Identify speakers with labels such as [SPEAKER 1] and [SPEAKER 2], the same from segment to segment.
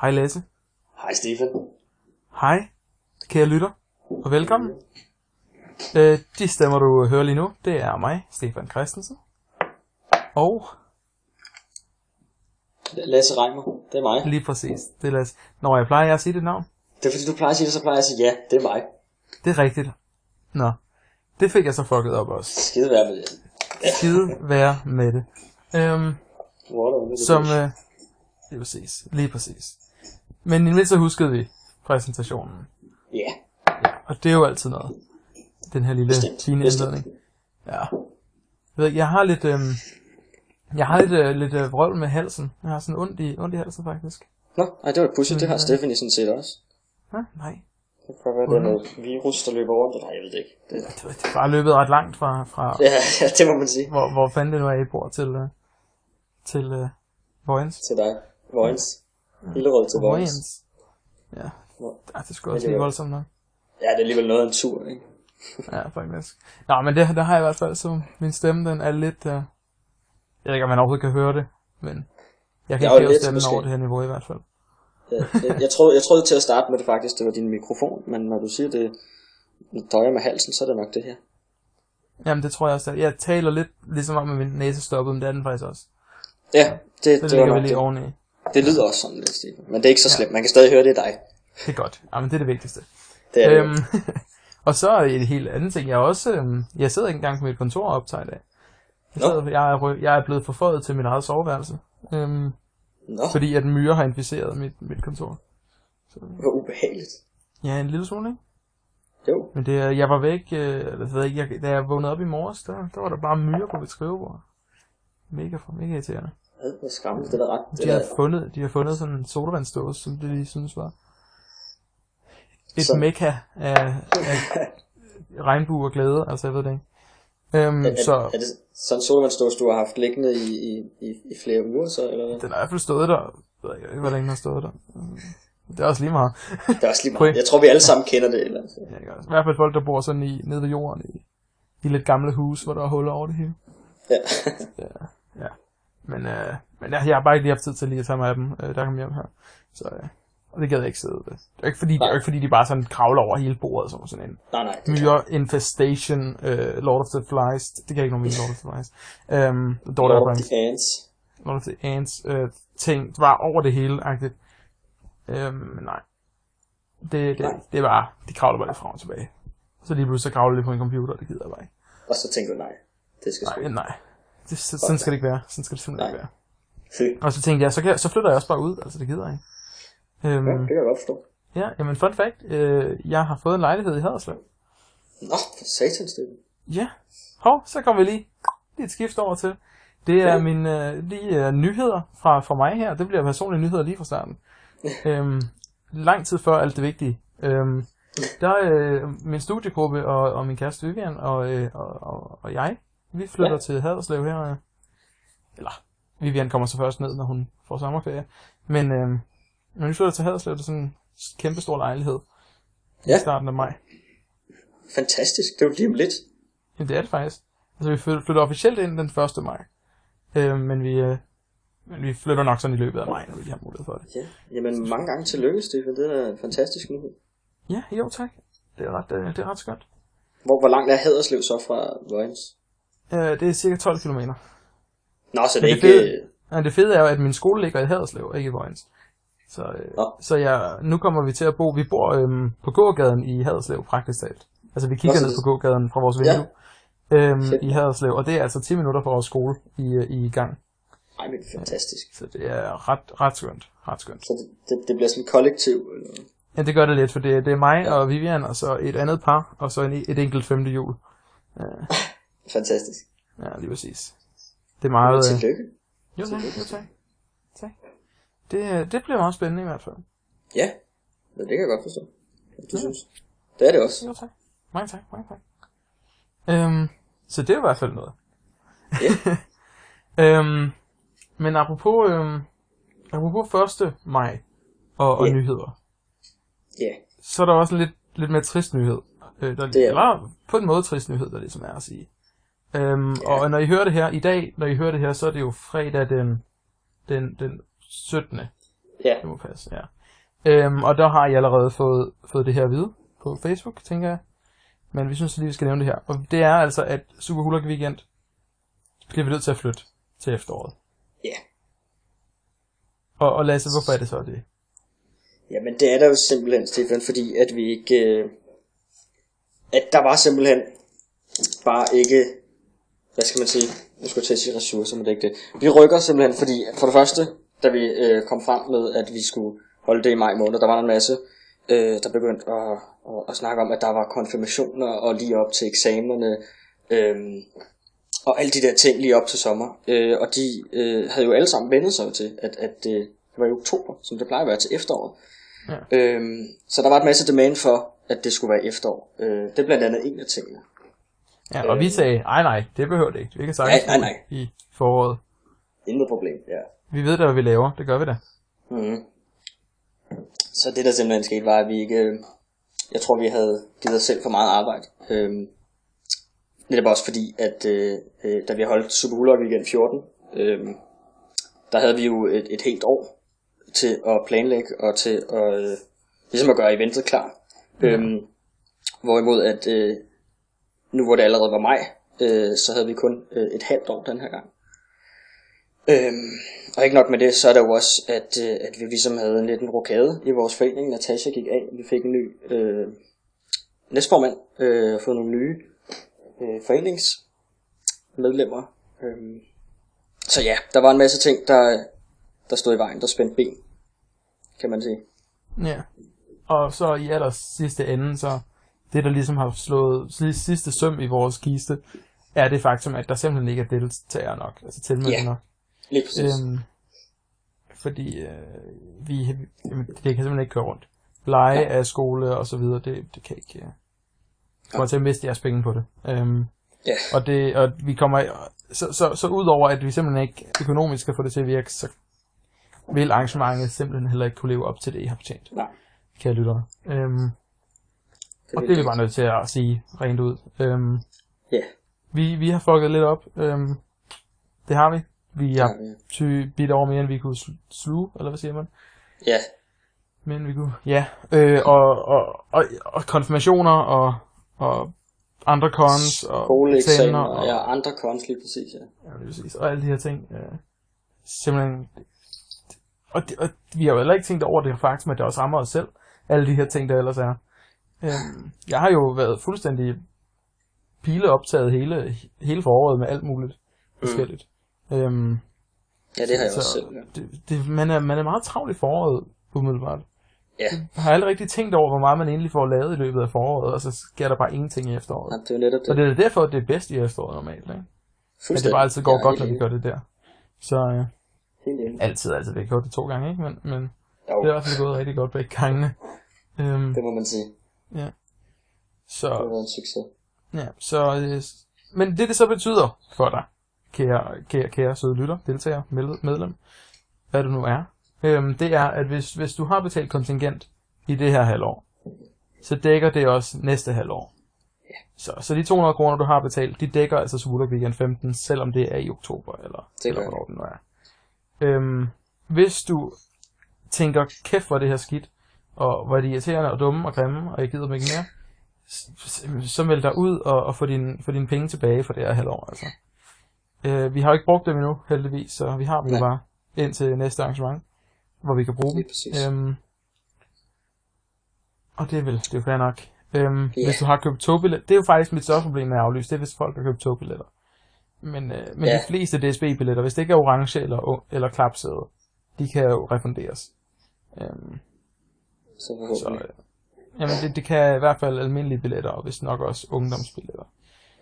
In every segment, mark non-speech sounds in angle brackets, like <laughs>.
[SPEAKER 1] Hej Lasse.
[SPEAKER 2] Hej Stefan.
[SPEAKER 1] Hej, kære lytter, og velkommen. Øh, de stemmer, du hører lige nu, det er mig, Stefan Christensen. Og
[SPEAKER 2] Lasse Reimer, det er mig.
[SPEAKER 1] lige præcis, det er Lasse. Når jeg plejer jeg at sige dit navn,
[SPEAKER 2] Det er fordi, du plejer at sige det, så plejer jeg at sige, ja, det er mig.
[SPEAKER 1] det er rigtigt. Nå, det fik jeg så fucket op også.
[SPEAKER 2] Skide være med det.
[SPEAKER 1] Skide være med det. Øhm,
[SPEAKER 2] Hvor er der under det?
[SPEAKER 1] som, øh, lige præcis, lige præcis. Men i det mindste huskede vi præsentationen.
[SPEAKER 2] Ja,
[SPEAKER 1] Ja, og det er jo altid noget. Den her lille
[SPEAKER 2] Bestemt.
[SPEAKER 1] fine
[SPEAKER 2] Bestemt.
[SPEAKER 1] indledning. Ja. Jeg, ved, ikke, jeg har lidt, øhm, jeg har lidt, øh, lidt øh, vrøvl med halsen. Jeg har sådan ondt i, ondt i halsen faktisk.
[SPEAKER 2] Nå, ej, det var et pudsigt, det har Stefan i sådan set også.
[SPEAKER 1] Ja, nej.
[SPEAKER 2] Mm. Det kan godt være, det er noget virus, der løber rundt. Nej, jeg ved det ikke. Det...
[SPEAKER 1] Det, var- det er bare løbet ret langt fra, fra
[SPEAKER 2] Ja, <laughs> ja, det må man sige
[SPEAKER 1] hvor, hvor fanden det nu er, I bor til, øh, til øh, Vojens.
[SPEAKER 2] til dig. Vojens. Hillerød til Mm. Vojens.
[SPEAKER 1] Ja.
[SPEAKER 2] Hvor-
[SPEAKER 1] Ej, det skulle
[SPEAKER 2] Men
[SPEAKER 1] også
[SPEAKER 2] det
[SPEAKER 1] lige
[SPEAKER 2] var-
[SPEAKER 1] voldsomt nok.
[SPEAKER 2] Ja, det er alligevel noget af en tur, ikke?
[SPEAKER 1] Ja, faktisk. Nå, men det, der har jeg i hvert fald, så min stemme, den er lidt... Uh... Jeg ved ikke, om man overhovedet kan høre det, men... Jeg kan
[SPEAKER 2] Jo,
[SPEAKER 1] ikke hæve
[SPEAKER 2] lidt
[SPEAKER 1] stemmen
[SPEAKER 2] måske.
[SPEAKER 1] over det her niveau i hvert fald.
[SPEAKER 2] Ja, jeg, jeg, troede, jeg troede til at starte med det faktisk, det var din mikrofon, men når du siger, det døjer med halsen, så er det nok det her.
[SPEAKER 1] Jamen, det tror jeg også. at Jeg taler lidt ligesom om, at min næse stoppede, men det er den faktisk også.
[SPEAKER 2] Ja, det,
[SPEAKER 1] Det,
[SPEAKER 2] det,
[SPEAKER 1] det ligger
[SPEAKER 2] var
[SPEAKER 1] vi
[SPEAKER 2] nok
[SPEAKER 1] lige
[SPEAKER 2] det.
[SPEAKER 1] oveni.
[SPEAKER 2] Det lyder også sådan lidt, Stefan. Men det er ikke så slemt. Man kan stadig høre, det er dig.
[SPEAKER 1] Det er godt. Jamen, det er det vigtigste.
[SPEAKER 2] Det er det.
[SPEAKER 1] Øhm, <laughs> og så er det en helt anden ting. Jeg er også... Øhm, jeg sidder ikke engang på mit kontor og optager i dag. Jeg,
[SPEAKER 2] Nå.
[SPEAKER 1] sidder, jeg, er, ry- jeg er blevet forføjet til mit eget soveværelse. Øhm,
[SPEAKER 2] Nå,
[SPEAKER 1] fordi at myrer har inficeret mit, mit kontor.
[SPEAKER 2] hvor ubehageligt.
[SPEAKER 1] Ja, en lille smule, ikke?
[SPEAKER 2] Jo,
[SPEAKER 1] Men det, er- jeg var væk, øh, eller det ved jeg ikke, jeg, da jeg vågnede op i morges, der, der var der bare myrer på mit skrivebord. Mega, mega irriterende.
[SPEAKER 2] Ad, hvor skræmmende. Det er da ret. Det
[SPEAKER 1] De
[SPEAKER 2] er
[SPEAKER 1] har
[SPEAKER 2] da,
[SPEAKER 1] fundet, de har fundet sådan en sodavandsdåse, som det lige synes var et
[SPEAKER 2] Så-
[SPEAKER 1] så. mekka af, af
[SPEAKER 2] <laughs>
[SPEAKER 1] regnbue og glæde, altså jeg ved det ikke. Øhm,
[SPEAKER 2] er,
[SPEAKER 1] så
[SPEAKER 2] er, det sådan en solvandsdås, du har haft liggende i, i, i, i flere uger, så, eller hvad?
[SPEAKER 1] den har i hvert fald stået der, jeg ved ikke, hvor længe den har stået der. Øhm, Det er også lige meget. <laughs>
[SPEAKER 2] Det er også lige
[SPEAKER 1] Prøv.
[SPEAKER 2] meget. Jeg tror, vi alle sammen kender det. Eller, andet.
[SPEAKER 1] Ja, ikke også? I hvert fald folk, der bor sådan i, nede ved jorden, i, i lidt gamle hus, hvor der er huller over det hele.
[SPEAKER 2] ja. <laughs>
[SPEAKER 1] Men, øh, men jeg, jeg har bare ikke lige haft tid til lige at tage mig af dem, øh, der kom hjem her. Så øh, og det gad jeg ikke sidde ved. Det er ikke fordi, det er jo ikke fordi de bare sådan kravler over hele bordet som sådan en
[SPEAKER 2] nej, nej. Det,
[SPEAKER 1] myre infestation, øh, Lord of the Flies. Det kan jeg ikke nogen lide, Lord of the Flies. Øhm, Lord,
[SPEAKER 2] Lord
[SPEAKER 1] of
[SPEAKER 2] of
[SPEAKER 1] the,
[SPEAKER 2] the Ants.
[SPEAKER 1] Lord of the Ants øh, ting det var over det hele, agtigt. Øhm, men nej. Det, det,
[SPEAKER 2] Nej.
[SPEAKER 1] det er bare, de kravler bare lidt frem og tilbage. Så lige pludselig så kravler de på en computer, det gider jeg bare ikke.
[SPEAKER 2] Og så tænker du, nej, det skal sgu
[SPEAKER 1] Nej,
[SPEAKER 2] ikke.
[SPEAKER 1] nej. Det, sådan skal det ikke være. Sådan skal det simpelthen ikke
[SPEAKER 2] Nej.
[SPEAKER 1] være. Og så tænkte jeg, så, kan jeg, så flytter jeg også bare ud, altså det gider jeg ikke. Øhm,
[SPEAKER 2] Ja, <laughs> det kan jeg godt forstå.
[SPEAKER 1] ja, jamen fun fact, øh, jeg har fået en lejlighed i Haderslev.
[SPEAKER 2] Nå, for satan, Stefan.
[SPEAKER 1] Ja, hov, så kommer vi lige, lige et skift over til. Det er
[SPEAKER 2] Ja.
[SPEAKER 1] mine øh, lige øh, nyheder fra, fra mig her, det bliver personlige nyheder lige fra starten. øhm, lang tid før alt det vigtige. Øhm, der øh, min studiegruppe og, og min kæreste Vivian og, øh, og, og, og jeg, vi flytter
[SPEAKER 2] Ja.
[SPEAKER 1] ja. til Haderslev her. øh. Eller, Vivian kommer så først ned, når hun får sommerferie. Men, øh, men vi flytter til Haderslev, det er sådan en kæmpe stor lejlighed.
[SPEAKER 2] Ja.
[SPEAKER 1] I starten af maj.
[SPEAKER 2] Fantastisk. Det er jo lige om lidt.
[SPEAKER 1] Jamen, det er det faktisk. Altså, vi flyt- flytter officielt ind den 1. maj. Øh, men, vi, øh, men vi flytter nok sådan i løbet af maj, når vi lige har mulighed for det.
[SPEAKER 2] Ja. Jamen, mange gange tillykke, Stefan. Det er da en fantastisk nyhed.
[SPEAKER 1] Ja, jo tak. Det er ret, øh, det er ret skønt.
[SPEAKER 2] Hvor, hvor langt er Haderslev så fra Vojens?
[SPEAKER 1] Øh, det er cirka 12 km.
[SPEAKER 2] Nå, så det
[SPEAKER 1] Men det
[SPEAKER 2] er ikke...
[SPEAKER 1] fede-
[SPEAKER 2] øh,
[SPEAKER 1] Men det fede er jo, at min skole ligger i Haderslev, ikke i Vojens. Så, øh,
[SPEAKER 2] Nå.
[SPEAKER 1] så jeg, nu kommer vi til at bo... Vi bor øh, på gågaden i Haderslev, praktisk talt. Altså, vi kigger
[SPEAKER 2] Nå, så
[SPEAKER 1] ned på
[SPEAKER 2] det-
[SPEAKER 1] gågaden fra vores
[SPEAKER 2] Ja.
[SPEAKER 1] vindue øhm,
[SPEAKER 2] Fedt.
[SPEAKER 1] i Haderslev, og det er altså 10 minutter fra vores skole i, øh, i gang.
[SPEAKER 2] Ej, men fantastisk.
[SPEAKER 1] Så det er ret, ret skønt. Ret skønt.
[SPEAKER 2] Så det, det, det bliver sådan kollektiv. øh, Eller?
[SPEAKER 1] Ja, det gør det lidt, for det, det er mig og Vivian, og så et andet par, og så en, et enkelt femte jul.
[SPEAKER 2] Fantastisk.
[SPEAKER 1] Ja, lige præcis. Det er
[SPEAKER 2] Men
[SPEAKER 1] meget... øh,
[SPEAKER 2] tillykke.
[SPEAKER 1] Jo, tak. Jo, tak. tak. Det, øh, det bliver meget spændende i hvert fald.
[SPEAKER 2] Ja, men det kan jeg godt forstå. Du synes. Det er det også.
[SPEAKER 1] Jo, tak. Mange tak, mange tak. Øhm, så det er i hvert fald noget.
[SPEAKER 2] Ja.
[SPEAKER 1] <laughs> øhm, men apropos, øhm, apropos 1. maj og, og
[SPEAKER 2] Ja.
[SPEAKER 1] nyheder,
[SPEAKER 2] Ja,
[SPEAKER 1] så er der også en lidt, lidt mere trist nyhed. Øh, der,
[SPEAKER 2] Det er-
[SPEAKER 1] eller på en måde trist nyhed, der ligesom er at sige. Øhm, ja. Og når I hører det her i dag, når I hører det her, så er det jo fredag den, den, den 17.
[SPEAKER 2] Ja.
[SPEAKER 1] Det må passe, ja. Øhm, og der har I allerede fået, fået det her at vide på Facebook, tænker jeg. Men vi synes lige, vi skal nævne det her. Og det er altså, at Super Hulk Weekend bliver vi nødt til at flytte til efteråret.
[SPEAKER 2] Ja.
[SPEAKER 1] Og, og Lasse, hvorfor er det så det?
[SPEAKER 2] Jamen det er der jo simpelthen, Stefan, fordi at vi ikke... Øh, at der var simpelthen bare ikke... Hvad skal man sige? Nu skulle jeg til at sige ressourcer, men det er ikke det. Vi rykker simpelthen, fordi for det første, da vi øh, kom frem med, at vi skulle holde det i maj måned, der var der en masse, øh, der begyndte at, at, at snakke om, at der var konfirmationer og lige op til eksamenerne. Øh, og alle de der ting lige op til sommer. Øh, og de øh, havde jo alle sammen vendt sig til, at, at øh, det var i oktober, som det plejer at være til efteråret. Ja. Øhm, så der var et masse demand for, at det skulle være efterår. Øh, det er blandt andet en af tingene.
[SPEAKER 1] Ja, og øh. vi sagde, nej nej, det behøver det ikke. Vi kan sagtens
[SPEAKER 2] Nej, nej,
[SPEAKER 1] i
[SPEAKER 2] nej.
[SPEAKER 1] foråret.
[SPEAKER 2] Intet problem, ja.
[SPEAKER 1] Vi ved da, hvad vi laver. Det gør vi da.
[SPEAKER 2] Mm. Så det der simpelthen skete var, at vi ikke... øh, Jeg tror, vi havde givet os selv for meget arbejde. Øhm, netop også fordi, at øh, øh, da vi holdt Super Hulk Weekend 14, øhm, der havde vi jo et, et helt år til at planlægge og til at, øh, ligesom at gøre eventet klar. Mm. Øhm, hvorimod at øh, nu hvor det allerede var maj, øh, så havde vi kun øh, et halvt år den her gang. Øhm, og ikke nok med det, så er der jo også, at, øh, at vi ligesom havde en lidt en rokade i vores forening. Natasha gik af, vi fik en ny øh, næstformand, øh, og fået nogle nye øh, foreningsmedlemmer. Øhm, så ja, der var en masse ting, der, der stod i vejen, der spændte ben, kan man sige.
[SPEAKER 1] Ja. Og så i aller sidste ende, så det, der ligesom har slået si- sidste søm i vores kiste, er det faktum, at der simpelthen ikke er deltagere nok, altså tilmeldte
[SPEAKER 2] Ja,
[SPEAKER 1] nok.
[SPEAKER 2] Lige præcis. Øhm.
[SPEAKER 1] Øhm, fordi øh, vi, jamen, det kan simpelthen ikke køre rundt. Leje ja. af skole og så videre, det, det kan ikke... Øh, kommer til at miste jeres penge på det. Øhm,
[SPEAKER 2] Ja.
[SPEAKER 1] og, det, og vi kommer, så, så, så udover at vi simpelthen ikke økonomisk kan få det til at virke, så vil arrangementet simpelthen heller ikke kunne leve op til det, I har fortjent,
[SPEAKER 2] Nej,
[SPEAKER 1] kære lyttere. Øhm, og det
[SPEAKER 2] vil
[SPEAKER 1] er vi
[SPEAKER 2] ikke.
[SPEAKER 1] bare nødt til at sige rent ud. Øhm,
[SPEAKER 2] Ja.
[SPEAKER 1] vi, vi har fucket lidt op. Øhm, det har vi. Vi har
[SPEAKER 2] har vi.
[SPEAKER 1] ty bidt over mere, end vi kunne sl- sluge, eller hvad siger man?
[SPEAKER 2] Ja,
[SPEAKER 1] Men vi kunne, ja. Øh, og, og, og, og konfirmationer og, og andre cons og
[SPEAKER 2] skoleeksamener og
[SPEAKER 1] og,
[SPEAKER 2] ja, andre cons lige præcis, ja.
[SPEAKER 1] ja, lige præcis, og alle de her ting. Øh, simpelthen. Og, det, og vi har jo heller ikke tænkt over det faktum, at det også rammer os selv. Alle de her ting, der ellers er. Øh, jeg har jo været fuldstændig pileoptaget hele, hele foråret med alt muligt forskelligt. Øhm,
[SPEAKER 2] Ja, Mm. det har jeg
[SPEAKER 1] så
[SPEAKER 2] også selv, ja.
[SPEAKER 1] det, det, man, er, man er meget travl i foråret, umiddelbart.
[SPEAKER 2] ja.
[SPEAKER 1] Jeg har aldrig rigtig tænkt over, hvor meget man egentlig får lavet i løbet af foråret, og så sker der bare ingenting i efteråret.
[SPEAKER 2] Nej, det er jo netop
[SPEAKER 1] Og
[SPEAKER 2] det.
[SPEAKER 1] det er derfor, det er bedst i efteråret normalt, ikke? Men det
[SPEAKER 2] Fuldstændig.
[SPEAKER 1] bare altid går
[SPEAKER 2] Ja,
[SPEAKER 1] godt,
[SPEAKER 2] helt
[SPEAKER 1] når vi gør det der. Så øh,
[SPEAKER 2] enig. Helt enig.
[SPEAKER 1] altid, altid. Vi har gjort det to gange, ikke? Men, men
[SPEAKER 2] Jo,
[SPEAKER 1] det er i hvert fald gået rigtig godt begge gangene. Øhm,
[SPEAKER 2] det må man sige. Det har
[SPEAKER 1] så,
[SPEAKER 2] været en succes.
[SPEAKER 1] ja, så, øh, s- men det, det så betyder for dig, kære, kære, kære søde lytter, deltager, mel- medlem, hvad du nu er, øhm, det er, at hvis, hvis du har betalt kontingent i det her halvår, så dækker det også næste halvår. Så, så de 200 kroner, du har betalt, de dækker altså Super Weekend 15, selvom det er i oktober, eller,
[SPEAKER 2] Det
[SPEAKER 1] eller
[SPEAKER 2] gør
[SPEAKER 1] hvornår den nu er. Øhm, hvis du tænker, kæft hvor er det her skidt, og hvor er de irriterende og dumme og grimme, og jeg gider dem ikke mere, s- s- så meld dig ud og, og få, din, få dine penge tilbage for det her halvår. Altså. Øh, vi har jo ikke brugt dem endnu, heldigvis, så vi har dem jo
[SPEAKER 2] Nej.
[SPEAKER 1] bare indtil næste arrangement, hvor vi kan bruge dem.
[SPEAKER 2] Lige præcis.
[SPEAKER 1] Øhm, og det er vel, det er jo fair nok. Øhm,
[SPEAKER 2] Ja.
[SPEAKER 1] Hvis du har købt togbilletter, det er jo faktisk mit største problem med at aflyse, det er hvis folk har købt togbilletter. Men, øh, men ja.
[SPEAKER 2] Ja.
[SPEAKER 1] de fleste DSB-billetter, hvis det ikke er orange eller, eller klapsæde, de kan jo refunderes. Øhm,
[SPEAKER 2] Så
[SPEAKER 1] så,
[SPEAKER 2] forhåbentlig.
[SPEAKER 1] øh, jamen det, det kan i hvert fald almindelige billetter, og hvis nok også ungdomsbilletter.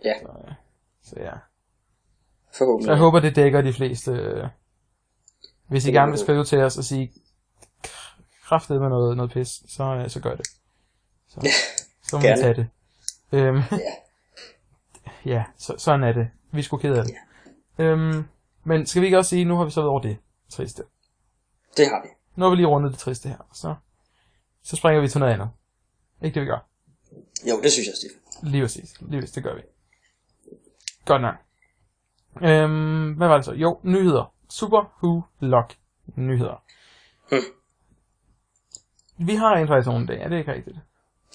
[SPEAKER 2] Ja,
[SPEAKER 1] Så ja. Så
[SPEAKER 2] forhåbentlig.
[SPEAKER 1] jeg håber, det dækker de fleste. øh. Hvis I
[SPEAKER 2] Det må
[SPEAKER 1] gerne
[SPEAKER 2] vi
[SPEAKER 1] vil
[SPEAKER 2] håbe.
[SPEAKER 1] skrive til os og sige, kraftet med noget, noget pis, så, øh, så gør det. Så, så må vi
[SPEAKER 2] gerne.
[SPEAKER 1] tage det. Øhm,
[SPEAKER 2] Ja.
[SPEAKER 1] <laughs> ja, så, sådan er det. Vi skulle kede af det. Øhm, men skal vi ikke også sige, nu har vi så været over det triste.
[SPEAKER 2] Det har vi.
[SPEAKER 1] Nu har vi lige rundet det triste her, så, så springer vi til noget andet. Ikke det, vi gør.
[SPEAKER 2] Jo, det synes jeg, Stefan.
[SPEAKER 1] Lige præcis. Lige præcis, det gør vi. Godt nok. Øhm, hvad var det så? Jo, nyheder. Super Who Lock nyheder. Vi har rent faktisk nogle dage, er det ikke rigtigt?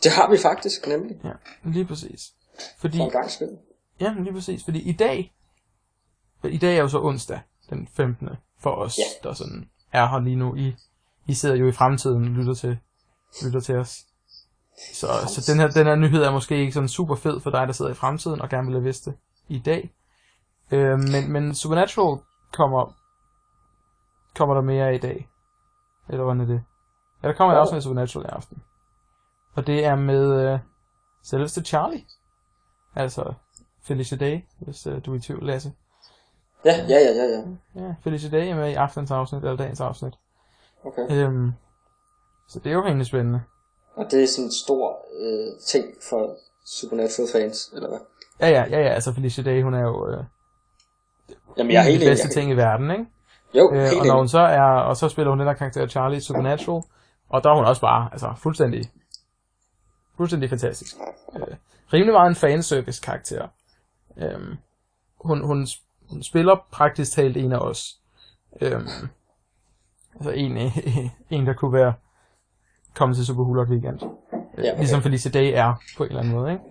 [SPEAKER 2] Det har vi faktisk, nemlig.
[SPEAKER 1] Ja, lige præcis. Fordi,
[SPEAKER 2] For en gang skyld.
[SPEAKER 1] ja, lige præcis, fordi i dag, i dag er jo så onsdag, den 15. for os,
[SPEAKER 2] Ja.
[SPEAKER 1] der sådan er her lige nu. I, I sidder jo i fremtiden og lytter til, lytter til os. Så, så den, her, den her nyhed er måske ikke sådan super fed for dig, der sidder i fremtiden og gerne ville have vidst det i dag. Øh, men, men Supernatural kommer, kommer der mere af i dag. Eller hvordan er det? Ja, der kommer et
[SPEAKER 2] Jo.
[SPEAKER 1] afsnit af Supernatural i aften. Og det er med øh, selveste Charlie. Altså Felicia Day, hvis øh, du er i tvivl, Lasse.
[SPEAKER 2] Ja, ja, ja, ja, ja.
[SPEAKER 1] Ja, Felicia Day er med i aftens afsnit, eller dagens afsnit.
[SPEAKER 2] Okay.
[SPEAKER 1] Øhm, så det er jo rimelig spændende.
[SPEAKER 2] Og det er sådan en stor øh, ting for Supernatural fans, eller hvad?
[SPEAKER 1] Ja, ja, ja, ja, altså Felicia Day, hun er jo øh,
[SPEAKER 2] Jamen, jeg
[SPEAKER 1] en
[SPEAKER 2] er
[SPEAKER 1] af
[SPEAKER 2] helt
[SPEAKER 1] Mm, de bedste
[SPEAKER 2] enig.
[SPEAKER 1] ting i verden, ikke?
[SPEAKER 2] Jo,
[SPEAKER 1] Øh,
[SPEAKER 2] helt
[SPEAKER 1] og, når hun
[SPEAKER 2] enig.
[SPEAKER 1] så er, og så spiller hun den der karakter Charlie i Supernatural, og der er hun også bare altså, fuldstændig, fuldstændig fantastisk. Øh, rimelig meget en fanservice karakter. Øhm, hun, hun, hun spiller praktisk talt en af os. Øhm, altså en, <laughs> en, der kunne være kommet til Super Hulk Weekend. Øh,
[SPEAKER 2] Ja, okay.
[SPEAKER 1] Ligesom Felicia Day er på en eller anden måde. Ikke?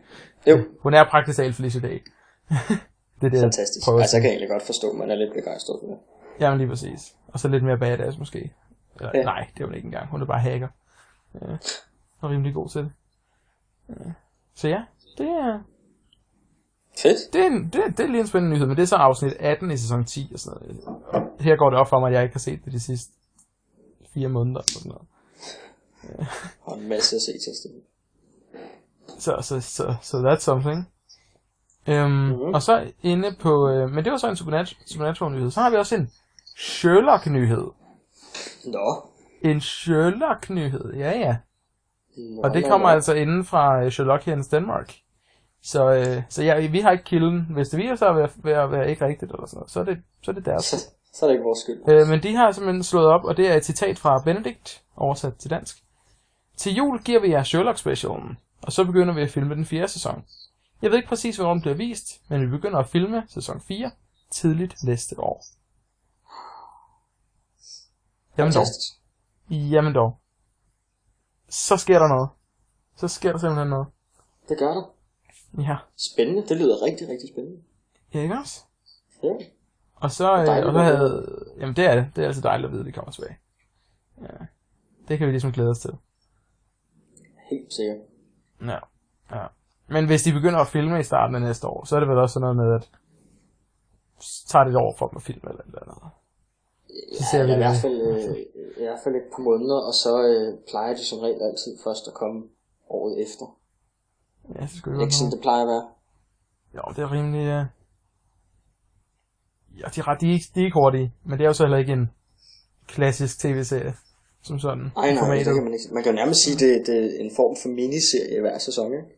[SPEAKER 2] Jo,
[SPEAKER 1] Hun er praktisk talt Felicia Day. <laughs> det er det,
[SPEAKER 2] fantastisk.
[SPEAKER 1] jeg prøver at
[SPEAKER 2] Altså,
[SPEAKER 1] sige.
[SPEAKER 2] jeg kan egentlig godt forstå, at man er lidt begejstret for det.
[SPEAKER 1] Jamen lige præcis. Og så lidt mere badass måske. Eller, ja.
[SPEAKER 2] Ja.
[SPEAKER 1] Nej, det er hun ikke engang. Hun er bare hacker. Øh, og rimelig god til det. Øh, Så ja, det er,
[SPEAKER 2] Fedt.
[SPEAKER 1] det, er en, det, er- det er lige en spændende nyhed, men det er så afsnit 18 i sæson 10 og sådan noget. Og her går det op for mig, at jeg ikke har set det de sidste fire måneder. Eller sådan noget.
[SPEAKER 2] Og en masse at se til stedet.
[SPEAKER 1] Så, så, så, så that's something. Øhm, mm-hmm.
[SPEAKER 2] Mhm.
[SPEAKER 1] Og så inde på... Øh, men det var så en supernat- supernatural-nyhed. Så har vi også en Sherlock-nyhed.
[SPEAKER 2] Nå.
[SPEAKER 1] En Sherlock-nyhed, ja ja.
[SPEAKER 2] Nå,
[SPEAKER 1] Og det
[SPEAKER 2] nå,
[SPEAKER 1] kommer
[SPEAKER 2] nå.
[SPEAKER 1] altså inden fra øh, Sherlock her i Danmark. Så, øh, så ja, vi har ikke kilden. Hvis det viser sig at være, være, være ikke rigtigt, eller sådan noget, så, er det, så er det deres.
[SPEAKER 2] <laughs> Så, så er det ikke vores skyld.
[SPEAKER 1] Øh, men de har simpelthen slået op, og det er et citat fra Benedikt, oversat til dansk. Til jul giver vi jer Sherlock specialen, og så begynder vi at filme den fjerde sæson. Jeg ved ikke præcis, hvornår den bliver vist, men vi begynder at filme sæson 4 tidligt næste år. Jamen dog.
[SPEAKER 2] Fantastisk.
[SPEAKER 1] Jamen dog. Så sker der noget. Så sker der simpelthen noget.
[SPEAKER 2] Det gør der.
[SPEAKER 1] Ja.
[SPEAKER 2] Spændende. Det lyder rigtig, rigtig spændende.
[SPEAKER 1] Ja, ikke også?
[SPEAKER 2] Ja.
[SPEAKER 1] Og så, øh,
[SPEAKER 2] dejligt
[SPEAKER 1] og så
[SPEAKER 2] at vide.
[SPEAKER 1] havde... Jamen, det er det. Det er altså dejligt at vide, at de kommer tilbage. Ja. Det kan vi ligesom glæde os til.
[SPEAKER 2] Helt sikkert.
[SPEAKER 1] Ja. ja. Men hvis de begynder at filme i starten af næste år, så er det vel også sådan noget med, at så tager det et år for dem at filme eller et eller andet. Så ser
[SPEAKER 2] Ja,
[SPEAKER 1] vi
[SPEAKER 2] i
[SPEAKER 1] det.
[SPEAKER 2] hvert fald, øh, i hvert fald et par måneder, og så øh, plejer de som regel altid først at komme året efter.
[SPEAKER 1] Ja, så skal vi
[SPEAKER 2] Ikke som
[SPEAKER 1] godt
[SPEAKER 2] det plejer at være.
[SPEAKER 1] Jo, det er rimelig... Øh... Ja, de er, ret, de, er ikke, de er ikke hurtige, men det er jo så heller ikke en klassisk tv-serie, som sådan.
[SPEAKER 2] Ej, nej,
[SPEAKER 1] formatet.
[SPEAKER 2] det kan man ikke. Man kan jo nærmest sige, at det, det er en form for miniserie hver sæson, ikke?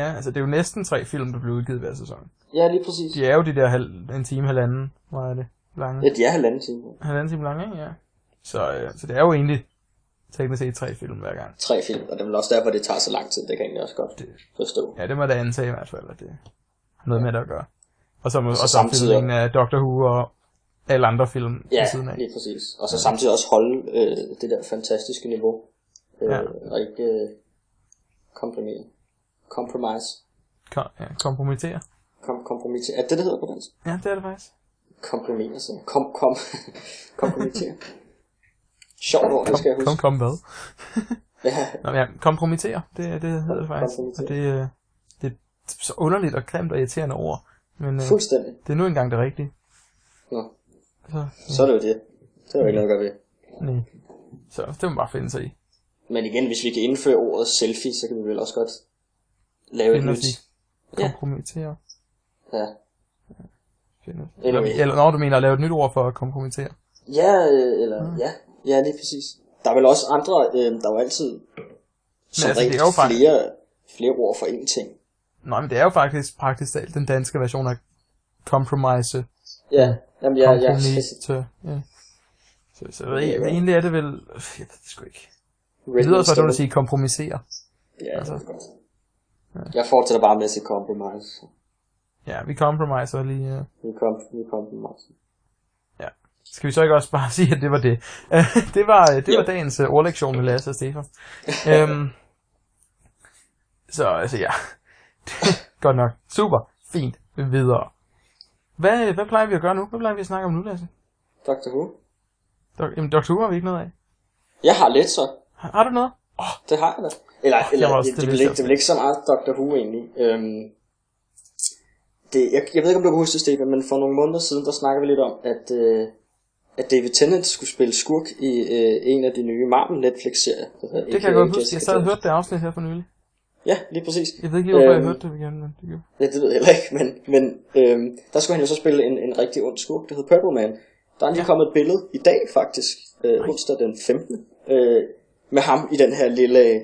[SPEAKER 1] Ja, altså det er jo næsten tre film, der bliver udgivet hver sæson.
[SPEAKER 2] Ja, lige præcis.
[SPEAKER 1] De er jo de der halv, en time, halvanden, hvor er det? Lange.
[SPEAKER 2] Ja, de er halvanden time.
[SPEAKER 1] Halvanden time lange, ikke? Ja. Så, øh, så det er jo egentlig teknisk set tre film hver gang.
[SPEAKER 2] Tre film, og det er vel også derfor, det tager så lang tid. Det kan jeg egentlig også godt
[SPEAKER 1] Det-
[SPEAKER 2] forstå.
[SPEAKER 1] Ja, det må jeg da antage i hvert fald, at det har noget med det at gøre. Og så, må, og
[SPEAKER 2] så
[SPEAKER 1] så
[SPEAKER 2] samtidig-
[SPEAKER 1] samtidig af Doctor Who og alle andre film
[SPEAKER 2] Ja,
[SPEAKER 1] ved siden af.
[SPEAKER 2] lige præcis. Og så samtidig også holde øh, det der fantastiske niveau. Øh,
[SPEAKER 1] Ja.
[SPEAKER 2] Og ikke øh, kompromis. Compromise.
[SPEAKER 1] Kom, ja, kompromittere.
[SPEAKER 2] Kom, kompromis. Er det, det hedder på dansk?
[SPEAKER 1] Ja, det er det faktisk.
[SPEAKER 2] Kompromis, altså. Kom, kom. <laughs> kompromittere. Sjovt ord, det skal jeg
[SPEAKER 1] Kom,
[SPEAKER 2] huske.
[SPEAKER 1] kom, hvad?
[SPEAKER 2] Ja,
[SPEAKER 1] Nå, men ja, kompromittere, det, det hedder det faktisk. Og det, øh, det er så underligt og grimt og irriterende ord. Men øh,
[SPEAKER 2] fuldstændig.
[SPEAKER 1] det er nu engang det rigtige.
[SPEAKER 2] Nå,
[SPEAKER 1] Så,
[SPEAKER 2] så er det jo det. Det er jo ikke noget at gøre ved.
[SPEAKER 1] nej. så det må man bare finde sig i.
[SPEAKER 2] Men igen, hvis vi kan indføre ordet selfie, så kan vi vel også godt lave et
[SPEAKER 1] Finde
[SPEAKER 2] nyt.
[SPEAKER 1] os i. Kompromittere.
[SPEAKER 2] Ja.
[SPEAKER 1] Finde. Eller,
[SPEAKER 2] Anyway.
[SPEAKER 1] eller når du mener at lave et nyt ord for at kompromittere.
[SPEAKER 2] Ja, øh, eller mm. ja. Ja, lige præcis. Der er vel også andre, øh, der er jo altid som
[SPEAKER 1] altså,
[SPEAKER 2] regel
[SPEAKER 1] det er jo faktisk-
[SPEAKER 2] flere, flere ord for én ting.
[SPEAKER 1] Nej, men det er jo faktisk praktisk talt den danske version af compromise.
[SPEAKER 2] Ja, jamen ja, ja.
[SPEAKER 1] Kompromise. Ja. Så, så jeg ved ikke, egentlig er det vel... Jeg ved det sgu ikke.
[SPEAKER 2] Red
[SPEAKER 1] Det lyder
[SPEAKER 2] Bull
[SPEAKER 1] for, at du vil
[SPEAKER 2] Stone.
[SPEAKER 1] sige kompromissere.
[SPEAKER 2] Ja,
[SPEAKER 1] altså.
[SPEAKER 2] altså. Jeg fortsætter bare med at sige compromise.
[SPEAKER 1] Ja, vi compromiser lige... øh,
[SPEAKER 2] Vi kom, vi compromise.
[SPEAKER 1] Skal vi så ikke også bare <laughs> sige, at det var det? det var, det var
[SPEAKER 2] Jo.
[SPEAKER 1] dagens øh, ordlektion med Lasse og
[SPEAKER 2] <laughs>
[SPEAKER 1] Stefan. øhm, så altså ja, <laughs> godt nok. Super, fint, videre. Hvad, hvad plejer vi at gøre nu? Hvad plejer vi at snakke om nu, Lasse?
[SPEAKER 2] Doctor Who.
[SPEAKER 1] Dok- Jamen, Dr. Who har vi ikke noget af.
[SPEAKER 2] Jeg har lidt så.
[SPEAKER 1] Har, har du noget?
[SPEAKER 2] Det har jeg da. Eller,
[SPEAKER 1] Åh,
[SPEAKER 2] eller
[SPEAKER 1] jeg var også
[SPEAKER 2] det, det,
[SPEAKER 1] det
[SPEAKER 2] blev
[SPEAKER 1] lidt
[SPEAKER 2] ikke, det blev ikke så meget Dr. Who egentlig. Øhm, det, jeg, jeg ved ikke, om du kan huske det, Stefan, men for nogle måneder siden, der snakkede vi lidt om, at, øh, at David Tennant skulle spille skurk i øh, en af de nye Marvel Netflix-serier.
[SPEAKER 1] Det kan jeg godt huske. Jeg sad og hørte det afsnit her for nylig.
[SPEAKER 2] Ja, lige præcis.
[SPEAKER 1] Jeg ved ikke lige, hvorfor jeg
[SPEAKER 2] Øhm.
[SPEAKER 1] hørte det igen, men det gjorde.
[SPEAKER 2] Ja, det ved jeg heller ikke, men, men øhm, der skulle han jo så spille en, en rigtig ond skurk, der hed Purple Man. Der er lige kommet et billede i dag faktisk, øh, onsdag den 15. Øh, med ham i den her lille øh,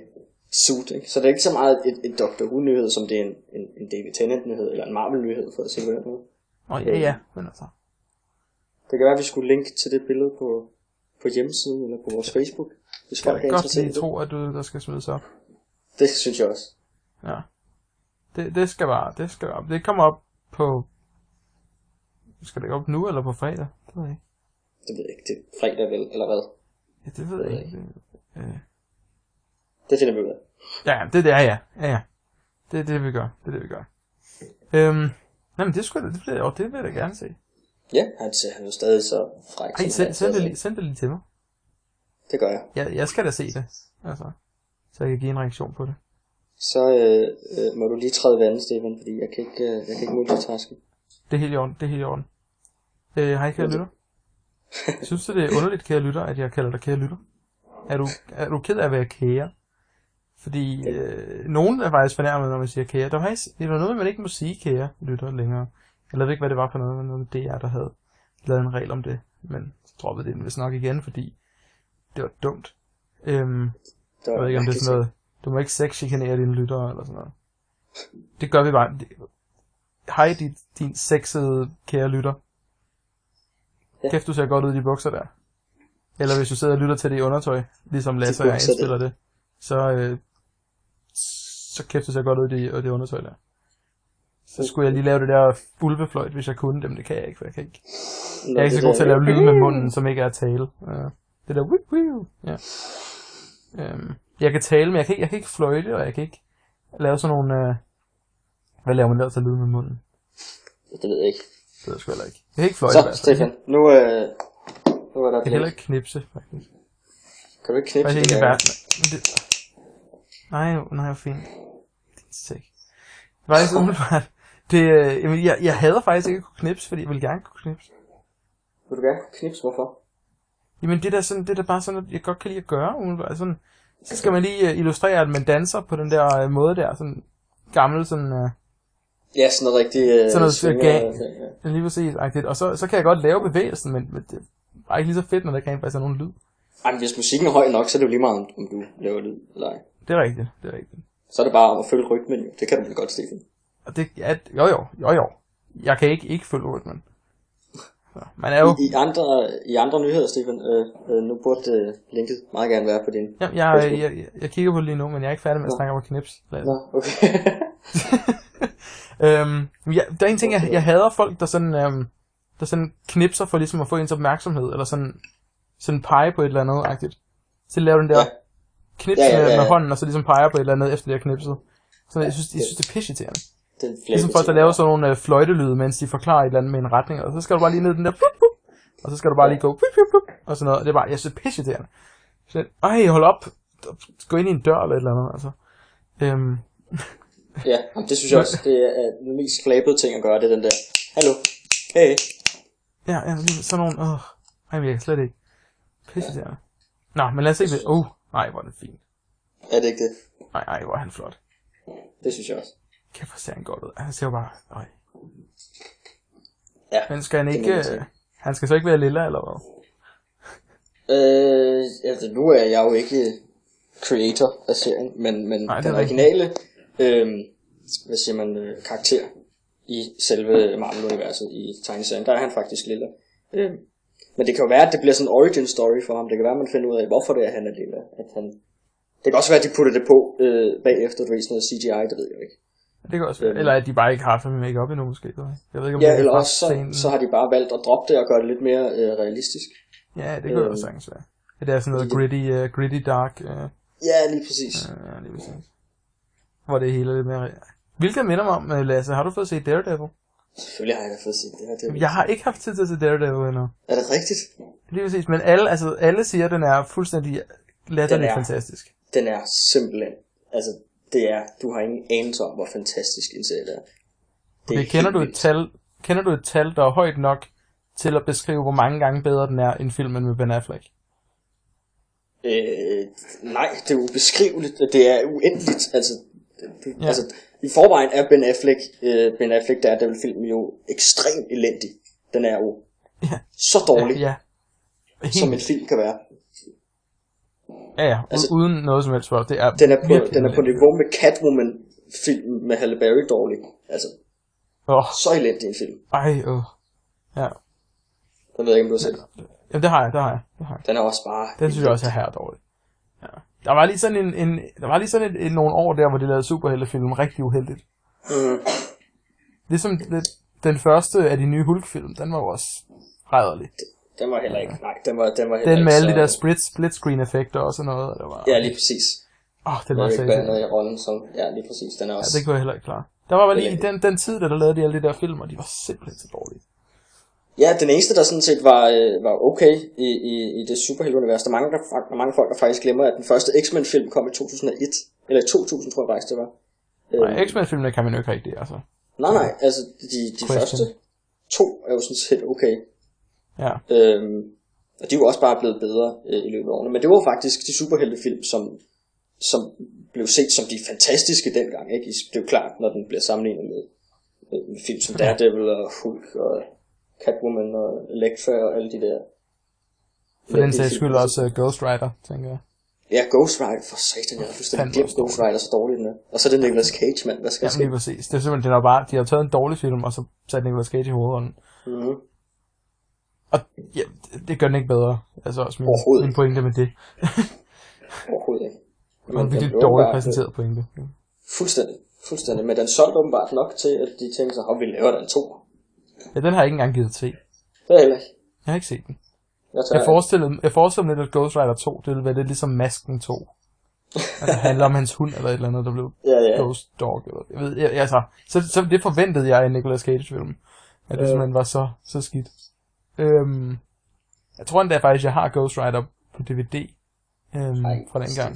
[SPEAKER 2] suit. Ikke? Så det er ikke så meget et, et Doctor Who-nyhed, som det er en, en, en David Tennant-nyhed, eller en Marvel-nyhed, for at sige på den måde.
[SPEAKER 1] Nå ja, ja, men altså.
[SPEAKER 2] Det kan være, at vi skulle linke til det billede på, på hjemmesiden, eller på vores Facebook, hvis
[SPEAKER 1] Jeg
[SPEAKER 2] folk er
[SPEAKER 1] kan godt
[SPEAKER 2] interesseret i
[SPEAKER 1] lige
[SPEAKER 2] det.
[SPEAKER 1] tro, at du, der skal smides op.
[SPEAKER 2] Det synes jeg også.
[SPEAKER 1] Ja. Det, det skal bare, det skal op. Det kommer op på... Skal det op nu eller på fredag? Det ved jeg ikke.
[SPEAKER 2] Det ved jeg ikke, det er fredag vel, eller hvad.
[SPEAKER 1] Ja, det ved jeg ikke. Det- Øh.
[SPEAKER 2] Det finder vi ud af.
[SPEAKER 1] Ja, ja, det er det, ja, ja. ja, ja. Det er det, vi gør. Det er det, vi gør. Øhm, jamen, det skulle det, det, det vil jeg da gerne se.
[SPEAKER 2] Ja, han, han er jo stadig så fræk.
[SPEAKER 1] Ej,
[SPEAKER 2] som han
[SPEAKER 1] send,
[SPEAKER 2] er.
[SPEAKER 1] send, det, lige, send det lige til mig.
[SPEAKER 2] Det gør jeg.
[SPEAKER 1] Jeg, jeg skal da se det, altså. Så jeg kan give en reaktion på det.
[SPEAKER 2] Så øh, øh, må du lige træde vandet, Stefan, fordi jeg kan ikke, øh, jeg kan ikke multitaske.
[SPEAKER 1] Det er helt i orden, det er helt i orden. Øh, hej, kære lytter. Synes du, det er underligt, kære lytter, at jeg kalder dig kære lytter? Er du, er du ked af at være kære? Fordi øh, nogen er faktisk fornærmet, når man siger kære. Der var faktisk, det var noget, man ikke må sige kære lytter længere. Jeg ved ikke, hvad det var for noget, men noget DR, der havde lavet en regel om det. Men så droppede de den vist nok igen, fordi det var dumt. Øhm,
[SPEAKER 2] Det var
[SPEAKER 1] jeg ved ikke, om det er sådan noget, du må ikke sexchikanere dine lyttere eller sådan noget. Det gør vi bare. Det- Hej, din, din sexede kære lytter.
[SPEAKER 2] Ja.
[SPEAKER 1] Kæft, du ser godt ud i de bukser der. Eller hvis du sidder og lytter til det i undertøj, ligesom Lasse og jeg
[SPEAKER 2] bukser der.
[SPEAKER 1] indspiller det, så, øh, så kæft, du ser godt ud i det, og det undertøj der. Så skulle jeg lige lave det der ulvefløjt, hvis jeg kunne dem. Det kan jeg ikke, for jeg kan ikke. Jeg er ikke så god til at lave lyde med munden, som ikke er at tale. Ja. Det der whip whip. Ja. Øhm, jeg kan tale, men jeg kan, ikke, jeg kan ikke fløjte, og jeg kan ikke lave sådan nogle... Øh, hvad laver man der til lyde med munden?
[SPEAKER 2] Det ved jeg ikke.
[SPEAKER 1] Det ved jeg sgu heller ikke. Jeg kan ikke fløjte,
[SPEAKER 2] Så,
[SPEAKER 1] i hvert fald.
[SPEAKER 2] Stefan, nu, øh, nu er der
[SPEAKER 1] Jeg kan heller ikke knipse, faktisk.
[SPEAKER 2] Kan du ikke knipse?
[SPEAKER 1] Faktisk ikke i
[SPEAKER 2] det der?
[SPEAKER 1] verden. Men Det... Nej, nej, hvor fint. Din sæk. Det var ikke umiddelbart. Det, øh, jamen, jeg, jeg hader faktisk ikke at kunne knipse, fordi jeg ville gerne kunne knipse.
[SPEAKER 2] Vil du gerne knipse? Hvorfor?
[SPEAKER 1] Jamen det er da sådan, det er da bare sådan, at jeg godt kan lide at gøre. umiddelbart. Sådan, så skal man lige øh, illustrere, at man danser på den der øh, måde der, sådan gammel, sådan, øh,
[SPEAKER 2] Ja, sådan noget rigtig... Øh,
[SPEAKER 1] Sådan noget
[SPEAKER 2] swinger-
[SPEAKER 1] gang.
[SPEAKER 2] ja.
[SPEAKER 1] lige præcis -agtigt. Og så, så kan jeg godt lave bevægelsen, men, men det er bare ikke lige så fedt, når der kan faktisk er nogen lyd.
[SPEAKER 2] Ej, men hvis musikken er høj nok, så er det jo lige meget, om- om du laver lyd eller ej.
[SPEAKER 1] Det er rigtigt, det er rigtigt.
[SPEAKER 2] Så er det bare om at følge rytmen, jo. Det kan du vel godt, Stefan.
[SPEAKER 1] Og det, ja, jo jo, jo jo. Jeg kan ikke, ikke følge rytmen. Så, man er jo,
[SPEAKER 2] <laughs> I, andre, I andre nyheder, Stefan, øh, øh, nu burde øh, linket meget gerne være på din...
[SPEAKER 1] jeg, jeg, jeg, jeg, jeg kigger på det lige nu, men jeg er ikke færdig med at snakke om at knips.
[SPEAKER 2] Nå, okay.
[SPEAKER 1] Øhm, ja, der er en ting, jeg, jeg hader folk, der sådan, øhm, der sådan knipser for ligesom at få ens opmærksomhed, eller sådan, sådan pege på et eller andet, agtigt. Så laver den der
[SPEAKER 2] Ja.
[SPEAKER 1] ja. knips
[SPEAKER 2] Ja, ja, ja,
[SPEAKER 1] med- med
[SPEAKER 2] ja.
[SPEAKER 1] hånden, og så ligesom peger på et eller andet, efter det har knipset. Så jeg synes, jeg synes det er pisseirriterende.
[SPEAKER 2] <laughs> Den
[SPEAKER 1] Ligesom folk, der laver sådan nogle øh, fløjtelyde, mens de forklarer et eller andet med en retning, og så skal du bare lige ned i den der, pip, pip, og så skal du bare lige gå, pip, pip, pip, og sådan noget. Det er bare, jeg synes det er pisseirriterende. Så, ej, hold op, gå ind i en dør eller et eller andet, altså. Øhm,
[SPEAKER 2] Ja, jamen, det synes jeg også, det er den mest flabede ting at gøre, det er den der, hallo, hey,
[SPEAKER 1] Ja, ja lige sådan nogle... Åh, ej, men jeg kan slet ikke. Pisse der. Nå, men lad os se... hvad- Uh, nej, hvor er det fint.
[SPEAKER 2] er det ikke det?
[SPEAKER 1] Nej, ej, hvor er han flot.
[SPEAKER 2] Det synes jeg også.
[SPEAKER 1] Kæft, hvor ser han godt ud. Han ser jo bare... Øj.
[SPEAKER 2] Ja,
[SPEAKER 1] Men skal han
[SPEAKER 2] det
[SPEAKER 1] ikke...
[SPEAKER 2] må man sige.
[SPEAKER 1] øh, Han skal så ikke være lilla, eller hvad?
[SPEAKER 2] Øh, altså, nu er jeg jo ikke creator af serien, men, men
[SPEAKER 1] Nej,
[SPEAKER 2] Nej,
[SPEAKER 1] det
[SPEAKER 2] den
[SPEAKER 1] er rigtigt.
[SPEAKER 2] originale, øh, hvad siger man, øh, karakter i selve Marvel-universet i tegneserien, der er han faktisk lilla. Øh, men det kan jo være, at det bliver sådan en origin story for ham. Det kan være, at man finder ud af, hvorfor det er, han er lilla. At han... Det kan også være, at de putter det på øh, bagefter, du ved, sådan noget CGI, det ved jeg jo ikke.
[SPEAKER 1] Det kan også være. Eller at de bare ikke har haft ham i make-up endnu, måske. Eller? Jeg ved ikke, om
[SPEAKER 2] Ja,
[SPEAKER 1] det er
[SPEAKER 2] eller
[SPEAKER 1] fra
[SPEAKER 2] også så,
[SPEAKER 1] scenen.
[SPEAKER 2] så har de bare valgt at droppe det og gøre det lidt mere øh, realistisk.
[SPEAKER 1] Ja, det kunne øh,
[SPEAKER 2] Øh.
[SPEAKER 1] også sagtens være. At det er sådan noget gritty, uh, gritty dark, uh,
[SPEAKER 2] Ja, lige præcis.
[SPEAKER 1] uh, lige præcis. Hvor det hele er lidt mere... Hvilket minder mig om, øh, Lasse, har du fået set Daredevil?
[SPEAKER 2] Selvfølgelig har jeg da fået set det her. Det er, jo-
[SPEAKER 1] Jeg har ikke haft tid til at se Daredevil endnu.
[SPEAKER 2] er det rigtigt?
[SPEAKER 1] Lige præcis, men alle, altså, alle siger, at den er fuldstændig latterlig
[SPEAKER 2] Den er.
[SPEAKER 1] fantastisk.
[SPEAKER 2] Den er simpelthen... Altså, det er... Du har ingen anelse om, hvor fantastisk en serie det er.
[SPEAKER 1] Det
[SPEAKER 2] helt
[SPEAKER 1] kender, du et
[SPEAKER 2] vildt.
[SPEAKER 1] tal, kender du et tal, der er højt nok til at beskrive, hvor mange gange bedre den er end filmen med Ben Affleck?
[SPEAKER 2] Øh, nej, det er ubeskriveligt. Det er uendeligt. Altså, det,
[SPEAKER 1] Ja.
[SPEAKER 2] ja. altså, i forvejen er Ben Affleck, øh, Ben Affleck der er Devil film jo ekstremt elendig. Den er jo
[SPEAKER 1] Ja.
[SPEAKER 2] så dårlig, ja,
[SPEAKER 1] Ja.
[SPEAKER 2] ja. som
[SPEAKER 1] Helt,
[SPEAKER 2] en film kan være.
[SPEAKER 1] ja, ja, u-
[SPEAKER 2] altså-
[SPEAKER 1] uden noget som helst for det. Er
[SPEAKER 2] Den er på,
[SPEAKER 1] virkelig
[SPEAKER 2] den er på
[SPEAKER 1] elendig.
[SPEAKER 2] niveau med Catwoman-filmen med Halle Berry dårlig. Altså,
[SPEAKER 1] Åh,
[SPEAKER 2] så elendig en film.
[SPEAKER 1] ej, åh. Ja.
[SPEAKER 2] Jeg ved jeg ikke, om du har set. den.
[SPEAKER 1] Jamen, det har jeg, det har jeg. Det har jeg.
[SPEAKER 2] Den er også bare...
[SPEAKER 1] Den synes jeg også er her dårlig. Ja. Der var lige sådan, en, en, der var lige sådan et, et, nogle år der, hvor de lavede superheltefilm rigtig uheldigt.
[SPEAKER 2] Mm.
[SPEAKER 1] Ligesom det, den første af de nye Hulk-film, den var jo også ræderlig.
[SPEAKER 2] Den var heller ikke... Nej, den var, den var heller
[SPEAKER 1] Den med
[SPEAKER 2] ikke
[SPEAKER 1] alle de
[SPEAKER 2] så-
[SPEAKER 1] der split, split screen effekter og sådan noget. Det var,
[SPEAKER 2] Altså- Ja, lige præcis.
[SPEAKER 1] Åh, oh, den var
[SPEAKER 2] Eric
[SPEAKER 1] så
[SPEAKER 2] Banner i rollen som... Ja, lige præcis. Den er
[SPEAKER 1] Ja,
[SPEAKER 2] også...
[SPEAKER 1] det kunne jeg heller ikke klare. Der var vel lige i
[SPEAKER 2] Det-
[SPEAKER 1] den, den tid, da der lavede de alle de der film, og de var simpelthen så dårlige.
[SPEAKER 2] Ja, den eneste, der sådan set var, øh, var okay i, i, i det superhelteunivers, der er mange, der, der er mange folk, der faktisk glemmer, at den første X-Men-film kom i 2001. Eller i 2000, tror jeg faktisk, det var. Øhm,
[SPEAKER 1] Nej, X-Men-filmene kan man jo ikke rigtig, altså.
[SPEAKER 2] Nej, nej, altså de, de
[SPEAKER 1] Question.
[SPEAKER 2] første to er jo sådan set okay.
[SPEAKER 1] Ja,
[SPEAKER 2] Øhm, og de er jo også bare blevet bedre øh, i løbet af årene. Men det var faktisk de superheltefilm, som, som blev set som de fantastiske dengang. Ikke? I- Det er jo klart, når den bliver sammenlignet med, øh, med film som Daredevil og Hulk og Catwoman og Elektra og alle de der.
[SPEAKER 1] for den sags skyld også uh, Ghost Rider, tænker jeg.
[SPEAKER 2] Ja, Ghost Rider, for satan, jeg har fuldstændig
[SPEAKER 1] Fandme
[SPEAKER 2] glemt
[SPEAKER 1] også dårlig.
[SPEAKER 2] Ghost Rider så dårligt den er. Og så er det Nicolas Cage, mand, hvad skal
[SPEAKER 1] Ja,
[SPEAKER 2] der ske?
[SPEAKER 1] lige præcis. Det er simpelthen, den er bare, de har taget en dårlig film, og så sat Nicolas Cage i hovedånden.
[SPEAKER 2] Mm-hmm.
[SPEAKER 1] Og ja, det- det gør den ikke bedre. Altså også min,
[SPEAKER 2] Overhovedet
[SPEAKER 1] min pointe med det.
[SPEAKER 2] Overhovedet ikke.
[SPEAKER 1] Det var en virkelig
[SPEAKER 2] blev
[SPEAKER 1] dårligt
[SPEAKER 2] åbenbart-
[SPEAKER 1] præsenteret pointe. Mm.
[SPEAKER 2] Fuldstændig, fuldstændig. Men den solgte åbenbart nok til, at de tænkte sig, at vi laver den to.
[SPEAKER 1] Ja, den har jeg ikke engang givet at se.
[SPEAKER 2] Det er heller ikke.
[SPEAKER 1] Jeg har ikke set den.
[SPEAKER 2] Jeg
[SPEAKER 1] Jeg
[SPEAKER 2] tager
[SPEAKER 1] forestillede, jeg forestillede mig lidt, at Ghost Rider 2, det ville være lidt ligesom Masken 2. Altså, det handler om hans hund eller et eller andet, der blev
[SPEAKER 2] Ja, ja.
[SPEAKER 1] Ghost Dog. Eller, jeg ved, jeg, altså, så, så det forventede jeg i Nicolas Cage-film. At det
[SPEAKER 2] Øh.
[SPEAKER 1] simpelthen var så, så skidt. Øhm, jeg tror endda faktisk, jeg har Ghost Rider på DVD øhm, fra den gang.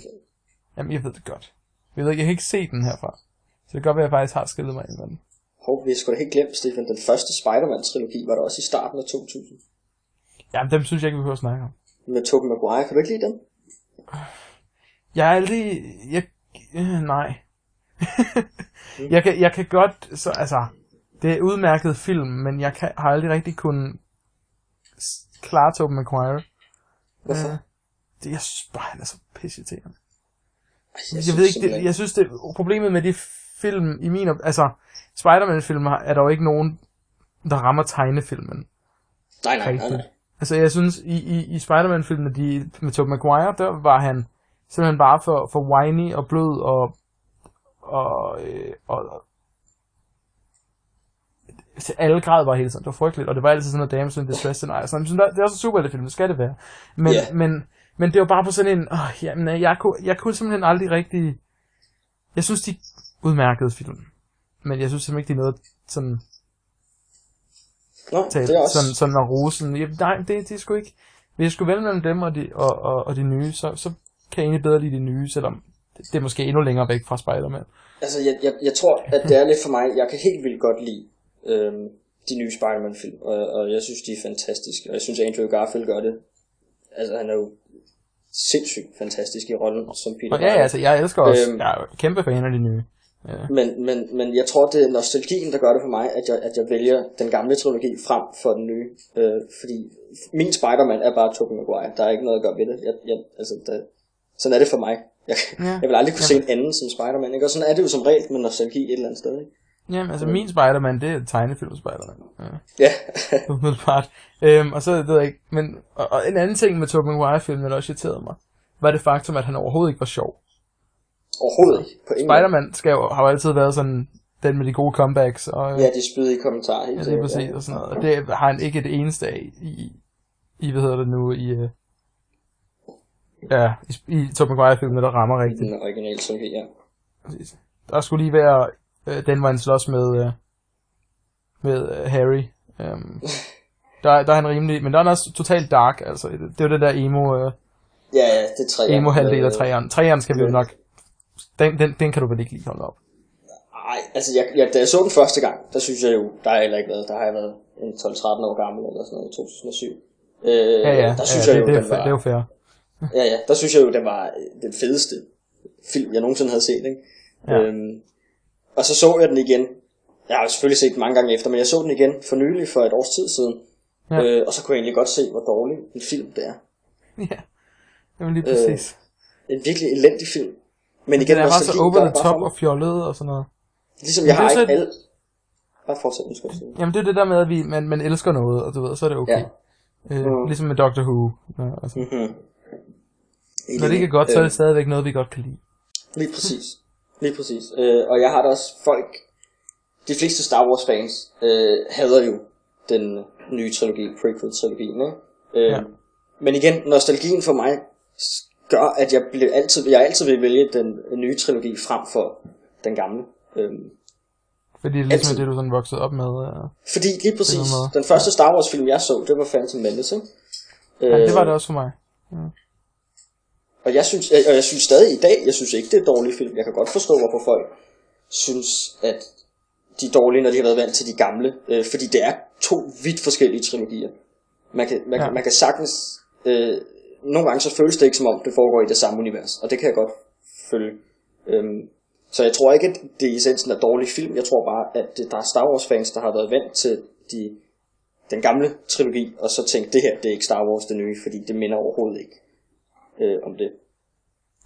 [SPEAKER 1] Jamen, jeg ved det godt. Jeg ved ikke, jeg kan ikke se den herfra. Så det kan godt være, at jeg faktisk har skillet mig ind med den.
[SPEAKER 2] Hov, vi skulle da helt glemt, Stefan. Den første Spider-Man-trilogi var der også i starten af 2000.
[SPEAKER 1] Jamen, dem synes jeg ikke, vi behøver at snakke om.
[SPEAKER 2] Med Tobey Maguire. Kan du ikke lide den?
[SPEAKER 1] Jeg er aldrig... Jeg, øh, nej. <laughs> jeg, kan, jeg kan godt... Så, altså, det er udmærket film, men jeg kan, har aldrig rigtig kunnet s- klare Tobey Maguire.
[SPEAKER 2] Hvorfor?
[SPEAKER 1] Øh, det, jeg synes bare, han er så pisseirriterende.
[SPEAKER 2] Ej,
[SPEAKER 1] Jeg, jeg
[SPEAKER 2] synes
[SPEAKER 1] ved ikke, det,
[SPEAKER 2] simpelthen-
[SPEAKER 1] jeg synes det, problemet med de film i min... op- Altså, Spider-Man-film har- er der jo ikke nogen, der rammer tegnefilmen.
[SPEAKER 2] Nej, nej, nej, nej.
[SPEAKER 1] rigtigt. Altså, jeg synes, i, i, i Spider-Man-filmene de, med Tobey Maguire, der var han simpelthen bare for, for whiny og blød og... og, øh, og til alle grad bare hele tiden. Det var frygteligt, og det var altid sådan noget damsel in distress scenarie. Sådan, sådan, der, det er også en super film, det skal det være. Men,
[SPEAKER 2] Ja.
[SPEAKER 1] yeah. men, men det var bare på sådan en... Åh, jamen, øh, jeg, kunne, jeg kunne simpelthen aldrig rigtig... Jeg synes, de udmærkede film. Men jeg synes simpelthen ikke, de er noget sådan
[SPEAKER 2] Nå,
[SPEAKER 1] talt,
[SPEAKER 2] det er også...
[SPEAKER 1] sådan, sådan at rosen. Ja, nej, det, det er sgu ikke. Hvis jeg skulle vælge mellem dem og de, og, og, og de nye, så, så kan jeg egentlig bedre lide de nye, selvom det, det er måske endnu længere væk fra Spider-Man.
[SPEAKER 2] Altså, jeg, jeg, jeg tror, at det er lidt for mig. Jeg kan helt vildt godt lide øhm, de nye Spider-Man-film, og, og jeg synes, de er fantastiske. Og jeg synes, Andrew Garfield gør det. Altså, han er jo sindssygt fantastisk i rollen som Peter
[SPEAKER 1] Og ja,
[SPEAKER 2] Parker.
[SPEAKER 1] altså, jeg elsker også,
[SPEAKER 2] Øhm.
[SPEAKER 1] øhm, jeg er jo kæmpe fan af de nye. Ja.
[SPEAKER 2] Men, men, men jeg tror, det er nostalgien, der gør det for mig, at jeg, at jeg vælger den gamle trilogi frem for den nye. Øh, fordi min Spider-Man er bare Tobey Maguire. Der er ikke noget at gøre ved det. Jeg, jeg, altså, det sådan er det for mig. Jeg,
[SPEAKER 1] Ja.
[SPEAKER 2] ja. jeg vil aldrig kunne ja. se en anden som Spider-Man. Ikke? Og sådan er det jo som regel med nostalgi et eller andet sted. Ikke?
[SPEAKER 1] Jamen, altså, min Spider-Man, det er tegnefilm Spider-Man. Ja.
[SPEAKER 2] Ja.
[SPEAKER 1] umiddelbart. Øhm, og så det ved jeg ikke, men og, og en anden ting med Tobey Maguire-filmen, der også irriterede mig, var det
[SPEAKER 2] Mm.
[SPEAKER 1] faktum, at han overhovedet ikke var sjov.
[SPEAKER 2] Overhovedet ikke. På ingen måde.
[SPEAKER 1] Spider-Man skal jo, har jo altid været sådan den med de gode comebacks. Og, øh,
[SPEAKER 2] Ja, de spyder i kommentarer helt
[SPEAKER 1] Ja, det er
[SPEAKER 2] sikkert,
[SPEAKER 1] præcis og sådan noget. Og det har han ikke et eneste af i, i hvad hedder det nu, i, øh, ja, i, i Tom Maguire-filmene, der rammer
[SPEAKER 2] ja.
[SPEAKER 1] rigtigt.
[SPEAKER 2] Den originale trilogi, ja. Mm-hmm.
[SPEAKER 1] Præcis. Der skulle lige være, øh, den var en slås med, øh, med øh, Harry.
[SPEAKER 2] <laughs>
[SPEAKER 1] Øhm, der, der er han rimelig, men der er han også totalt dark, altså. Det er jo det der emo, øh,
[SPEAKER 2] Ja, ja, det er tre.
[SPEAKER 1] emo halvdel af træerne. Træerne skal vi jo
[SPEAKER 2] Ja.
[SPEAKER 1] nok, den, den, den kan du vel ikke lige holde op.
[SPEAKER 2] Nej, altså jeg, jeg, da jeg så den første gang, der synes jeg jo, der har jeg heller ikke været, der har jeg været en 12-13 år gammel eller sådan noget i 2007. Øh,
[SPEAKER 1] Ja, ja,
[SPEAKER 2] der synes
[SPEAKER 1] ja,
[SPEAKER 2] jeg
[SPEAKER 1] det,
[SPEAKER 2] jo,
[SPEAKER 1] det, er,
[SPEAKER 2] den
[SPEAKER 1] fa-
[SPEAKER 2] var,
[SPEAKER 1] det er jo fair. <laughs>
[SPEAKER 2] ja, ja, der synes jeg jo, den var øh, den fedeste film, jeg nogensinde havde set, ikke?
[SPEAKER 1] Ja.
[SPEAKER 2] Ja. Øhm, og så så jeg den igen. Jeg har jo selvfølgelig set den mange gange efter, men jeg så den igen for nylig, for et års tid siden.
[SPEAKER 1] Ja.
[SPEAKER 2] Ja. Øh, og så kunne jeg egentlig godt se, hvor dårlig en film det er.
[SPEAKER 1] Ja, Jamen
[SPEAKER 2] Øh,
[SPEAKER 1] lige præcis.
[SPEAKER 2] En virkelig elendig film. Men igen,
[SPEAKER 1] det er bare så
[SPEAKER 2] nostalgien
[SPEAKER 1] over
[SPEAKER 2] gør
[SPEAKER 1] the
[SPEAKER 2] bare
[SPEAKER 1] top
[SPEAKER 2] for mig.
[SPEAKER 1] og fjollet og sådan noget.
[SPEAKER 2] Ligesom jeg
[SPEAKER 1] Men det er
[SPEAKER 2] har ikke
[SPEAKER 1] sådan-
[SPEAKER 2] alle... Bare fortsæt, nu skal jeg sige.
[SPEAKER 1] Jamen det er det der med, at vi, man, man elsker noget, og du ved, så er det okay.
[SPEAKER 2] Ja.
[SPEAKER 1] Ja. Øh,
[SPEAKER 2] Mm.
[SPEAKER 1] Ligesom med Doctor Who. Ja, altså.
[SPEAKER 2] Mm-hmm. Øh.
[SPEAKER 1] Når det ikke er godt, så er det stadigvæk noget, vi godt kan lide.
[SPEAKER 2] Lige præcis. Lige præcis. Øh, og jeg har da også folk... De fleste Star Wars fans øh, hader jo den nye trilogi, prequel-trilogien, ikke? Øh,
[SPEAKER 1] Ja.
[SPEAKER 2] ja. Men igen, nostalgien for mig s- gør, at jeg, blev altid, jeg altid vil vælge den nye trilogi frem for den gamle. Øh,
[SPEAKER 1] Fordi det er ligesom
[SPEAKER 2] Altid.
[SPEAKER 1] det, du sådan voksede op med. Ja.
[SPEAKER 2] fordi lige præcis,
[SPEAKER 1] På den måde.
[SPEAKER 2] den første Star Wars-film, jeg så, det var Phantom Menace, ikke?
[SPEAKER 1] Ja,
[SPEAKER 2] Øh,
[SPEAKER 1] det var det også for mig.
[SPEAKER 2] Og jeg synes, og jeg synes stadig i dag, jeg synes ikke, det er dårlige film. Jeg kan godt forstå, hvorfor folk synes, at de er dårlige, når de har været vant til de gamle. Øh, fordi det er to vidt forskellige trilogier. Man kan, man,
[SPEAKER 1] Ja.
[SPEAKER 2] ja. man kan sagtens... Øh, nogle gange så føles det ikke, som om det foregår i det samme univers. Og det kan jeg godt følge. Øhm, så jeg tror ikke, at det i essensen er dårlig film. Jeg tror bare, at det, der er Star Wars-fans, der har været vant til de, den gamle trilogi, og så tænkt, det her, det er ikke Star Wars, det nye, fordi det minder overhovedet ikke øh, om det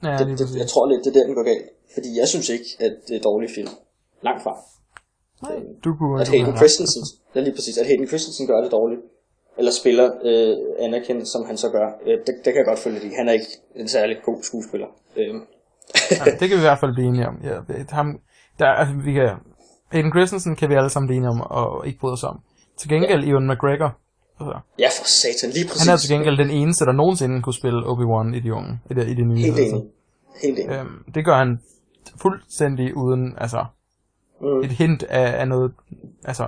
[SPEAKER 1] Ja,
[SPEAKER 2] det,
[SPEAKER 1] lige
[SPEAKER 2] det, jeg
[SPEAKER 1] præcis.
[SPEAKER 2] tror lidt, det er der, den går galt. Fordi jeg synes ikke, at det er dårlige film. Langt fra.
[SPEAKER 1] Nej, du kunne
[SPEAKER 2] At
[SPEAKER 1] du kunne
[SPEAKER 2] Hayden
[SPEAKER 1] have ret.
[SPEAKER 2] Christensen, ja, lige præcis, at Hayden Christensen gør det dårligt, eller spiller øh, Anakin, som han så gør, øh, det, det kan jeg godt følge det i. Han er ikke en særlig god skuespiller. Øh,
[SPEAKER 1] Ja, det kan vi i hvert fald blive enige om. Ja, det, ham, der, altså, vi kan, Hayden Christensen kan vi alle sammen blive enige om, og ikke bryde os om. Til gengæld Ewan McGregor. Altså,
[SPEAKER 2] <laughs> ja, for satan, lige præcis.
[SPEAKER 1] han er til gengæld den eneste, der nogensinde kunne spille Obi-Wan i de unge, i det, i de nye.
[SPEAKER 2] Helt
[SPEAKER 1] altså.
[SPEAKER 2] enig. Helt enig.
[SPEAKER 1] Øhm, det gør han fuldstændig uden altså,
[SPEAKER 2] Mm.
[SPEAKER 1] et hint af, af noget... Altså,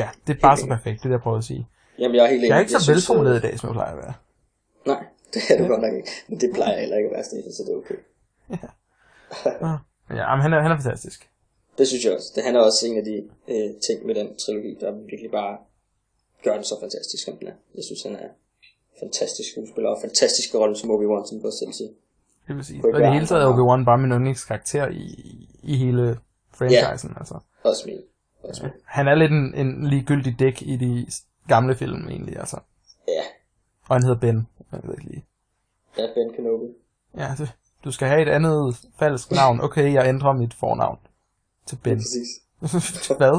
[SPEAKER 1] ja, det er bare så perfekt, det der jeg prøver at sige.
[SPEAKER 2] Jamen, jeg er helt enig.
[SPEAKER 1] Jeg er ikke så
[SPEAKER 2] synes,
[SPEAKER 1] velformuleret i dag, som jeg plejer at være.
[SPEAKER 2] øh, Nej, <laughs> det er du godt nok ikke. Men det plejer jeg heller ikke at være, Stefan, så det er okay.
[SPEAKER 1] Men ja, men han, er, han er fantastisk.
[SPEAKER 2] Det synes jeg også. Det han er også en af de øh, ting med den trilogi, der virkelig bare gør den så fantastisk, som den er. Jeg synes, han er fantastisk skuespiller, og fantastisk rolle som Obi-Wan, som du også selv siger.
[SPEAKER 1] Det vil sige.
[SPEAKER 2] Det er
[SPEAKER 1] Og i det
[SPEAKER 2] klart,
[SPEAKER 1] hele taget er
[SPEAKER 2] han har-
[SPEAKER 1] Obi-Wan bare min yndlingskarakter i, i hele franchisen. Altså.
[SPEAKER 2] Også min. Også min.
[SPEAKER 1] Han er lidt en, en ligegyldig dæk i de s- gamle film, egentlig. Altså.
[SPEAKER 2] Ja.
[SPEAKER 1] Og han hedder Ben. Jeg ved ikke lige.
[SPEAKER 2] ja, Ben Kenobi.
[SPEAKER 1] Ja, det, du skal have et andet falsk navn. Okay, jeg ændrer mit fornavn til
[SPEAKER 2] Ja,
[SPEAKER 1] Ben.
[SPEAKER 2] præcis.
[SPEAKER 1] <laughs> Hvad?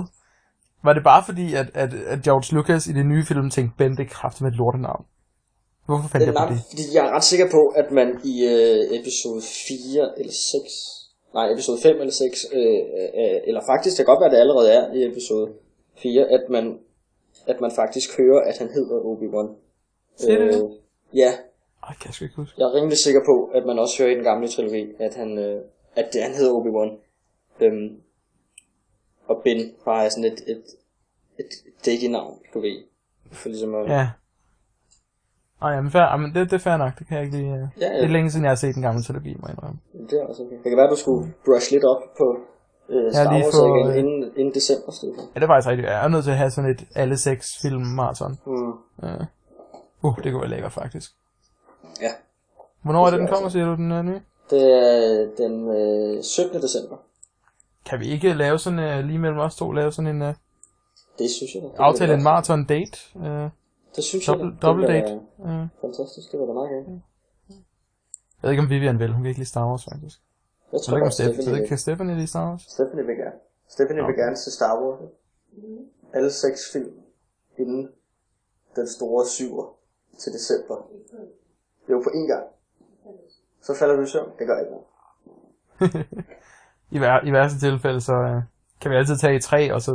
[SPEAKER 1] Var det bare fordi, at, at, at George Lucas i det nye film tænkte, Ben, det kræfter med et lortenavn? Hvorfor fandt
[SPEAKER 2] Den
[SPEAKER 1] jeg
[SPEAKER 2] er,
[SPEAKER 1] på det?
[SPEAKER 2] fordi jeg er ret sikker på, at man i øh, episode 4 eller 6, nej, episode 5 eller 6, øh, øh, eller faktisk, det kan godt være, det allerede er i episode 4, at man, at man faktisk hører, at han hedder Obi-Wan. Øh,
[SPEAKER 1] Siger det det?
[SPEAKER 2] ja,
[SPEAKER 1] Ej, kan jeg sgu ikke huske.
[SPEAKER 2] Jeg er rimelig sikker på, at man også hører i den gamle trilogi, at han, øh, at det, han hedder Obi-Wan. Øhm, og Ben bare er sådan et, et, et dækkenavn, du ved. For ligesom at, ja.
[SPEAKER 1] Ja. Ej, jamen, fair, jamen det, det er fair nok, det kan jeg ikke lige... Uh...
[SPEAKER 2] Ja, ja.
[SPEAKER 1] Det er længe siden, jeg har set den gamle trilogi, må jeg indrømme.
[SPEAKER 2] Det er også okay. Det kan være, du skulle brush lidt op på øh, Star
[SPEAKER 1] lige
[SPEAKER 2] Wars
[SPEAKER 1] få,
[SPEAKER 2] igen,
[SPEAKER 1] øh,
[SPEAKER 2] inden, inden december, Stefan.
[SPEAKER 1] Ja, det er faktisk rigtigt. Jeg er nødt til at have sådan et alle seks film marathon.
[SPEAKER 2] Mm.
[SPEAKER 1] Uh. uh, det kunne være lækkert, faktisk.
[SPEAKER 2] Ja.
[SPEAKER 1] Hvornår er
[SPEAKER 2] Det
[SPEAKER 1] det, den
[SPEAKER 2] skal
[SPEAKER 1] kommer, siger du, den er nye?
[SPEAKER 2] Det er den øh, 17. december.
[SPEAKER 1] Kan vi ikke lave sådan, uh, lige mellem os to, lave sådan en uh,
[SPEAKER 2] Det synes jeg. da. Det
[SPEAKER 1] aftale, en
[SPEAKER 2] vil være-
[SPEAKER 1] marathon date? Uh,
[SPEAKER 2] Det synes jeg. da.
[SPEAKER 1] dobbelt,
[SPEAKER 2] Det
[SPEAKER 1] dobbelt
[SPEAKER 2] vil være
[SPEAKER 1] date? Mm. Uh,
[SPEAKER 2] Fantastisk, det var da meget gerne.
[SPEAKER 1] jeg ved ikke, om Vivian vil, hun kan ikke lide Star Wars, faktisk.
[SPEAKER 2] Jeg
[SPEAKER 1] Så
[SPEAKER 2] tror,
[SPEAKER 1] ved ikke,
[SPEAKER 2] at
[SPEAKER 1] om Stephanie,
[SPEAKER 2] Stephanie
[SPEAKER 1] Stephanie, kan Stephanie
[SPEAKER 2] vil.
[SPEAKER 1] lide Star Wars?
[SPEAKER 2] Stephanie vil gerne. Stephanie vil gerne se Star Wars. Alle seks film inden den store syver til december. Jo, på én gang. Så falder du i søvn. Det gør ikke noget.
[SPEAKER 1] I, hver, I værste tilfælde, så, øh, kan vi altid tage i tre, og så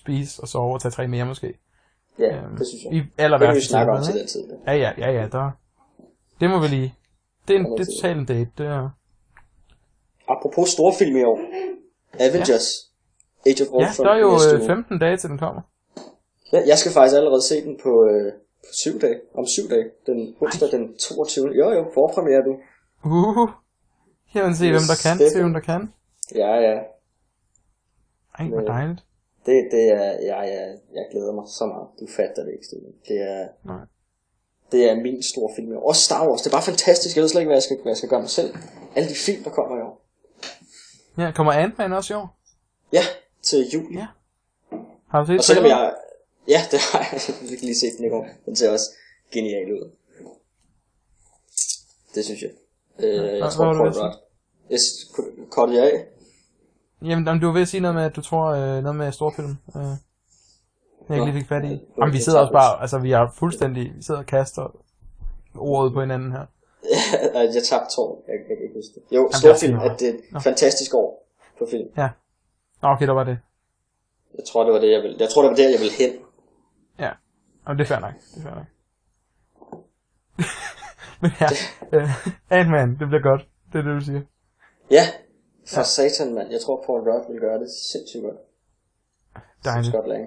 [SPEAKER 1] spise, og sove, og tage tre mere måske.
[SPEAKER 2] Ja, øhm, det synes jeg.
[SPEAKER 1] I aller
[SPEAKER 2] det kan vi
[SPEAKER 1] værste
[SPEAKER 2] snakke om
[SPEAKER 1] tilfælde,
[SPEAKER 2] til
[SPEAKER 1] ikke?
[SPEAKER 2] den tid.
[SPEAKER 1] Ja, ja, ja, ja, der... Det må vi lige... Det er, en,
[SPEAKER 2] Ja,
[SPEAKER 1] det
[SPEAKER 2] det
[SPEAKER 1] er totalt en date, det er...
[SPEAKER 2] Apropos store film i år. Avengers. Age of
[SPEAKER 1] Ja,
[SPEAKER 2] Ultron.
[SPEAKER 1] der er jo
[SPEAKER 2] næste
[SPEAKER 1] øh,
[SPEAKER 2] uge.
[SPEAKER 1] 15 dage, til den kommer.
[SPEAKER 2] Ja, jeg skal faktisk allerede se den på, øh, på syv dage. Om syv dage. Den onsdag den 22. Jo, jo. Forpremiere du.
[SPEAKER 1] Uh, Jamen se,
[SPEAKER 2] Det er
[SPEAKER 1] hvem der kan, se
[SPEAKER 2] sikkert.
[SPEAKER 1] hvem der kan.
[SPEAKER 2] Ja, ja.
[SPEAKER 1] Ej, hvor
[SPEAKER 2] Ja.
[SPEAKER 1] dejligt.
[SPEAKER 2] Det, det er, ja, ja, jeg glæder mig så meget. Du fatter det ikke, Steven. Det er,
[SPEAKER 1] Nej.
[SPEAKER 2] det er min store film i år. Også Star Wars. Det er bare fantastisk. Jeg ved slet ikke, hvad jeg skal, hvad jeg skal gøre mig selv. Alle de film, der kommer i år.
[SPEAKER 1] Ja, kommer Ant-Man også i år?
[SPEAKER 2] Ja, til juli.
[SPEAKER 1] Ja. Har du set
[SPEAKER 2] Og selvom
[SPEAKER 1] traileren?
[SPEAKER 2] jeg... Ja, det har jeg. <laughs> Vi kan lige se den i går. Den ser også genial ud. Det synes jeg. Øh,
[SPEAKER 1] hvad
[SPEAKER 2] jeg tror,
[SPEAKER 1] var
[SPEAKER 2] Paul
[SPEAKER 1] det,
[SPEAKER 2] var
[SPEAKER 1] jeg sagde?
[SPEAKER 2] ret. Jeg s- kunne- kortede jeg af. <laughs>
[SPEAKER 1] Jamen, jamen, du var ved at sige noget med, at du tror øh, noget med storfilm. Øh, jeg ikke
[SPEAKER 2] Nå.
[SPEAKER 1] lige fik fat i.
[SPEAKER 2] Ja,
[SPEAKER 1] Jamen, vi
[SPEAKER 2] det
[SPEAKER 1] sidder
[SPEAKER 2] tager
[SPEAKER 1] også bare, altså vi er fuldstændig, vi sidder og kaster ordet på hinanden her.
[SPEAKER 2] At jeg tabte tårn. Jeg, jeg kan ikke huske det. Jo,
[SPEAKER 1] er
[SPEAKER 2] stor
[SPEAKER 1] også
[SPEAKER 2] film,
[SPEAKER 1] lige meget.
[SPEAKER 2] at det er
[SPEAKER 1] Nå.
[SPEAKER 2] et fantastisk år for film.
[SPEAKER 1] Nå, okay, der var det.
[SPEAKER 2] Jeg tror, det var det, jeg ville. Jeg tror, det var der, jeg ville hen.
[SPEAKER 1] Jamen, det er fair nok, det er fair nok. <laughs> Men ja, øh, Ant-Man, det bliver godt. Det er det, du siger.
[SPEAKER 2] Ja, for satan, mand. Jeg tror, Paul Rudd vil gøre det sindssygt godt.
[SPEAKER 1] Dejligt,
[SPEAKER 2] Scott Lang.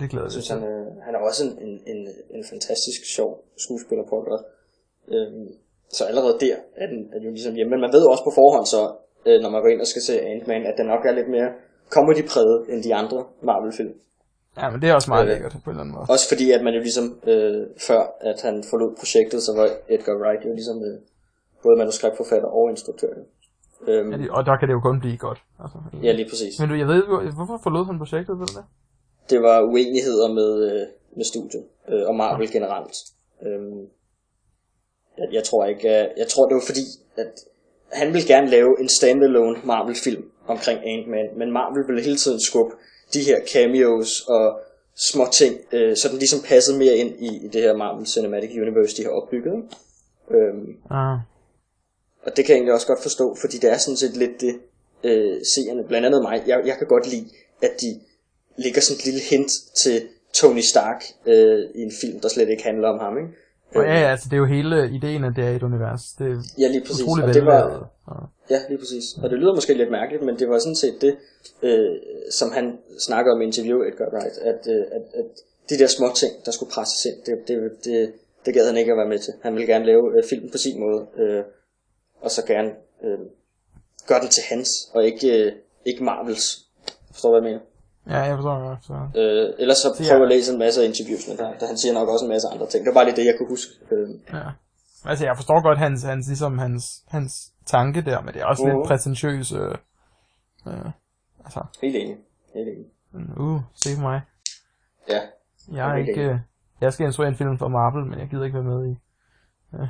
[SPEAKER 1] det glæder
[SPEAKER 2] Jeg
[SPEAKER 1] jeg
[SPEAKER 2] synes,
[SPEAKER 1] mig
[SPEAKER 2] han, øh, han er også en, en, en, en fantastisk sjov skuespiller, Paul Rudd. Øhm, så allerede der er den er den jo ligesom hjemme. Men man ved jo også på forhånd, så, øh, når man går ind og skal se Ant-Man, at den nok er lidt mere comedy-præget end de andre Marvel-film.
[SPEAKER 1] til. Ja, men det er også meget
[SPEAKER 2] Øh,
[SPEAKER 1] lækkert på en eller anden måde.
[SPEAKER 2] Også fordi, at man jo ligesom, øh, før at han forlod projektet, så var Edgar Wright jo ligesom øh, både manuskriptforfatter og instruktør. jo. Øhm,
[SPEAKER 1] Ja, det- Og der kan det jo kun blive godt. Altså,
[SPEAKER 2] ja, lige præcis.
[SPEAKER 1] Men du, jeg ved, hvor- hvorfor forlod han projektet, ved du det?
[SPEAKER 2] det var uenigheder med, øh, med studiet øh, og Marvel generelt. Øhm, jeg, jeg tror ikke, øh, jeg, jeg tror det var fordi, at han ville gerne lave en standalone Marvel-film omkring Ant-Man, men Marvel ville hele tiden skubbe de her cameos og små ting, øh, så den ligesom passede mere ind i, i det her Marvel Cinematic Universe, de har opbygget. ikke? Øhm,
[SPEAKER 1] Ah,
[SPEAKER 2] og det kan jeg egentlig også godt forstå, fordi det er sådan set lidt det, øh, seerne, blandt andet mig, jeg, jeg kan godt lide, at de lægger sådan et lille hint til Tony Stark øh, i en film, der slet ikke handler om ham, ikke? Øh,
[SPEAKER 1] og ja, ja, altså det er jo hele ideen, at det er et univers. Det er
[SPEAKER 2] ja, lige præcis.
[SPEAKER 1] utroligt
[SPEAKER 2] Og det var,
[SPEAKER 1] velværet. Og,
[SPEAKER 2] ja, lige præcis. Og det lyder måske lidt mærkeligt, men det var sådan set det, øh, som han snakker om i interview Edgar Wright, at, øh, at, at de der små ting, der skulle presses ind, det, det, det, det gad han ikke at være med til. Han ville gerne lave øh, filmen på sin måde, øh, og så gerne øh, gøre den til hans, og ikke, øh, ikke Marvels. Forstår du, hvad jeg mener?
[SPEAKER 1] ja, jeg forstår godt. Så.
[SPEAKER 2] Øh, ellers så
[SPEAKER 1] ja.
[SPEAKER 2] prøver jeg at læse en masse af interviewsene, der, der han siger nok også en masse andre ting. Det var bare lige det, jeg kunne huske. Øh,
[SPEAKER 1] Ja. Altså, jeg forstår godt hans, hans, ligesom hans, hans tanke der, men det er også uh-huh. lidt
[SPEAKER 2] Mhm.
[SPEAKER 1] prætentiøs. Øh, øh, altså,
[SPEAKER 2] helt enig. Helt enig.
[SPEAKER 1] uh, se på mig.
[SPEAKER 2] Ja.
[SPEAKER 1] Jeg er
[SPEAKER 2] Okay.
[SPEAKER 1] ikke... Øh, jeg skal instruere en film for Marvel, men jeg gider ikke være med i.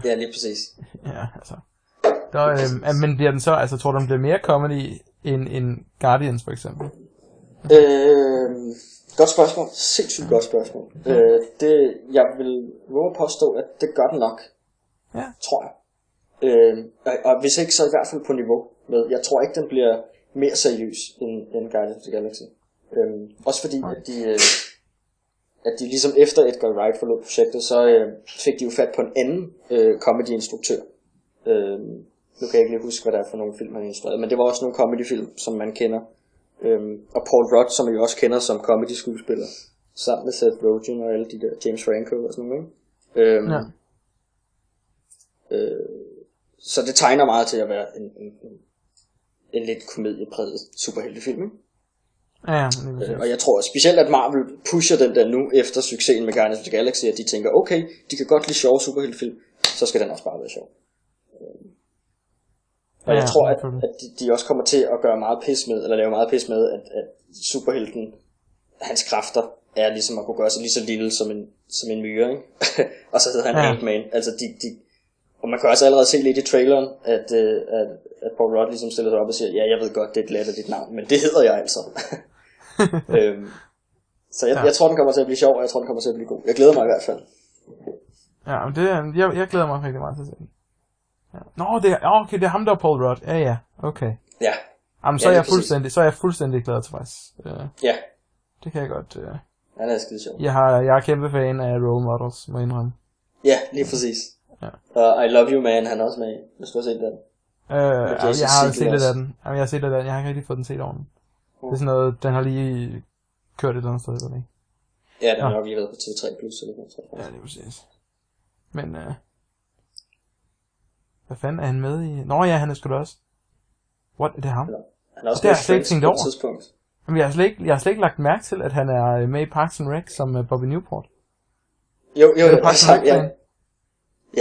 [SPEAKER 2] ja, lige præcis.
[SPEAKER 1] Ja, altså. Der, øh, ja, men bliver den så, altså tror du, den bliver mere comedy end, end Guardians for eksempel?
[SPEAKER 2] Øh, godt spørgsmål. Sindssygt godt spørgsmål. Øh, det, jeg vil våge at påstå, at det gør den nok.
[SPEAKER 1] Ja.
[SPEAKER 2] Tror jeg. Øh, og, og, hvis ikke, så i hvert fald på niveau med. Jeg tror ikke, den bliver mere seriøs end, end Guardians of the Galaxy. Øh, også fordi, at de, øh, at de ligesom efter Edgar Wright forlod projektet, så øh, fik de jo fat på en anden øh, comedy-instruktør. Øh, nu kan jeg ikke lige huske, hvad der er for nogle film, han instruerede, men det var også nogle comedy-film, som man kender. Øhm, og Paul Rudd, som jeg også kender som comedy-skuespiller, sammen med Seth Rogen og alle de der James Franco og sådan noget. Ikke? Øhm,
[SPEAKER 1] Ja.
[SPEAKER 2] ja. øh, så det tegner meget til at være en, en, en- en lidt komediepræget superheltefilm. Ikke?
[SPEAKER 1] Ja, ja, det er
[SPEAKER 2] Øh,
[SPEAKER 1] præcis.
[SPEAKER 2] og jeg tror specielt, at Marvel pusher den der nu efter succesen med Guardians of the Galaxy, at de tænker, okay, de kan godt lide sjove superheltefilm, så skal den også bare være sjov. Øh, Og
[SPEAKER 1] Ja,
[SPEAKER 2] jeg tror, at,
[SPEAKER 1] selvfølgelig.
[SPEAKER 2] at de, de også kommer til at gøre meget pis med, eller lave meget pis med, at, at superhelten, hans kræfter, er ligesom at kunne gøre sig lige så lille som en, som en myre, ikke? <laughs> og så hedder han
[SPEAKER 1] Ja.
[SPEAKER 2] ja. Ant-Man. Altså, de, de, og man kan også allerede se lidt i traileren, at, øh, at, at Paul Rudd ligesom stiller sig op og siger, ja, jeg ved godt, det er et latterligt navn, men det hedder jeg
[SPEAKER 1] <laughs>
[SPEAKER 2] altså. øhm, så jeg,
[SPEAKER 1] Ja.
[SPEAKER 2] ja. jeg tror, den kommer til at blive sjov, og jeg tror, den kommer til at blive god. Jeg glæder mig i hvert fald.
[SPEAKER 1] Ja, men det, er- jeg, jeg glæder mig rigtig meget til at se den. Ja. Nå, det er, ja, okay, det er ham, der er Paul Rudd. Ja, ja, okay.
[SPEAKER 2] Ja,
[SPEAKER 1] Jamen, så, ja, er
[SPEAKER 2] Ja,
[SPEAKER 1] jeg
[SPEAKER 2] lige præcis.
[SPEAKER 1] fuldstændig, så er jeg fuldstændig glad tilfreds. Øh,
[SPEAKER 2] Ja,
[SPEAKER 1] det kan jeg godt. Øh.
[SPEAKER 2] ja det er skide sjovt.
[SPEAKER 1] Jeg, har, jeg er kæmpe fan af role models, må jeg indrømme.
[SPEAKER 2] Ja, lige præcis.
[SPEAKER 1] Ja.
[SPEAKER 2] Og I Love You Man, han er også med. i. Du skal også se den.
[SPEAKER 1] Øh, jamen,
[SPEAKER 2] Jason
[SPEAKER 1] jeg har
[SPEAKER 2] Segel
[SPEAKER 1] set lidt
[SPEAKER 2] også.
[SPEAKER 1] af den. Jamen, jeg har set lidt af den. Jeg har ikke rigtig fået den set ordentligt. Det er sådan noget, den har lige kørt et eller andet sted, eller ikke?
[SPEAKER 2] Ja, den har
[SPEAKER 1] Nå.
[SPEAKER 2] nok lige været på TV3+. Plus, eller sådan noget.
[SPEAKER 1] Ja, det er præcis. Men, øh, hvad fanden er han med i? Nå ja, han er sgu da også. What, er det ham?
[SPEAKER 2] Han er også
[SPEAKER 1] Det har jeg
[SPEAKER 2] med
[SPEAKER 1] slet ikke
[SPEAKER 2] Friends
[SPEAKER 1] tænkt
[SPEAKER 2] på et
[SPEAKER 1] over.
[SPEAKER 2] tidspunkt.
[SPEAKER 1] Jamen, jeg har, slet ikke, jeg har slet ikke lagt mærke til, at han er øh, med i Parks and Rec som øh, Bobby Newport.
[SPEAKER 2] Jo, jo,
[SPEAKER 1] Er
[SPEAKER 2] jo.
[SPEAKER 1] du Parks and
[SPEAKER 2] ja,
[SPEAKER 1] Rec
[SPEAKER 2] ja.
[SPEAKER 1] fan?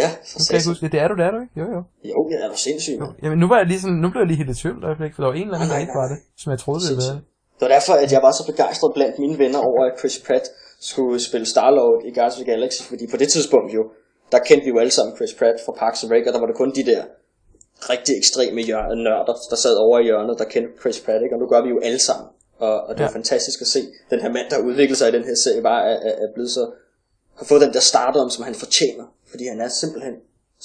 [SPEAKER 2] ja, for
[SPEAKER 1] Nu kan jeg ikke
[SPEAKER 2] satan.
[SPEAKER 1] huske, det. det er du, det er du ikke? Jo, jo.
[SPEAKER 2] Jo, ja, er du sindssyg, mand.
[SPEAKER 1] Jamen, nu, var jeg lige sådan, nu blev jeg lige helt i tvivl, der, for der var en eller anden,
[SPEAKER 2] Nej,
[SPEAKER 1] der
[SPEAKER 2] nej,
[SPEAKER 1] ikke var
[SPEAKER 2] nej.
[SPEAKER 1] det, som jeg troede, det ville være.
[SPEAKER 2] Det var derfor, at jeg var så begejstret blandt mine venner over, at Chris Pratt skulle spille Star-Lord i Guardians of the Galaxy, fordi på det tidspunkt jo, der kendte vi jo alle sammen Chris Pratt fra Parks and Rec, og der var det kun de der rigtig ekstreme hjør- nørder, der sad over i hjørnet, der kendte Chris Pratt, ikke? og nu gør vi jo alle sammen. Og, og det er
[SPEAKER 1] Ja. fantastisk
[SPEAKER 2] fantastisk at se, den her mand, der udvikler sig i den her serie, bare er, er, er blevet så, har fået den der stardom, som han fortjener, fordi han er simpelthen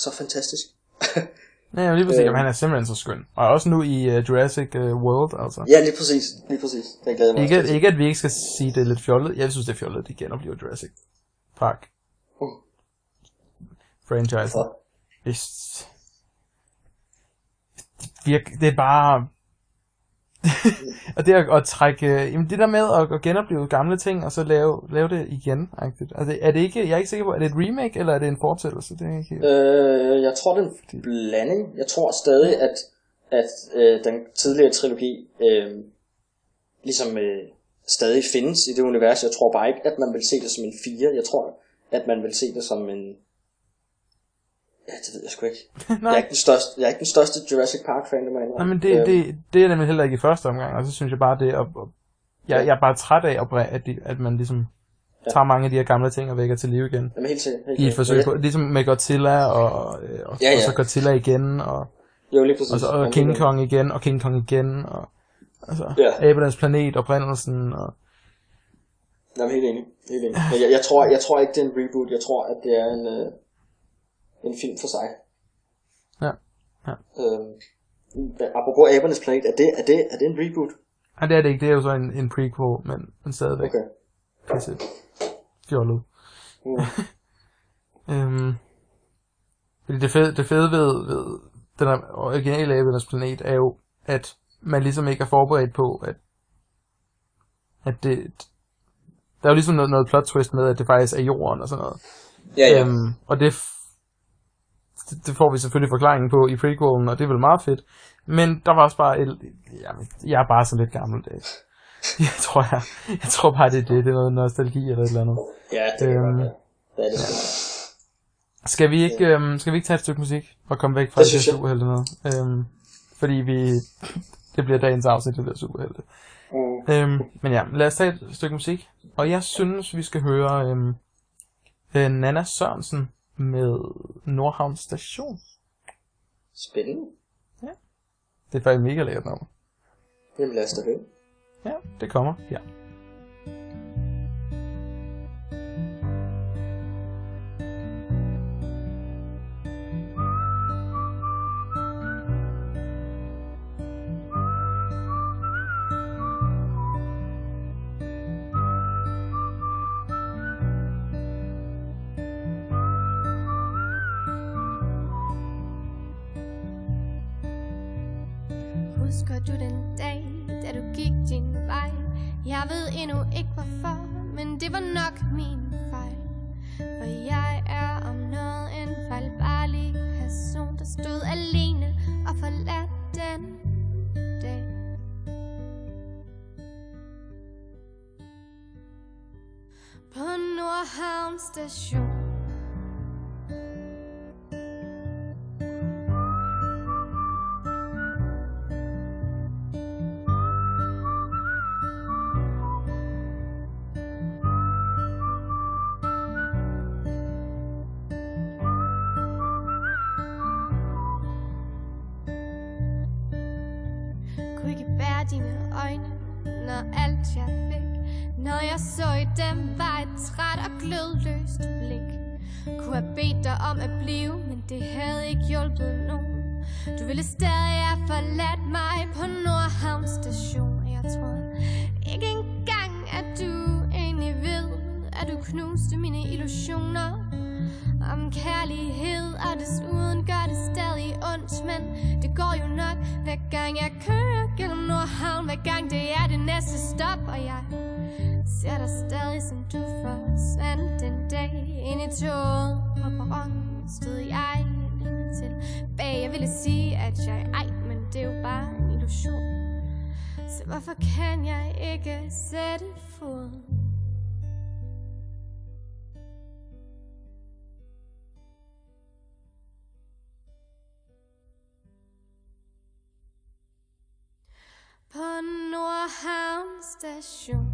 [SPEAKER 2] så fantastisk. <laughs>
[SPEAKER 1] Ja, jeg lige præcis.
[SPEAKER 2] Øh.
[SPEAKER 1] Jamen, han er simpelthen så skøn. Og også nu i uh, Jurassic uh, World, altså.
[SPEAKER 2] ja, lige præcis, lige præcis. Det glæder jeg mig
[SPEAKER 1] Ikke,
[SPEAKER 2] også til.
[SPEAKER 1] ikke at vi ikke skal sige, det er lidt fjollet. Jeg synes, det er fjollet, de genopliver Jurassic Park.
[SPEAKER 2] Uh.
[SPEAKER 1] Franchise.
[SPEAKER 2] Hvorfor?
[SPEAKER 1] Det, virk, det er bare... <laughs> og det at, at trække... øh, Jamen det der med at, at genopleve gamle ting, og så lave, lave det igen. agtigt. Altså, er det ikke, jeg er ikke sikker på, er det et remake, eller er det en fortsættelse? Det er ikke, helt-
[SPEAKER 2] Øh, jeg tror, det er en blanding. Jeg tror stadig, at, at øh, den tidligere trilogi øh, ligesom øh, stadig findes i det univers. Jeg tror bare ikke, at man vil se det som en fire. Jeg tror, at man vil se det som en... Ja, det ved jeg sgu ikke. Jeg er
[SPEAKER 1] <laughs> Nej.
[SPEAKER 2] ikke den største, jeg er ikke den største Jurassic Park-fan, det må
[SPEAKER 1] Nej,
[SPEAKER 2] jeg indrømme. Øh,
[SPEAKER 1] men det, det, det er nemlig heller ikke i første omgang, og så synes jeg bare, det er... At, at, jeg, jeg er bare træt af, at, bræ- at, de, at man ligesom
[SPEAKER 2] Ja.
[SPEAKER 1] tager mange af de her gamle ting og vækker til live igen.
[SPEAKER 2] Jamen, helt sikkert. Helt
[SPEAKER 1] I et
[SPEAKER 2] sikkert.
[SPEAKER 1] forsøg
[SPEAKER 2] Men
[SPEAKER 1] på, ligesom med Godzilla, og, øh, og,
[SPEAKER 2] Ja, ja.
[SPEAKER 1] og så Godzilla igen, og,
[SPEAKER 2] jeg- Jo, lige præcis.
[SPEAKER 1] og, så,
[SPEAKER 2] Jamen,
[SPEAKER 1] og
[SPEAKER 2] det-
[SPEAKER 1] King Kong igen, og King Kong igen, og altså,
[SPEAKER 2] Ja.
[SPEAKER 1] Abernes Planet, og Brindelsen, og
[SPEAKER 2] Jamen, helt enig. Helt
[SPEAKER 1] Ah.
[SPEAKER 2] enig. Men jeg, jeg, tror, jeg tror ikke, det er en reboot. Jeg tror, at det er en, øh, en film for sig.
[SPEAKER 1] Ja, ja.
[SPEAKER 2] Øhm, hvad- apropos Abernes Planet, er det, er, det, er det en reboot?
[SPEAKER 1] nej, det er det ikke, det er jo så en, en prequel, men, men stadigvæk
[SPEAKER 2] Okay.
[SPEAKER 1] pisse fjollet.
[SPEAKER 2] Mm.
[SPEAKER 1] Øhm, fordi det fede, det fede ved, ved den her originale Abernes Planet er jo, at man ligesom ikke er forberedt på, at, at det, der er jo ligesom noget, noget plot twist med, at det faktisk er jorden og sådan noget.
[SPEAKER 2] Ja, ja.
[SPEAKER 1] Øhm, og det, f- det, det får vi selvfølgelig forklaringen på i prequelen, og det er vel meget fedt. Men der var også bare... Et, jamen, jeg er bare så lidt gammeldags. <laughs> Jeg tror, jeg, jeg tror bare, det er det. Det er noget nostalgi eller et eller andet.
[SPEAKER 2] ja, det kan
[SPEAKER 1] øhm,
[SPEAKER 2] godt være. Det er det. sgu.
[SPEAKER 1] Skal vi ikke, øhm, skal vi ikke tage et stykke musik og komme væk fra
[SPEAKER 2] Det
[SPEAKER 1] det,
[SPEAKER 2] synes
[SPEAKER 1] det
[SPEAKER 2] jeg.
[SPEAKER 1] superhelte noget? Øhm, fordi vi... Det bliver dagens afsnit, det bliver superhelte.
[SPEAKER 2] Mm.
[SPEAKER 1] Øhm, men ja, lad os tage et stykke musik. Og jeg synes, vi skal høre øhm, øh, Nana Sørensen med Nordhavn Station.
[SPEAKER 2] Spændende.
[SPEAKER 1] Det er faktisk mega lækkert nummer.
[SPEAKER 2] Jamen, lad os da høre.
[SPEAKER 1] Ja, det kommer. Ja.
[SPEAKER 3] Husker du den dag, da du gik din vej? Jeg ved endnu ikke hvorfor, men det var nok min fejl. For jeg er om noget en fejlbarlig person, der stod alene og forladt den dag. På Nordhavn station Kunne ikke bære dine øjne, når alt jeg fik Når jeg så i dem var et træt og glødløst blik Kunne have bedt dig om at blive, men det havde ikke hjulpet nogen Du ville stadig have forladt mig på Nordhavn knuste mine illusioner om kærlighed Og desuden gør det stadig ondt Men det går jo nok Hver gang jeg kører gennem Nordhavn Hver gang det er det næste stop Og jeg ser dig stadig som du forsvandt en dag Ind i toget på perronen stod jeg alene tilbage Jeg ville sige at jeg ej Men det er jo bare en illusion så hvorfor kan jeg ikke sætte fod? På Nordhavn station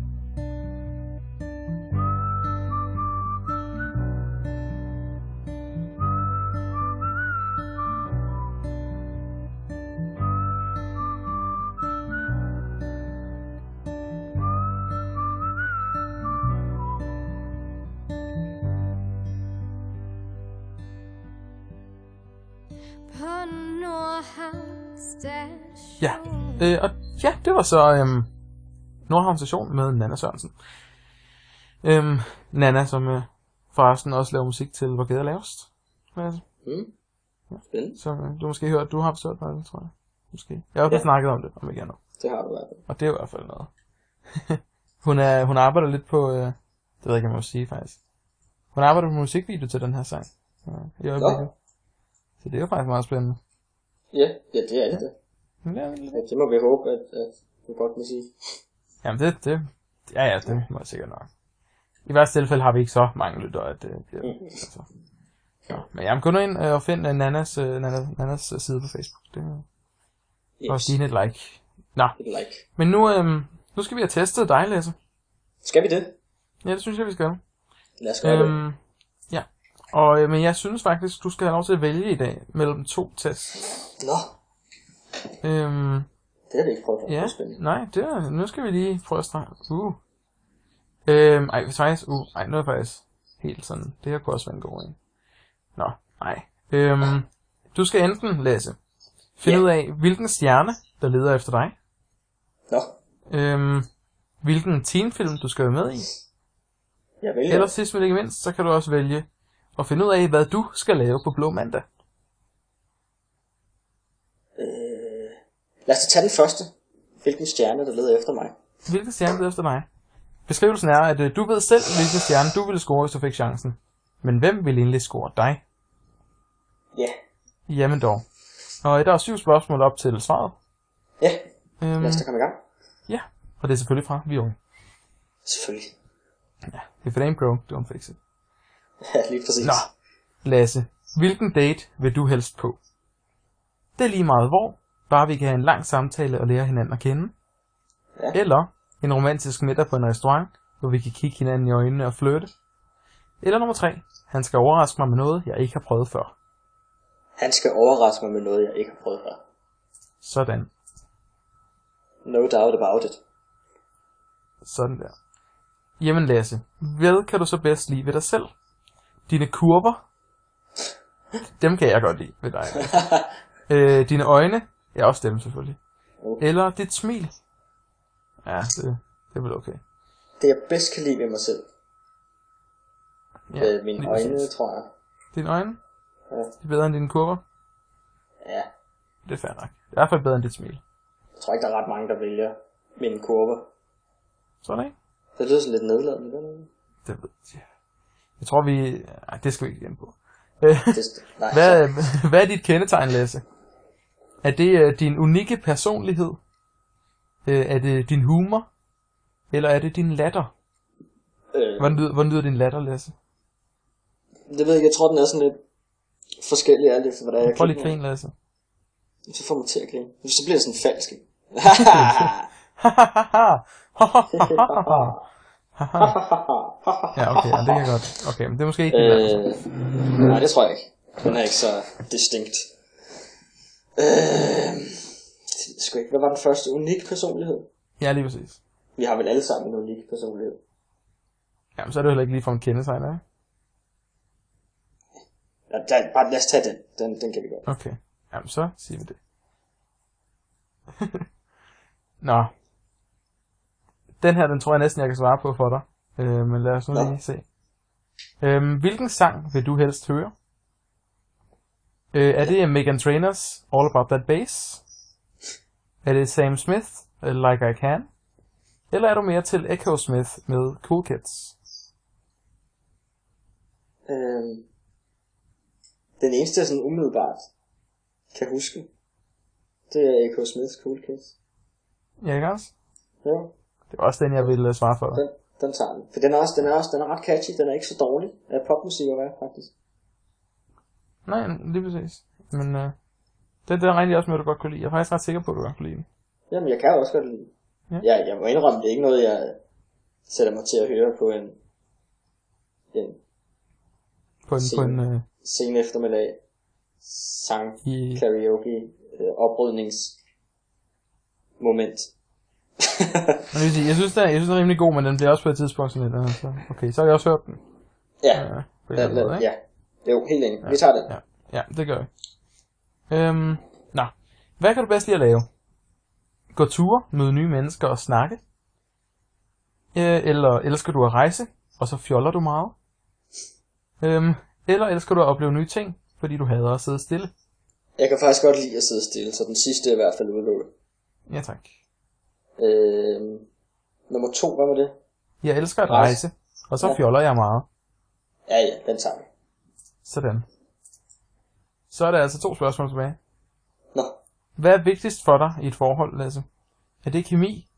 [SPEAKER 3] På Nordhavn station
[SPEAKER 1] Ja. Øh, og ja, det var så øhm, Nordhavn Station med Nana Sørensen. Øhm, Nana, som øh, forresten også laver musik til Hvor Gæder Lavest. Altså,
[SPEAKER 2] Mm. Spændende.
[SPEAKER 1] så øh, du har måske hørt, du har forstået mig, tror jeg. Måske. Jeg har jo
[SPEAKER 2] Ja.
[SPEAKER 1] ja. snakket om det, om ikke andet.
[SPEAKER 2] Det har du i hvert fald.
[SPEAKER 1] Og det er i hvert fald noget. <laughs> hun, er, hun arbejder lidt på... Øh, det ved jeg ikke, om jeg må sige, faktisk. Hun arbejder på en musikvideo til den her sang. Øh, I øjeblikket. Så det er jo faktisk meget spændende.
[SPEAKER 2] Ja, ja det er det. da.
[SPEAKER 1] Men det er lidt-
[SPEAKER 2] Ja, det må vi håbe, at, at du godt må sige.
[SPEAKER 1] Jamen det, det, ja ja, det må jeg sikkert nok. I værste tilfælde har vi ikke så mange lyttere, at det bliver...
[SPEAKER 2] Mm.
[SPEAKER 1] Altså. Nå, men jamen, gå nu ind øh, og find øh, Nannas, øh, Nanna, Nannas øh, side på Facebook. Det er
[SPEAKER 2] Yes.
[SPEAKER 1] også din et like. Nå,
[SPEAKER 2] Et like.
[SPEAKER 1] men nu, øhm, nu skal vi have testet dig, Lasse.
[SPEAKER 2] Skal vi det?
[SPEAKER 1] Ja, det synes jeg, vi skal.
[SPEAKER 2] Lad os gøre det.
[SPEAKER 1] Øhm, ja. Og, øh, men jeg synes faktisk, du skal have lov til at vælge i dag mellem to tests.
[SPEAKER 2] Nå,
[SPEAKER 1] Øhm,
[SPEAKER 2] det har vi ikke prøvet. før.
[SPEAKER 1] Ja,
[SPEAKER 2] Det er spændende.
[SPEAKER 1] nej, det er, nu skal vi lige prøve at starte. Uh. Øhm, ej, faktisk, uh, ej, nu er jeg faktisk helt sådan, det her kunne også være en god en. Nå, nej. Øhm, du skal enten, Lasse, finde
[SPEAKER 2] Ja.
[SPEAKER 1] ja. ud af, hvilken stjerne, der leder efter dig,
[SPEAKER 2] Nå,
[SPEAKER 1] øhm, hvilken teenfilm, du skal være med i,
[SPEAKER 2] jeg vælger.
[SPEAKER 1] ja. eller sidst men ikke mindst, så kan du også vælge at finde ud af, hvad du skal lave på Blå Mandag.
[SPEAKER 2] Øh, lad os da tage den første. Hvilken stjerne, der leder efter mig?
[SPEAKER 1] Hvilken stjerne leder efter dig? Beskrivelsen er, at øh, du ved selv, hvilken stjerne du ville score, hvis du fik chancen. Men hvem ville egentlig score dig?
[SPEAKER 2] Ja.
[SPEAKER 1] Jamen dog. Og øh, der er syv spørgsmål op til svaret.
[SPEAKER 2] Ja,
[SPEAKER 1] Øhm,
[SPEAKER 2] lad os da komme i gang.
[SPEAKER 1] ja, og det er selvfølgelig fra Vi er Unge.
[SPEAKER 2] Selvfølgelig. <laughs>
[SPEAKER 1] Det er for Dame Pro, don't fix it.
[SPEAKER 2] Ja, lige præcis.
[SPEAKER 1] Nå, Lasse, hvilken date vil du helst på? Det er lige meget hvor, bare vi kan have en lang samtale og lære hinanden at kende.
[SPEAKER 2] Ja.
[SPEAKER 1] Eller en romantisk middag på en restaurant, hvor vi kan kigge hinanden i øjnene og flytte. Eller nummer tre, han skal overraske mig med noget, jeg ikke har prøvet før.
[SPEAKER 2] Han skal overraske mig med noget, jeg ikke har prøvet før.
[SPEAKER 1] Sådan.
[SPEAKER 2] No doubt about it.
[SPEAKER 1] Sådan der. Jamen Lasse, hvad kan du så bedst lide ved dig selv? Dine kurver? Dem kan jeg godt lide ved dig. øh, dine øjne? Ja, også dem selvfølgelig. Eller dit smil? Ja, det, det er vel okay.
[SPEAKER 2] Det, jeg bedst kan lide ved mig selv. Ja, øh, mine
[SPEAKER 1] lige
[SPEAKER 2] øjne,
[SPEAKER 1] præcis.
[SPEAKER 2] tror jeg.
[SPEAKER 1] Dine øjne?
[SPEAKER 2] Ja.
[SPEAKER 1] Det er bedre end dine kurver?
[SPEAKER 2] Ja,
[SPEAKER 1] Det er fair nok. Det er i hvert fald bedre end dit smil.
[SPEAKER 2] jeg tror ikke, der er ret mange, der vælger mine kurver.
[SPEAKER 1] Sådan, ikke?
[SPEAKER 2] Det lyder sådan lidt nedladende. gør det ikke?
[SPEAKER 1] Det ved jeg. Jeg tror, vi... Ej, det skal vi ikke ind på.
[SPEAKER 2] Det, nej,
[SPEAKER 1] Hvad,
[SPEAKER 2] Altså-
[SPEAKER 1] <laughs> hvad er dit kendetegn, Lasse? Er det øh, din unikke personlighed? Øh, er det din humor? Eller er det din latter?
[SPEAKER 2] øh,
[SPEAKER 1] Hvordan lyder, hvordan lyder din latter, Lasse?
[SPEAKER 2] det ved jeg ikke, jeg tror, den er sådan lidt forskellig alt efter, hvordan jeg
[SPEAKER 1] Prøv lige
[SPEAKER 2] griner.
[SPEAKER 1] grin, Lasse. <laughs>
[SPEAKER 2] Så får man til at grine. Så bliver det sådan falsk. <laughs> ikke?
[SPEAKER 1] ja, okay, ja, det kan jeg godt. Okay, men det er måske ikke din latter.
[SPEAKER 2] øh, nej, det tror jeg ikke. Den er ikke så distinkt. Øh, det ved jeg sgu ikke. Hvad var den første unik personlighed?
[SPEAKER 1] Ja, lige præcis.
[SPEAKER 2] Vi har vel alle sammen en unik personlighed.
[SPEAKER 1] Jamen, så er det jo heller ikke lige for en kendetegn, er det?
[SPEAKER 2] Ja, der, bare, lad os tage den. Den, den kan vi godt.
[SPEAKER 1] Okay, jamen så siger vi det. <laughs> Nå. Den her, den tror jeg næsten, jeg kan svare på for dig. Øh, men lad os nu
[SPEAKER 2] Nå.
[SPEAKER 1] lige se. Øhm, hvilken sang vil du helst høre? Øh, er det Megan Trainers All About That Bass? Er det Sam Smith øh, Like I Can? Eller er du mere til Echo Smith med Cool Kids?
[SPEAKER 2] Øhm, den eneste, jeg sådan umiddelbart kan huske, det er A.K. Smiths Cool Kids.
[SPEAKER 1] Ja, ikke også?
[SPEAKER 2] Ja,
[SPEAKER 1] Det var også den, jeg ville øh, svare for.
[SPEAKER 2] den, den tager vi. For den er, også, den, er også, den er ret catchy, den er ikke så dårlig af popmusik at være, faktisk.
[SPEAKER 1] Nej, lige præcis. Men øh, det, det er rigtig også med, at du godt kunne lide. Jeg er faktisk ret sikker på, at du godt kunne lide den.
[SPEAKER 2] Jamen, jeg kan jo også godt lide.
[SPEAKER 1] Ja.
[SPEAKER 2] Ja. Jeg, jeg må indrømme, det er ikke noget, jeg sætter mig til at høre på en, en
[SPEAKER 1] På en, på en, øh,
[SPEAKER 2] sen eftermiddag sang
[SPEAKER 1] i,
[SPEAKER 2] karaoke øh, oprydnings moment.
[SPEAKER 1] Men det vil sige, jeg synes, den er, jeg synes, den er rimelig god, men den bliver også på et tidspunkt sådan lidt, altså, okay, så har jeg også hørt den.
[SPEAKER 2] ja,
[SPEAKER 1] øh, på en eller
[SPEAKER 2] ja,
[SPEAKER 1] anden måde,
[SPEAKER 2] ja,
[SPEAKER 1] ikke?
[SPEAKER 2] ja. Jo, helt enig. Vi tager den.
[SPEAKER 1] Ja. ja, det gør vi. Øhm, nå, hvad kan du bedst lide at lave? Gå ture, møde nye mennesker og snakke? Øh, eller elsker du at rejse, og så fjoller du meget? Øhm, eller elsker du at opleve nye ting, fordi du hader at sidde stille?
[SPEAKER 2] Jeg kan faktisk godt lide at sidde stille, så den sidste er i hvert fald udelukket.
[SPEAKER 1] Ja, tak.
[SPEAKER 2] Øh, nummer to, hvad var det?
[SPEAKER 1] Jeg elsker at
[SPEAKER 2] Rejse.
[SPEAKER 1] rejse, og så
[SPEAKER 2] Ja.
[SPEAKER 1] fjoller jeg meget.
[SPEAKER 2] Ja, ja, den tager vi.
[SPEAKER 1] Sådan. Så er der altså to spørgsmål tilbage.
[SPEAKER 2] Nå,
[SPEAKER 1] Hvad er vigtigst for dig i et forhold, Lasse? Er det kemi,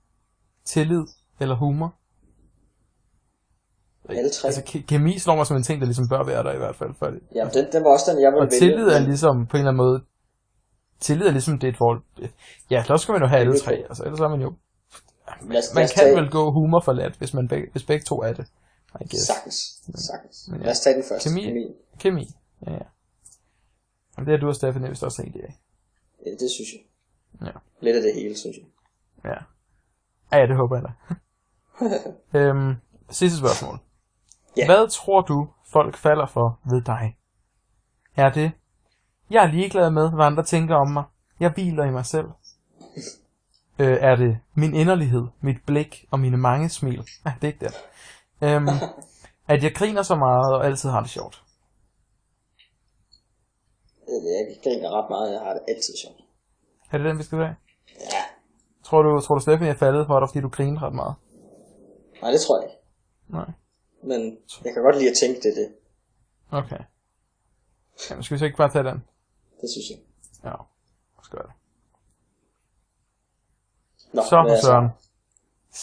[SPEAKER 1] tillid eller humor?
[SPEAKER 2] alle tre.
[SPEAKER 1] Altså, ke- kemi slår mig som en ting, der ligesom bør være der i hvert fald. For det.
[SPEAKER 2] Ja, den, den var også den, jeg
[SPEAKER 1] Og
[SPEAKER 2] ville vælge.
[SPEAKER 1] tillid er ligesom på en eller anden måde... Tillid er ligesom det er et forhold... Ja, så skal man jo have alle tre, altså, ellers er man jo...
[SPEAKER 2] Lad os- lad
[SPEAKER 1] Man
[SPEAKER 2] os
[SPEAKER 1] kan
[SPEAKER 2] tage-
[SPEAKER 1] vel gå humor for lat, hvis, man beg- hvis begge to er det. I guess.
[SPEAKER 2] Sagtens, sagtens.
[SPEAKER 1] Mm. Men ja.
[SPEAKER 2] Lad os tage den første.
[SPEAKER 1] Kemi.
[SPEAKER 2] Kemi.
[SPEAKER 1] Kemi, ja, ja. Og det har du og Steffen vist også en idé af.
[SPEAKER 2] Ja, det synes jeg.
[SPEAKER 1] Ja.
[SPEAKER 2] Lidt af det hele, synes jeg.
[SPEAKER 1] Ja. Ja, ja, det håber
[SPEAKER 2] <laughs>
[SPEAKER 1] jeg da. øhm, sidste spørgsmål.
[SPEAKER 2] Ja.
[SPEAKER 1] Hvad tror du, folk falder for ved dig? Er det, jeg er ligeglad med, hvad andre tænker om mig. Jeg hviler i mig
[SPEAKER 2] <laughs>
[SPEAKER 1] selv. øh, er det min inderlighed, mit blik og mine mange smil? Nej, det er ikke det. Øhm,
[SPEAKER 2] <laughs>
[SPEAKER 1] at jeg griner så meget og altid har det sjovt.
[SPEAKER 2] Øh, Jeg griner ret meget, jeg har det altid sjovt.
[SPEAKER 1] Er det den, vi skal have?
[SPEAKER 2] Ja,
[SPEAKER 1] Tror du, tror du Steffen er faldet for dig, fordi du griner ret meget?
[SPEAKER 2] nej, det tror jeg ikke.
[SPEAKER 1] Nej.
[SPEAKER 2] Men jeg kan godt lide at tænke det, det.
[SPEAKER 1] Okay. Jamen, skal vi så ikke bare tage den?
[SPEAKER 2] Det synes jeg.
[SPEAKER 1] Ja, skal gøre det.
[SPEAKER 2] Nå,
[SPEAKER 1] Så
[SPEAKER 2] hvad
[SPEAKER 1] for
[SPEAKER 2] er
[SPEAKER 1] søren.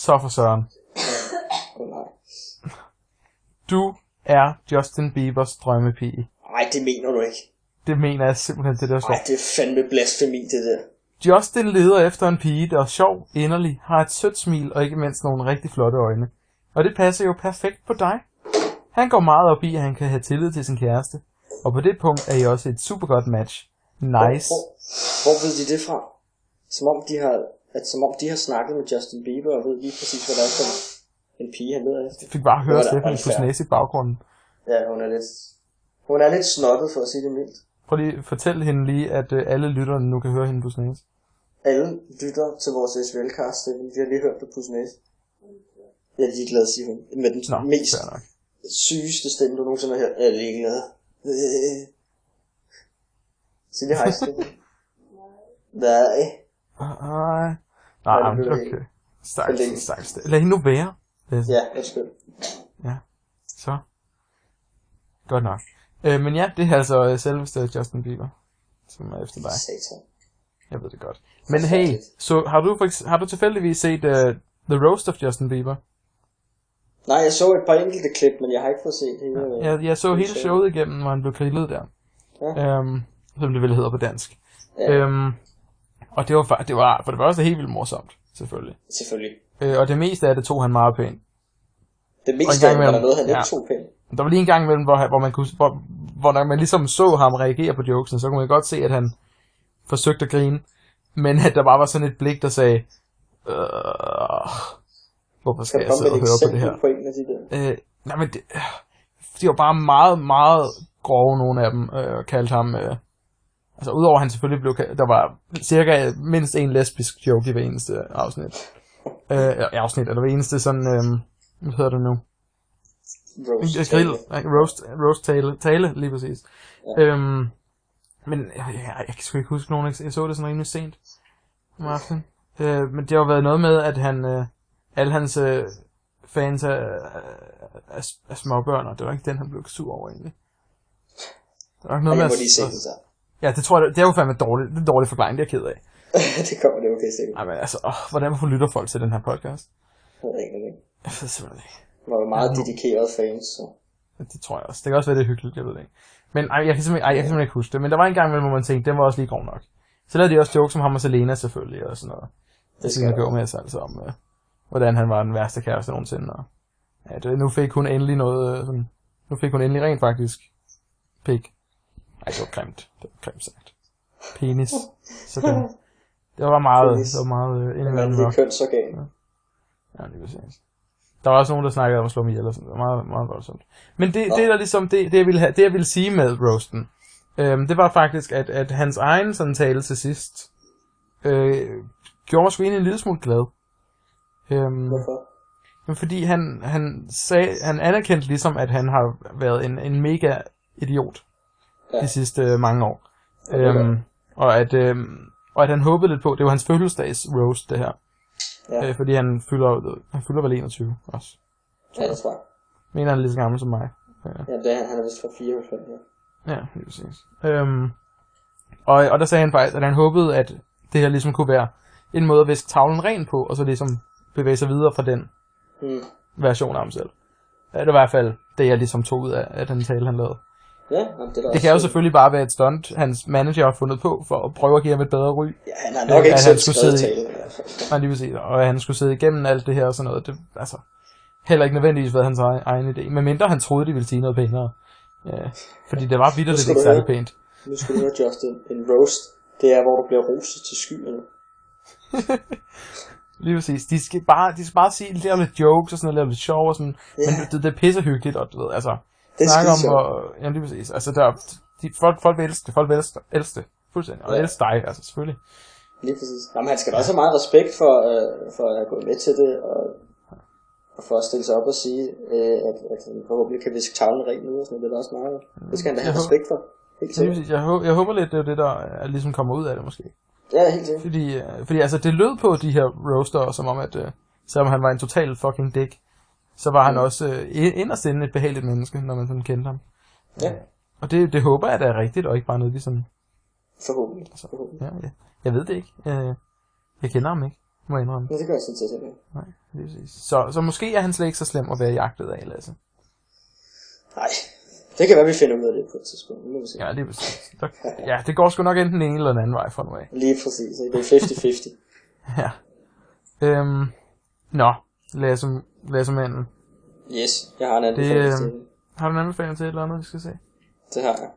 [SPEAKER 1] Så for søren.
[SPEAKER 2] Åh, nej.
[SPEAKER 1] Du er Justin Biebers drømmepige.
[SPEAKER 2] nej, det mener du ikke.
[SPEAKER 1] Det mener jeg simpelthen, det der
[SPEAKER 2] Nej,
[SPEAKER 1] står.
[SPEAKER 2] det er fandme blasfemi, det der.
[SPEAKER 1] Justin leder efter en pige, der er sjov, inderlig, har et sødt smil og ikke mindst nogle rigtig flotte øjne. Og det passer jo perfekt på dig. Han går meget op i, at han kan have tillid til sin kæreste. Og på det punkt er I også et super godt match. Nice.
[SPEAKER 2] Hvor, hvor ved de det fra? Som om de har, at som om de har snakket med Justin Bieber og ved lige præcis, hvad der er for en pige, han leder efter.
[SPEAKER 1] Jeg fik bare
[SPEAKER 2] Hvor
[SPEAKER 1] høre
[SPEAKER 2] er det
[SPEAKER 1] Stefan på
[SPEAKER 2] unfair.
[SPEAKER 1] næse i baggrunden.
[SPEAKER 2] Ja, hun er lidt, hun er lidt snottet, for at sige det mildt.
[SPEAKER 1] Prøv lige fortæl hende lige, at øh, alle lytterne nu kan høre hende på næse.
[SPEAKER 2] Alle lytter til vores SVL-cast, Steffen. øh, vi har lige hørt det på snæs. Jeg er ligeglad, siger hun. Med den
[SPEAKER 1] Nå,
[SPEAKER 2] mest
[SPEAKER 1] fair nok.
[SPEAKER 2] sygeste stemme, du nogensinde har hørt. Jeg er ligeglad. Øh. Sig lige hej, Steffen. Nej.
[SPEAKER 1] Ah, Nej. Nej,
[SPEAKER 2] Nej, det
[SPEAKER 1] men
[SPEAKER 2] blev det
[SPEAKER 1] okay.
[SPEAKER 2] ikke.
[SPEAKER 1] Stakkels,
[SPEAKER 2] For længe.
[SPEAKER 1] stakkels. Lad hende nu være. Det,
[SPEAKER 2] Ja, undskyld.
[SPEAKER 1] Så. Godt nok. Øh, men ja, det er altså øh, selveste Justin Bieber, som er efter dig.
[SPEAKER 2] Satan.
[SPEAKER 1] Jeg ved det godt. Men hey, så har du, for ekse- har du tilfældigvis set uh, The Roast of Justin Bieber?
[SPEAKER 2] Nej, jeg så et par enkelte klip, men jeg har ikke fået set Øh, hele... Ja.
[SPEAKER 1] Jeg, jeg så hele
[SPEAKER 2] sjovt.
[SPEAKER 1] showet igennem, hvor han blev grillet der. Ja. Øhm, som det vel hedder på dansk.
[SPEAKER 2] Ja.
[SPEAKER 1] Øhm, og det var, fa- det var for det første helt vildt morsomt, selvfølgelig.
[SPEAKER 2] Selvfølgelig.
[SPEAKER 1] Øh, og det meste af det tog han meget pænt.
[SPEAKER 2] Det
[SPEAKER 1] Og en
[SPEAKER 2] meste
[SPEAKER 1] gang
[SPEAKER 2] af det var der
[SPEAKER 1] imellem-
[SPEAKER 2] noget, han ikke
[SPEAKER 1] ja.
[SPEAKER 2] tog pænt.
[SPEAKER 1] Der var lige en gang imellem, hvor, han- hvor man, kunne, hvor, hvor når man ligesom så ham reagere på jokesen, så kunne man godt se, at han forsøgte at grine, men at der bare var sådan et blik, der sagde, øh, hvorfor
[SPEAKER 2] Kan
[SPEAKER 1] skal
[SPEAKER 2] du
[SPEAKER 1] jeg
[SPEAKER 2] komme
[SPEAKER 1] sidde
[SPEAKER 2] med
[SPEAKER 1] og høre på det
[SPEAKER 2] et eksempel
[SPEAKER 1] her?
[SPEAKER 2] på en af de der?
[SPEAKER 1] Øh, nej, men det, øh, de var bare meget, meget grove, nogle af dem, øh, og kaldte ham, øh, altså udover at han selvfølgelig blev, kaldt- der var cirka mindst en lesbisk joke i hver eneste afsnit, øh, afsnit eller hver eneste sådan, øh, hvad hedder det nu,
[SPEAKER 2] roast.
[SPEAKER 1] Jeg grill, ikke? roast, roast tale, tale, lige præcis. Ja. Øhm, men jeg, jeg, jeg kan sgu ikke huske nogen, jeg så det sådan rimelig sent om aftenen. Øh, men det har jo været noget med, at han, øh, alle hans øh, fans er, er, er småbørn, og det var ikke den, han blev sur over egentlig. Det var ikke noget
[SPEAKER 2] Ej,
[SPEAKER 1] med
[SPEAKER 2] jeg må
[SPEAKER 1] at-
[SPEAKER 2] lige se den så. <laughs>
[SPEAKER 1] Ja, det tror jeg, det er jo fandme dårligt. Det er en dårlig forklaring, det er jeg ked af.
[SPEAKER 2] det kommer det er okay sikkert.
[SPEAKER 1] Nej, men altså, åh, hvordan får lytter folk til den her podcast?
[SPEAKER 2] Jeg ved ikke, det
[SPEAKER 1] Jeg ved simpelthen ikke.
[SPEAKER 2] var jo meget
[SPEAKER 1] Ja.
[SPEAKER 2] dedikerede fans, så...
[SPEAKER 1] Det tror jeg også. Det kan også være, det er hyggeligt, jeg ved det ikke. Men ej, jeg kan simpelthen, ej, jeg kan simpelthen ikke huske det. Men der var en gang, imellem, hvor man tænkte, den var også lige grov nok. Så lavede de også jokes om ham og Selena selvfølgelig, og sådan noget. Det
[SPEAKER 2] skal
[SPEAKER 1] skal jeg
[SPEAKER 2] der.
[SPEAKER 1] gå med sig altså om, øh, hvordan han var den værste kæreste nogensinde. Og, ja, det, nu fik hun endelig noget, øh, sådan, nu fik hun endelig rent faktisk. Pik. Ej, det var grimt. Det var grimt sagt. Penis. <laughs> Sådan. Det var meget,
[SPEAKER 2] Penis.
[SPEAKER 1] det var meget øh,
[SPEAKER 2] Det
[SPEAKER 1] indimellem
[SPEAKER 2] mandlige
[SPEAKER 1] nok.
[SPEAKER 2] kønsorgan.
[SPEAKER 1] Ja, lige præcis. Der var også nogen, der snakkede om at slå mig ihjel og sådan noget. Det var meget, meget voldsomt. Men det, det, der ligesom, det, det, jeg ville have, det, jeg ville sige med roasten, øhm, det var faktisk, at, at hans egen sådan tale til sidst, øh, gjorde Sweeney en lille smule glad. Øhm,
[SPEAKER 2] Hvorfor?
[SPEAKER 1] men fordi han, han, sag, han anerkendte ligesom, at han har været en, en mega idiot
[SPEAKER 2] Ja.
[SPEAKER 1] ja. de sidste øh, mange år.
[SPEAKER 2] det er
[SPEAKER 1] Øhm, og, at, øhm, og at han håbede lidt på, det var hans fødselsdags roast, det her.
[SPEAKER 2] Ja.
[SPEAKER 1] Øh, fordi han fylder, han fylder vel 21 også.
[SPEAKER 2] Ja, det tror jeg.
[SPEAKER 1] Mener han er lige så gammel som mig. Øh,
[SPEAKER 2] Ja, det er, han er vist fra 94. Ja.
[SPEAKER 1] ja, lige præcis. Øhm, og, og der sagde han faktisk, at han håbede, at det her ligesom kunne være en måde at viske tavlen ren på, og så ligesom bevæge sig videre fra den
[SPEAKER 2] Hmm.
[SPEAKER 1] version af ham selv. Ja, det var i hvert fald det, jeg ligesom tog ud af, af den tale, han lavede.
[SPEAKER 2] Ja, jamen, det er da
[SPEAKER 1] Det
[SPEAKER 2] også-
[SPEAKER 1] kan jo selvfølgelig bare være et stunt, hans manager har fundet på, for at prøve at give ham et bedre ry.
[SPEAKER 2] Ja, han har nok
[SPEAKER 1] Øh,
[SPEAKER 2] ikke
[SPEAKER 1] at
[SPEAKER 2] selv
[SPEAKER 1] han skulle
[SPEAKER 2] skrevet
[SPEAKER 1] sidde i-
[SPEAKER 2] talen. i hvert fald.
[SPEAKER 1] Nej, lige præcis. Og at han skulle sidde igennem alt det her og sådan noget. Det, altså, heller ikke nødvendigvis været hans egen, egen idé. Men mindre han troede, de ville sige noget pænere. Ja, fordi det var
[SPEAKER 2] Nu
[SPEAKER 1] vidderligt
[SPEAKER 2] skal
[SPEAKER 1] ikke
[SPEAKER 2] du
[SPEAKER 1] særlig
[SPEAKER 2] høre.
[SPEAKER 1] pænt.
[SPEAKER 2] Nu skal du høre, Justin. En roast, det er, hvor du bliver roset til skyerne.
[SPEAKER 1] Lige præcis. De skal bare, de skal bare sige, lave lidt jokes og sådan noget, lave lidt sjov og sådan.
[SPEAKER 2] Ja.
[SPEAKER 1] Men det, det er pissehyggeligt, og du ved, altså.
[SPEAKER 2] Det er
[SPEAKER 1] snakke om,
[SPEAKER 2] skidesjovt.
[SPEAKER 1] hvor, jamen lige præcis. Altså, der, er- de, folk, folk vil elske det, folk vil elske, elske det. Fuldstændig. Og
[SPEAKER 2] Ja.
[SPEAKER 1] ja. elske dig, altså selvfølgelig.
[SPEAKER 2] Lige præcis. Jamen, han skal da også have meget respekt for, øh, for at gå med til det, og, og for at stille sig op og sige, øh, at, at han forhåbentlig kan viske tavlen rent nu, og sådan noget. Det er da også meget. Det skal han da have
[SPEAKER 1] Mm. Jeg
[SPEAKER 2] respekt for. Helt
[SPEAKER 1] Lige
[SPEAKER 2] sikkert.
[SPEAKER 1] præcis. Jeg, hå- jeg håber lidt, det er det, der øh, ligesom kommer ud af det måske.
[SPEAKER 2] Ja, helt sikkert.
[SPEAKER 1] Fordi, øh, fordi altså, det lød på de her roaster, som om, at øh, selvom han var en total fucking dick, så var han
[SPEAKER 2] Mm.
[SPEAKER 1] også øh, inderst inde et behageligt menneske, når man sådan kendte ham.
[SPEAKER 2] Ja.
[SPEAKER 1] Øh, Og det, det håber jeg, da er rigtigt, og ikke bare noget, vi sådan...
[SPEAKER 2] Forhåbentlig.
[SPEAKER 1] Altså,
[SPEAKER 2] forhåbentlig.
[SPEAKER 1] ja, ja. Jeg ved det ikke. Øh, jeg kender ham ikke, må jeg indrømme.
[SPEAKER 2] Men det gør jeg sådan set heller ikke.
[SPEAKER 1] Nej, det er præcis. så, så måske er han slet ikke så slem at være jagtet af, Lasse.
[SPEAKER 2] Nej. Det kan være, vi finder ud af det på et tidspunkt. Nu må vi se.
[SPEAKER 1] Ja, det er præcis. Der, ja, det går sgu nok enten den ene eller den anden vej fra nu af.
[SPEAKER 2] Lige præcis. Ikke? Det er 50-50.
[SPEAKER 1] Ja. Øhm, nå, Lasse, Lasse manden.
[SPEAKER 2] yes, jeg har en anden
[SPEAKER 1] Det,
[SPEAKER 2] det,
[SPEAKER 1] øh, Har du en anbefaling til et eller andet, vi skal se?
[SPEAKER 2] det har jeg.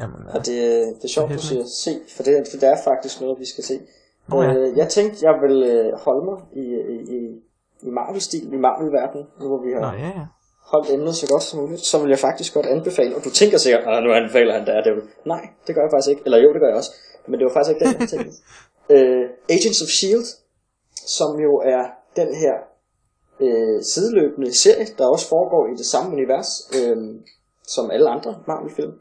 [SPEAKER 1] Jamen, øh,
[SPEAKER 2] Og det, øh, det er sjovt,
[SPEAKER 1] Det er
[SPEAKER 2] du
[SPEAKER 1] helt
[SPEAKER 2] siger se, for det, for det er faktisk noget, vi skal se.
[SPEAKER 1] Nå ja.
[SPEAKER 2] Øh, jeg tænkte, jeg vil øh, holde mig i, i, i, i Marvel-stil, i Marvel-verden, nu hvor vi har
[SPEAKER 1] Nå, ja, ja.
[SPEAKER 2] holdt emnet så godt som muligt, så vil jeg faktisk godt anbefale, og du tænker sikkert, at nu anbefaler han Daredevil. Nej, det gør jeg faktisk ikke, eller jo, det gør jeg også, men det var faktisk ikke den, jeg tænkte. øh, Agents of S.H.I.E.L.D., som jo er den her øh, sideløbende serie, der også foregår i det samme univers, øh, som alle andre Marvel-film.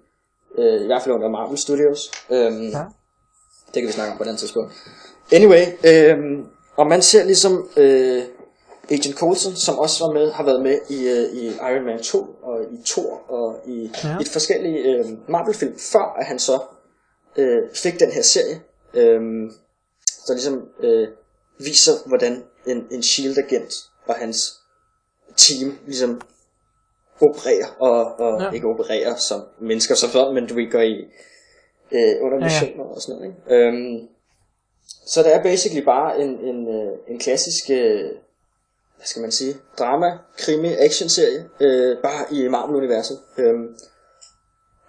[SPEAKER 2] Øh, I hvert fald under Marvel Studios. Øh,
[SPEAKER 1] Ja.
[SPEAKER 2] det kan vi snakke om på et andet tidspunkt. Anyway, øh, og man ser ligesom øh, Agent Coulson, som også var med, har været med i, øh, i Iron Man 2 og i Thor og i, ja.
[SPEAKER 1] Ja.
[SPEAKER 2] i de forskellige øh, Marvel-film, før at han så øh, fik den her serie, øh, der ligesom øh, viser, hvordan en, en S.H.I.E.L.D.-agent og hans team ligesom opererer, og, og ja.
[SPEAKER 1] Ja.
[SPEAKER 2] ikke opererer som mennesker som sådan, men du ved, går i øh, under
[SPEAKER 1] Ja, ja.
[SPEAKER 2] missioner og sådan noget. Ikke? Øhm, så det er basically bare en, en, øh, en klassisk, øh, hvad skal man sige, drama, krimi, action-serie, øh, bare i Marvel-universet. Øhm,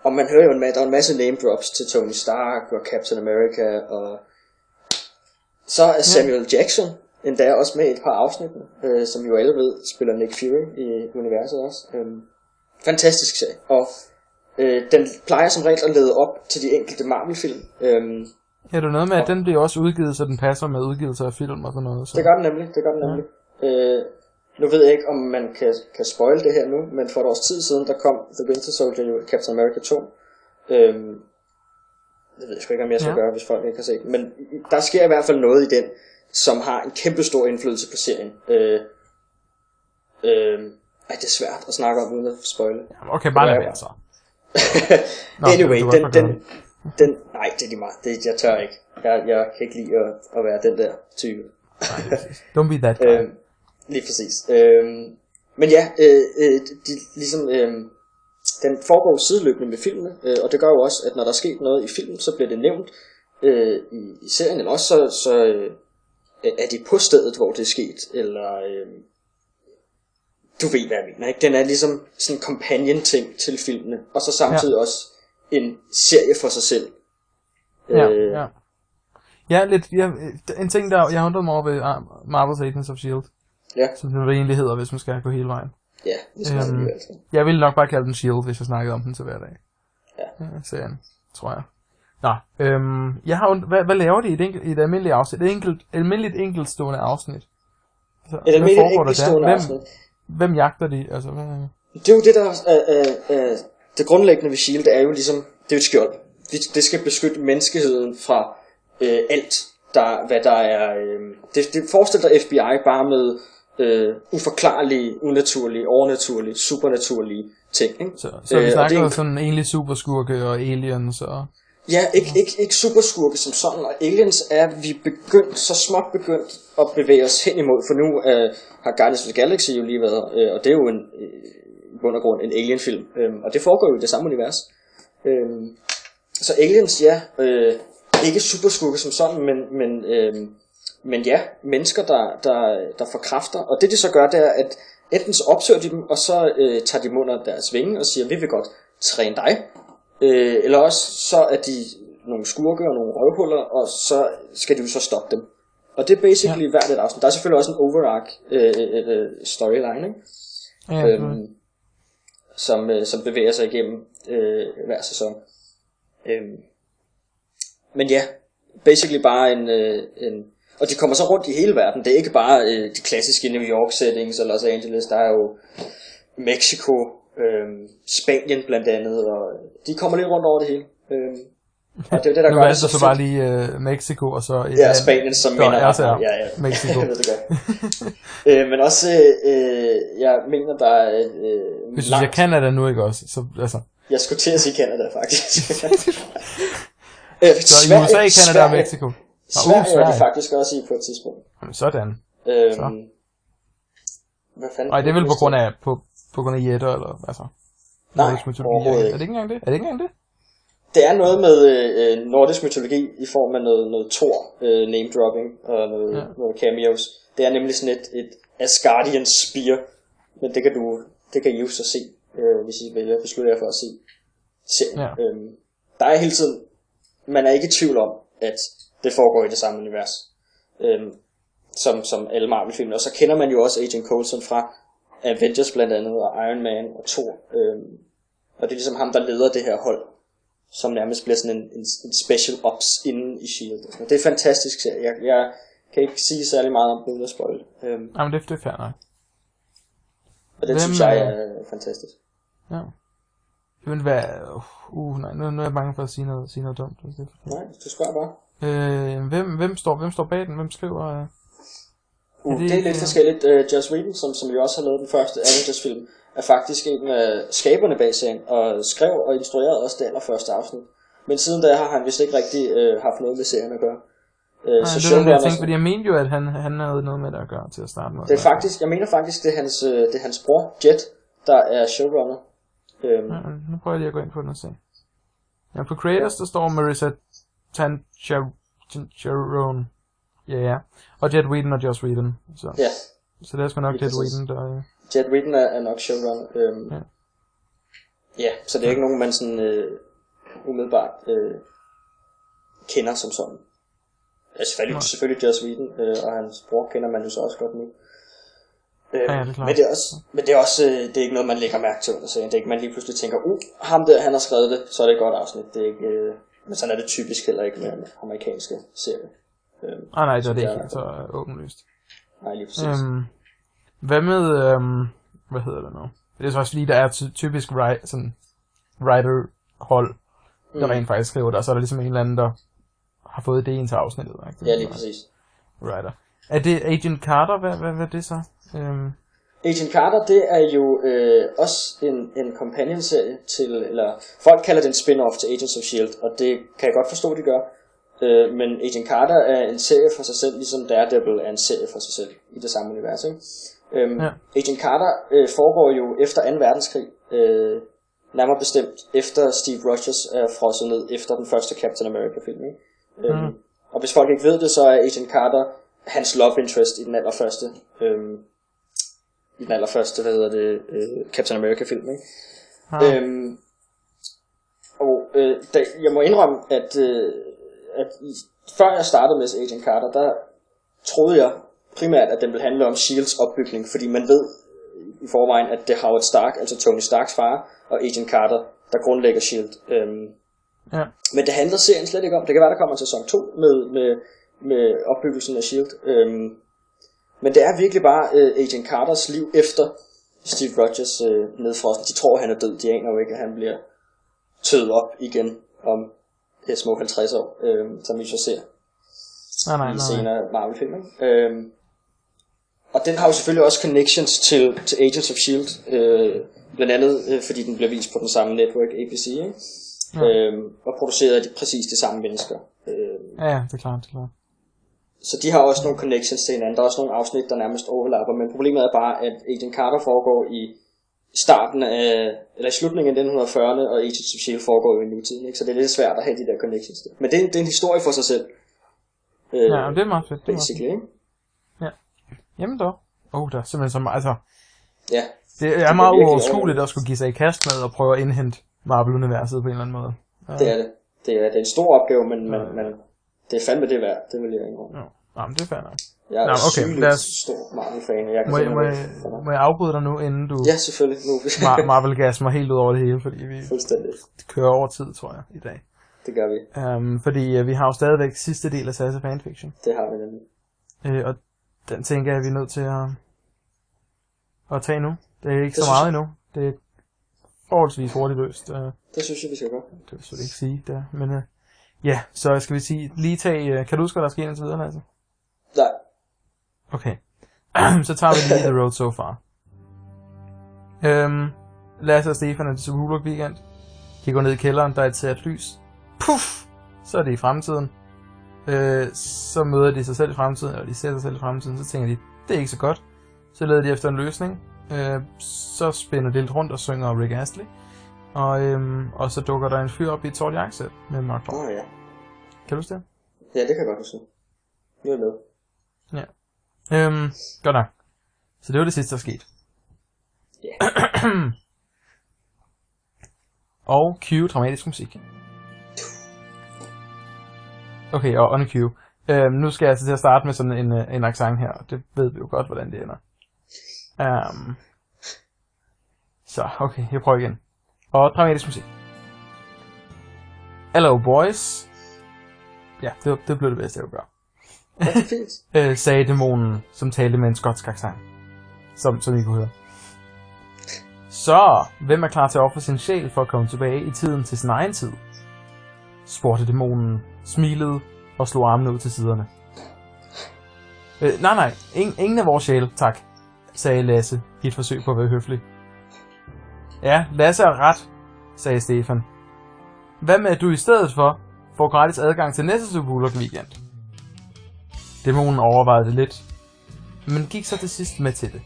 [SPEAKER 2] og man hører jo en, ma- der er en masse name drops til Tony Stark og Captain America, og så er Samuel Jackson endda også med i et par afsnit, øh, som vi jo alle ved spiller Nick Fury i universet også. Øhm, fantastisk serie, og øh, den plejer som regel at lede op til de enkelte Marvel-film. Øhm,
[SPEAKER 1] Ja, det er noget med, at den bliver også udgivet, så den passer med udgivelser af film og sådan noget. Så.
[SPEAKER 2] Det gør den nemlig, det gør den nemlig. Ja. Øh, Nu ved jeg ikke, om man kan, kan spoil det her nu, men for et års tid siden, der kom The Winter Soldier jo Captain America 2. Øhm, det ved jeg sgu ikke, om jeg skal
[SPEAKER 1] Ja.
[SPEAKER 2] ja. gøre, hvis folk ikke har set den. Men i- der sker i hvert fald noget i den, som har en kæmpe stor indflydelse på serien. Øh, øh, ej, det er svært at snakke om uden at spoile. <laughs>
[SPEAKER 1] Jamen, Okay, bare lad
[SPEAKER 2] Ja.
[SPEAKER 1] være så. Nå,
[SPEAKER 2] Nå, anyway,
[SPEAKER 1] det var
[SPEAKER 2] den,
[SPEAKER 1] godt
[SPEAKER 2] den,
[SPEAKER 1] nok.
[SPEAKER 2] den, nej, det er lige meget. Det, jeg tør ikke. Jeg, jeg kan ikke lide at, at være den der type.
[SPEAKER 1] Don't be that guy.
[SPEAKER 2] Øh, lige præcis. Øh, men ja, øh, øh, de, ligesom, øh, den foregår jo sideløbende med filmene, øh, og det gør jo også, at når der er sket noget i filmen, så bliver det nævnt øh, i, i serien, eller også så, så øh, er det på stedet, hvor det er sket, eller... Øh, du ved, hvad jeg mener, ikke? Den er ligesom sådan en companion-ting til filmene, og så samtidig ja. også en serie for sig selv.
[SPEAKER 1] Ja,
[SPEAKER 2] Øh,
[SPEAKER 1] ja. Ja, lidt, ja, øh, en ting, der jeg undrede mig over ved ah, Marvel's Agents of S.H.I.E.L.D.,
[SPEAKER 2] Ja,
[SPEAKER 1] som det egentlig hedder, hvis man skal gå hele vejen.
[SPEAKER 2] ja, hvis man
[SPEAKER 1] Øhm,
[SPEAKER 2] øhm, altså.
[SPEAKER 1] Jeg ville nok bare kalde den S.H.I.E.L.D., E hvis jeg snakkede om den til hver dag.
[SPEAKER 2] Ja.
[SPEAKER 1] Øh, serien, tror jeg. Nå, øhm, jeg har, und- hvad, hvad laver de i et, enkelt, i et almindeligt afsnit? Et enkelt, almindeligt enkeltstående afsnit. Altså,
[SPEAKER 2] Et
[SPEAKER 1] hvad
[SPEAKER 2] almindeligt
[SPEAKER 1] foregår der der?
[SPEAKER 2] enkeltstående afsnit.
[SPEAKER 1] Hvem, hvem jagter de? Altså, hvad,
[SPEAKER 2] Det er jo det, der er, er, er det grundlæggende ved S.H.I.E.L.D. er jo ligesom, det er jo et skjold. Det, det skal beskytte menneskeheden fra øh, alt, der, hvad der er... Øh, det, det forestil dig FBI bare med øh, uforklarlige, unaturlige, overnaturlige, supernaturlige ting. Ikke?
[SPEAKER 1] så, så øh, vi
[SPEAKER 2] og
[SPEAKER 1] snakker
[SPEAKER 2] det er
[SPEAKER 1] jo
[SPEAKER 2] en-
[SPEAKER 1] sådan egentlig superskurke og aliens og...
[SPEAKER 2] Ja, ikke, ikke, ikke superskurke som sådan, og aliens er vi begyndt, så småt begyndt at bevæge os hen imod, for nu øh, har Guardians of the Galaxy jo lige været, øh, og det er jo en, øh, i bund og grund en alien-film, øh, og det foregår jo i det samme univers. Øh, så aliens, ja, øh, ikke superskurke som sådan, men, men, øh, men ja, mennesker, der, der, der får kræfter, og det de så gør, det er, at enten så opsøger de dem, og så øh, tager de dem under deres vinge og siger, vi vil godt træne dig, Øh, eller også så er de nogle skurke og nogle røvhuller, og så skal de jo så stoppe dem. Og det er basically ja. hvert et afsnit. Der er selvfølgelig også en overarch øh, øh, øh, storyline, ikke?
[SPEAKER 1] Ja, øhm,
[SPEAKER 2] øhm, som, øh, som bevæger sig igennem øh, hver sæson. Øhm, men ja, basically bare en, øh, en... Og de kommer så rundt i hele verden. Det er ikke bare øh, de klassiske New York settings og Los Angeles. Der er jo Mexico, øh, Spanien blandt andet, og de kommer lidt rundt over det hele. Øh, og det er jo det, der
[SPEAKER 1] nu
[SPEAKER 2] gør
[SPEAKER 1] var
[SPEAKER 2] det
[SPEAKER 1] det så, så
[SPEAKER 2] fedt.
[SPEAKER 1] bare lige øh, Mexico og så...
[SPEAKER 2] altså Ja, Spanien som
[SPEAKER 1] Øh, Nå,
[SPEAKER 2] minder
[SPEAKER 1] ja, så
[SPEAKER 2] om-
[SPEAKER 1] ja. Mexico.
[SPEAKER 2] <laughs> Jeg ved det godt. øh, men også, øh, øh, jeg mener, der er... Øh,
[SPEAKER 1] Hvis du siger Canada nu, ikke også? Så, altså,
[SPEAKER 2] jeg skulle til at sige Canada,
[SPEAKER 1] <laughs>
[SPEAKER 2] faktisk. øh,
[SPEAKER 1] så i USA, Canada og Mexico. Nå, uh,
[SPEAKER 2] Sverige, Sverige var de
[SPEAKER 1] Sverige.
[SPEAKER 2] faktisk også i på et tidspunkt.
[SPEAKER 1] Jamen, sådan.
[SPEAKER 2] Øhm,
[SPEAKER 1] Så.
[SPEAKER 2] Hvad fanden?
[SPEAKER 1] Nej, det er vel på grund af, på, på grund af jætter, eller altså...
[SPEAKER 2] Nej,
[SPEAKER 1] nordisk mytologi,
[SPEAKER 2] overhovedet
[SPEAKER 1] ikke?
[SPEAKER 2] ikke.
[SPEAKER 1] Er det ikke engang det? Er det ikke engang det?
[SPEAKER 2] Det er noget med øh, øh, nordisk mytologi i form af noget, noget Thor øh, name dropping og noget,
[SPEAKER 1] Ja.
[SPEAKER 2] ja. noget cameos. Det er nemlig sådan et, et Asgardian spear, men det kan du det kan I jo så se, øh, hvis I vælger at beslutte jer for at se serien.
[SPEAKER 1] Ja.
[SPEAKER 2] Ja. Øhm, der er hele tiden, man er ikke i tvivl om, at det foregår i det samme univers, øhm, som, som alle Marvel-filmene. Og så kender man jo også Agent Coulson fra Avengers blandt andet, og Iron Man og Thor. Øhm, og det er ligesom ham, der leder det her hold, som nærmest bliver sådan en, en, en special ops inden i S.H.I.E.L.D. og sådan noget. Det er en fantastisk serie. Jeg, jeg kan ikke sige særlig meget om den uden at spoil. Øhm,
[SPEAKER 1] Jamen, det, det er fair nok.
[SPEAKER 2] og den
[SPEAKER 1] Hvem øh,
[SPEAKER 2] synes jeg
[SPEAKER 1] er-
[SPEAKER 2] er fantastisk.
[SPEAKER 1] Ja. Jamen, hvad... Uh, nej, nu, nu er jeg bange for at sige noget, sige noget dumt. Det er ikke-
[SPEAKER 2] Nej, du spørger bare.
[SPEAKER 1] Øh, hvem, hvem, står, hvem står bag den? Hvem skriver... Øh?
[SPEAKER 2] Uh,
[SPEAKER 1] det-
[SPEAKER 2] det, det er lidt forskelligt. Uh, Joss Whedon, som, som jo også har lavet den første Avengers-film, er faktisk en af skaberne bag serien, og skrev og instruerede også det allerførste afsnit. Men siden da har han vist ikke rigtig uh, haft noget med serien at gøre. Uh,
[SPEAKER 1] Nej,
[SPEAKER 2] så
[SPEAKER 1] det er det, jeg
[SPEAKER 2] showrunners-
[SPEAKER 1] tænkte, fordi jeg mente jo, at han, han havde noget med det at gøre til at starte med.
[SPEAKER 2] det er faktisk, jeg mener faktisk, det er hans, øh, det er hans bror, Jet, der er showrunner. Øhm,
[SPEAKER 1] Ja, nu prøver jeg lige at gå ind på den og se. Ja, på Creators, der står Marissa Tancharon. Ja, ja. Og Jet Whedon og Joss Whedon. Så,
[SPEAKER 2] ja,
[SPEAKER 1] så det er sgu nok
[SPEAKER 2] Lige
[SPEAKER 1] Jet
[SPEAKER 2] præcis.
[SPEAKER 1] Whedon, der... øh,
[SPEAKER 2] Jet Whedon er, er nok showrunner. Øhm,
[SPEAKER 1] Ja.
[SPEAKER 2] ja. ja, så det er ikke nogen, man sådan øh, umiddelbart øh, kender som sådan. Ja, selvfølgelig,
[SPEAKER 1] Nej.
[SPEAKER 2] selvfølgelig Joss Whedon øh, og hans bror kender man jo så også godt nu. Øh,
[SPEAKER 1] Ja, ja, det er klart.
[SPEAKER 2] men det er også, men det er også øh, det er ikke noget, man lægger mærke til under serien. Det er ikke, man lige pludselig tænker, uh, ham der, han har skrevet det, så er det et godt afsnit. Det er ikke, øh, men sådan er det typisk heller ikke med amerikanske serier. Øh,
[SPEAKER 1] Ah, nej, det er det
[SPEAKER 2] Ja.
[SPEAKER 1] ikke. Så øh, åbenlyst.
[SPEAKER 2] nej, lige præcis.
[SPEAKER 1] Øhm, Hvad med, øhm, hvad hedder det nu? Det er så også lige, der er ty- typisk ri- sådan writer-hold, der
[SPEAKER 2] Mm.
[SPEAKER 1] rent faktisk skriver det, og så er der ligesom en eller anden, der har fået idéen til afsnittet. Ikke?
[SPEAKER 2] Ja, lige præcis.
[SPEAKER 1] Writer. Er det Agent Carter? Hvad, hvad, hvad er det så? Øhm,
[SPEAKER 2] Agent Carter, det er jo øh, også en, en companion-serie til, eller folk kalder det en spin-off til Agents of S.H.I.E.L.D., E og det kan jeg godt forstå, de gør. Øh, men Agent Carter er en serie for sig selv, ligesom Daredevil er en serie for sig selv i det samme univers. Ikke? Øhm,
[SPEAKER 1] Ja.
[SPEAKER 2] ja. Agent Carter øh, foregår jo efter 2. verdenskrig, øh, nærmere bestemt efter Steve Rogers er frosset ned efter den første Captain America-film. Ikke? Øhm,
[SPEAKER 1] Mhm.
[SPEAKER 2] Og hvis folk ikke ved det, så er Agent Carter hans love interest i den allerførste øhm, i den allerførste, hvad hedder det, øh, Captain America-film, ikke?
[SPEAKER 1] har-
[SPEAKER 2] Øhm, og øh, da, jeg må indrømme, at, øh, at i, før jeg startede med Agent Carter, der troede jeg primært, at den ville handle om S.H.I.E.L.D.'s E opbygning, fordi man ved i forvejen, at det er Howard Stark, altså Tony Starks far, og Agent Carter, der grundlægger S.H.I.E.L.D. Øhm,
[SPEAKER 1] ja.
[SPEAKER 2] men det handler serien slet ikke om. Det kan være, der kommer en sæson 2 med, med, med opbyggelsen af S.H.I.E.L.D. Øhm, men det er virkelig bare øh, Agent Carters liv efter Steve Rogers øh, nedfrosten. De tror, han er død. De aner jo ikke, at han bliver tøet op igen om øh, små 50 år, øh, som vi så ser
[SPEAKER 1] Ah, Nej, nej,
[SPEAKER 2] i
[SPEAKER 1] nej. nej.
[SPEAKER 2] senere Marvel-film. ikke? Øhm, og den har jo selvfølgelig også connections til, til Agents of S.H.I.E.L.D., øh, blandt andet øh, fordi den bliver vist på den samme network, ABC, ikke?
[SPEAKER 1] Ja.
[SPEAKER 2] Ja. Øhm, og produceret af de, præcis de samme mennesker. Øhm,
[SPEAKER 1] Ja, ja, det er klart, det er klart.
[SPEAKER 2] så de har også nogle connections til hinanden. Der er også nogle afsnit, der nærmest overlapper, men problemet er bare, at Agent Carter foregår i starten af, eller i slutningen af 1940'erne, og Agents of S.H.I.E.L.D. foregår jo i nutiden, ikke? så det er lidt svært at have de der connections der. Men det er, en- det er en historie for sig selv. Øh,
[SPEAKER 1] Ja, men det er meget fedt. Det er meget fedt.
[SPEAKER 2] basically, ikke?
[SPEAKER 1] Jamen dog. Åh, oh, der er simpelthen så meget, altså,
[SPEAKER 2] Ja,
[SPEAKER 1] det er
[SPEAKER 2] bliver
[SPEAKER 1] meget
[SPEAKER 2] virkelig
[SPEAKER 1] overskueligt at skulle give sig i kast med og prøve at indhente Marvel-universet på en eller anden måde. Ja.
[SPEAKER 2] det er det. Det er, det er en stor opgave, men man, man, det er fandme det værd, det vil jeg indrømme.
[SPEAKER 1] Ja. Nå, men det er fair nok.
[SPEAKER 2] Jeg er
[SPEAKER 1] Nå,
[SPEAKER 2] Nå,
[SPEAKER 1] okay,
[SPEAKER 2] okay,
[SPEAKER 1] lad
[SPEAKER 2] sygeligt
[SPEAKER 1] os-
[SPEAKER 2] stor Marvel-fan, og jeg kan
[SPEAKER 1] Må, jeg- må,
[SPEAKER 2] simpelthen
[SPEAKER 1] jeg,
[SPEAKER 2] ikke-
[SPEAKER 1] må jeg afbryde dig nu, inden du
[SPEAKER 2] Ja, selvfølgelig. Nu.
[SPEAKER 1] mar- Marvel-gasmer helt ud over det hele, fordi vi
[SPEAKER 2] <laughs> Fuldstændig.
[SPEAKER 1] kører over tid, tror jeg, i dag.
[SPEAKER 2] Det gør vi.
[SPEAKER 1] Um, fordi øh, vi har jo stadigvæk sidste del af Sasa Fanfiction,
[SPEAKER 2] Det har vi nemlig.
[SPEAKER 1] øh, og den tænker jeg, vi er nødt til at, at tage nu. Det er ikke
[SPEAKER 2] Det
[SPEAKER 1] så
[SPEAKER 2] synes
[SPEAKER 1] meget endnu. Det er forholdsvis hurtigt løst. Øh,
[SPEAKER 2] Det synes jeg, vi skal gøre.
[SPEAKER 1] det vil jeg selvfølgelig ikke sige, der. men øh, ja, så skal vi sige, lige tage, øh, kan du huske, hvad der sker indtil videre, altså?
[SPEAKER 2] Nej,
[SPEAKER 1] Okay. <clears throat> så tager vi lige The Road So Far. Øhm, Lasse og Stefan er til Superhuluk Weekend. De går ned i kælderen, der er et sært lys. Puff! Så er det i fremtiden. Øh, så møder de sig selv i fremtiden, eller de ser sig selv i fremtiden, så tænker de, det er ikke så godt. Så leder de efter en løsning. Øh, så spænder det lidt rundt og synger Rick Astley. Og, øhm, og så dukker der en fyr op i et sort jakkesæt med mørkt
[SPEAKER 2] Åh
[SPEAKER 1] hår.
[SPEAKER 2] oh, ja.
[SPEAKER 1] Kan du huske det?
[SPEAKER 2] Ja, det kan jeg godt huske. Nu er jeg med.
[SPEAKER 1] Øhm, godt nok. Så det var det sidste, der skete.
[SPEAKER 2] Ja.
[SPEAKER 1] og cue dramatisk musik. Okay, og on cue. Øhm, nu skal jeg altså til at starte med sådan en, øh, en accent her, og det ved vi jo godt, hvordan det ender. Um, så, okay, jeg prøver igen. Og dramatisk musik. Hello boys. Ja, det, det blev det bedste, jeg kunne gøre
[SPEAKER 2] Ja, det er fint.
[SPEAKER 1] øh, sagde dæmonen, som talte med en skotsk accent, som, som I kunne høre. Så, hvem er klar til at ofre sin sjæl for at komme tilbage i tiden til sin egen tid? spurgte dæmonen, smilede og slog armene ud til siderne. Øh, nej, nej, ingen, ingen af vores sjæle, tak, sagde Lasse i et forsøg på at være høflig. Ja, Lasse er ret, sagde Stefan. Hvad med, at du i stedet for får gratis adgang til næste Subulok weekend? Dæmonen overvejede det lidt, men gik så til sidst med til det.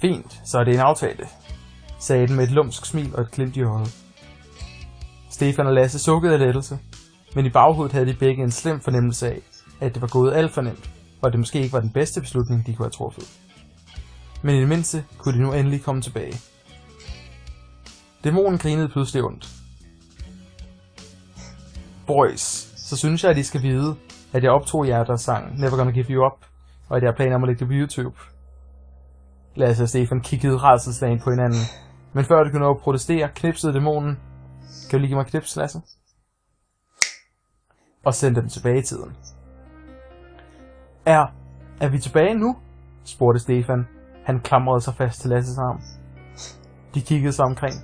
[SPEAKER 1] Fint, så er det en aftale, sagde den med et lumsk smil og et glimt i øjet. Stefan og Lasse sukkede af lettelse, men i baghovedet havde de begge en slem fornemmelse af, at det var gået alt for nemt, og at det måske ikke var den bedste beslutning, de kunne have truffet. Men i det mindste kunne de nu endelig komme tilbage. Dæmonen grinede pludselig ondt. Boys, så synes jeg, at I skal vide, at jeg optog jer, der sang Never Gonna Give You Up, og at jeg har planer om at lægge det på YouTube. Lasse og Stefan kiggede rædselslagen på hinanden, men før de kunne nå at protestere, knipsede dæmonen. Kan du lige give mig et knips, Lasse? Og sendte dem tilbage i tiden. Er, er vi tilbage nu? spurgte Stefan. Han klamrede sig fast til Lasses arm. De kiggede sig omkring.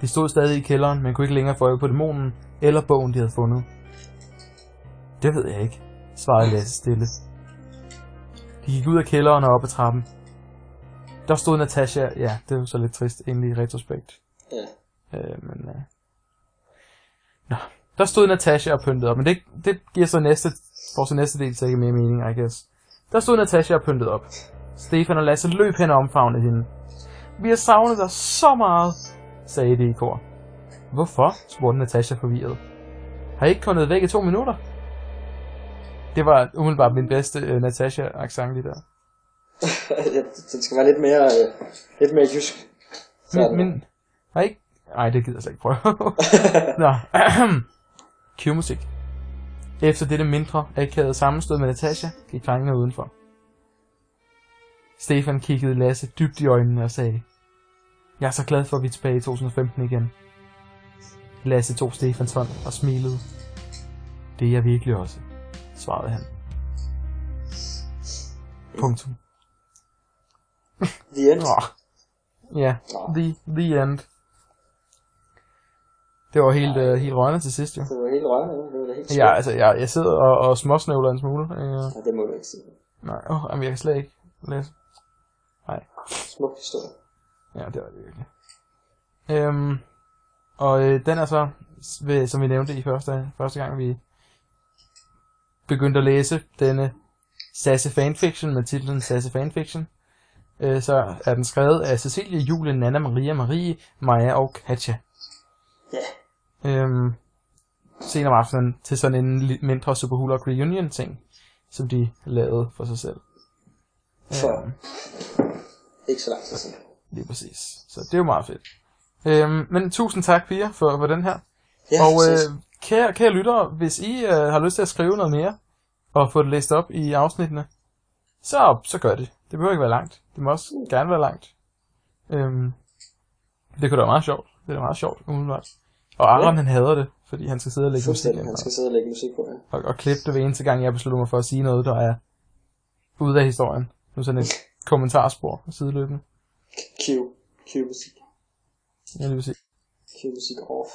[SPEAKER 1] De stod stadig i kælderen, men kunne ikke længere få øje på dæmonen eller bogen, de havde fundet. Det ved jeg ikke, svarede Lasse stille. De gik ud af kælderen og op ad trappen. Der stod Natasha, ja, det var så lidt trist, egentlig i retrospekt.
[SPEAKER 2] Ja.
[SPEAKER 1] Øh, men, øh. Nå. Der stod Natasha og pyntede op, men det, det giver så næste, får så næste del så ikke mere mening, I guess. Der stod Natasha og pyntede op. Stefan og Lasse løb hen og omfavnede hende. Vi har savnet dig så meget, sagde de i kor. Hvorfor? spurgte Natasha forvirret. Har I ikke kommet væk i to minutter? Det var umiddelbart min bedste øh, Natasha-accent lige der.
[SPEAKER 2] Den skal være lidt mere, øh, lidt mere jysk.
[SPEAKER 1] Min, min, har I ikke... Nej, det gider jeg slet ikke <laughs> prøve. Nå, <clears throat> Q-musik. Efter dette mindre akavede sammenstød med Natasha, gik drengene udenfor. Stefan kiggede Lasse dybt i øjnene og sagde, Jeg er så glad for, at vi er tilbage i 2015 igen. Lasse tog Stefans hånd og smilede. Det er jeg virkelig også, svarede han. Punktum.
[SPEAKER 2] The end.
[SPEAKER 1] Åh. Ja,
[SPEAKER 2] Nå.
[SPEAKER 1] the, the end. Det var helt, øh, helt rørende til sidst, jo.
[SPEAKER 2] Det var helt rørende, ja. det var da helt
[SPEAKER 1] Ja,
[SPEAKER 2] smukt.
[SPEAKER 1] altså, jeg, jeg sidder og, og småsnøvler en smule. Øh,
[SPEAKER 2] Ja, det må du ikke sige.
[SPEAKER 1] nej, åh, jamen, jeg kan slet ikke læse.
[SPEAKER 2] Smuk historie.
[SPEAKER 1] Ja, det var det virkelig. Øhm, og øh, den er så, s- ved- som vi nævnte i første, første gang, vi begyndte at læse denne Sasse fanfiction med titlen Sasse fanfiction. Øh, så er den skrevet af Cecilie, Julie, Nana, Maria, Marie, Maja og Katja.
[SPEAKER 2] Ja,
[SPEAKER 1] øhm, senere om aftenen til sådan en li- mindre Super Hulk Reunion ting, som de lavede for sig selv.
[SPEAKER 2] for
[SPEAKER 1] Øhm,
[SPEAKER 2] ikke så lang tid siden.
[SPEAKER 1] lige præcis. Så det er jo meget fedt. Øhm, men tusind tak, piger, for, for den her.
[SPEAKER 2] Ja,
[SPEAKER 1] og
[SPEAKER 2] præcis.
[SPEAKER 1] øh, kære, kære lyttere, hvis I øh, har lyst til at skrive noget mere, og få det læst op i afsnittene, så, så gør det. Det behøver ikke være langt. Det må
[SPEAKER 2] Mm.
[SPEAKER 1] også gerne være langt. Øhm, det kunne da være meget sjovt. Det er da meget sjovt, umiddelbart. Og Aron,
[SPEAKER 2] Ja.
[SPEAKER 1] han hader det, fordi han skal sidde og lægge musik
[SPEAKER 2] Fuldstændig,
[SPEAKER 1] ind.
[SPEAKER 2] han skal sidde og lægge musik på, ja.
[SPEAKER 1] og, og klippe det hver eneste gang, jeg beslutter mig for at sige noget, der er ude af historien. Nu sådan et kommentarspor sideløbende.
[SPEAKER 2] Q. Q-musik.
[SPEAKER 1] Jeg vil sige,
[SPEAKER 2] Q-musik off.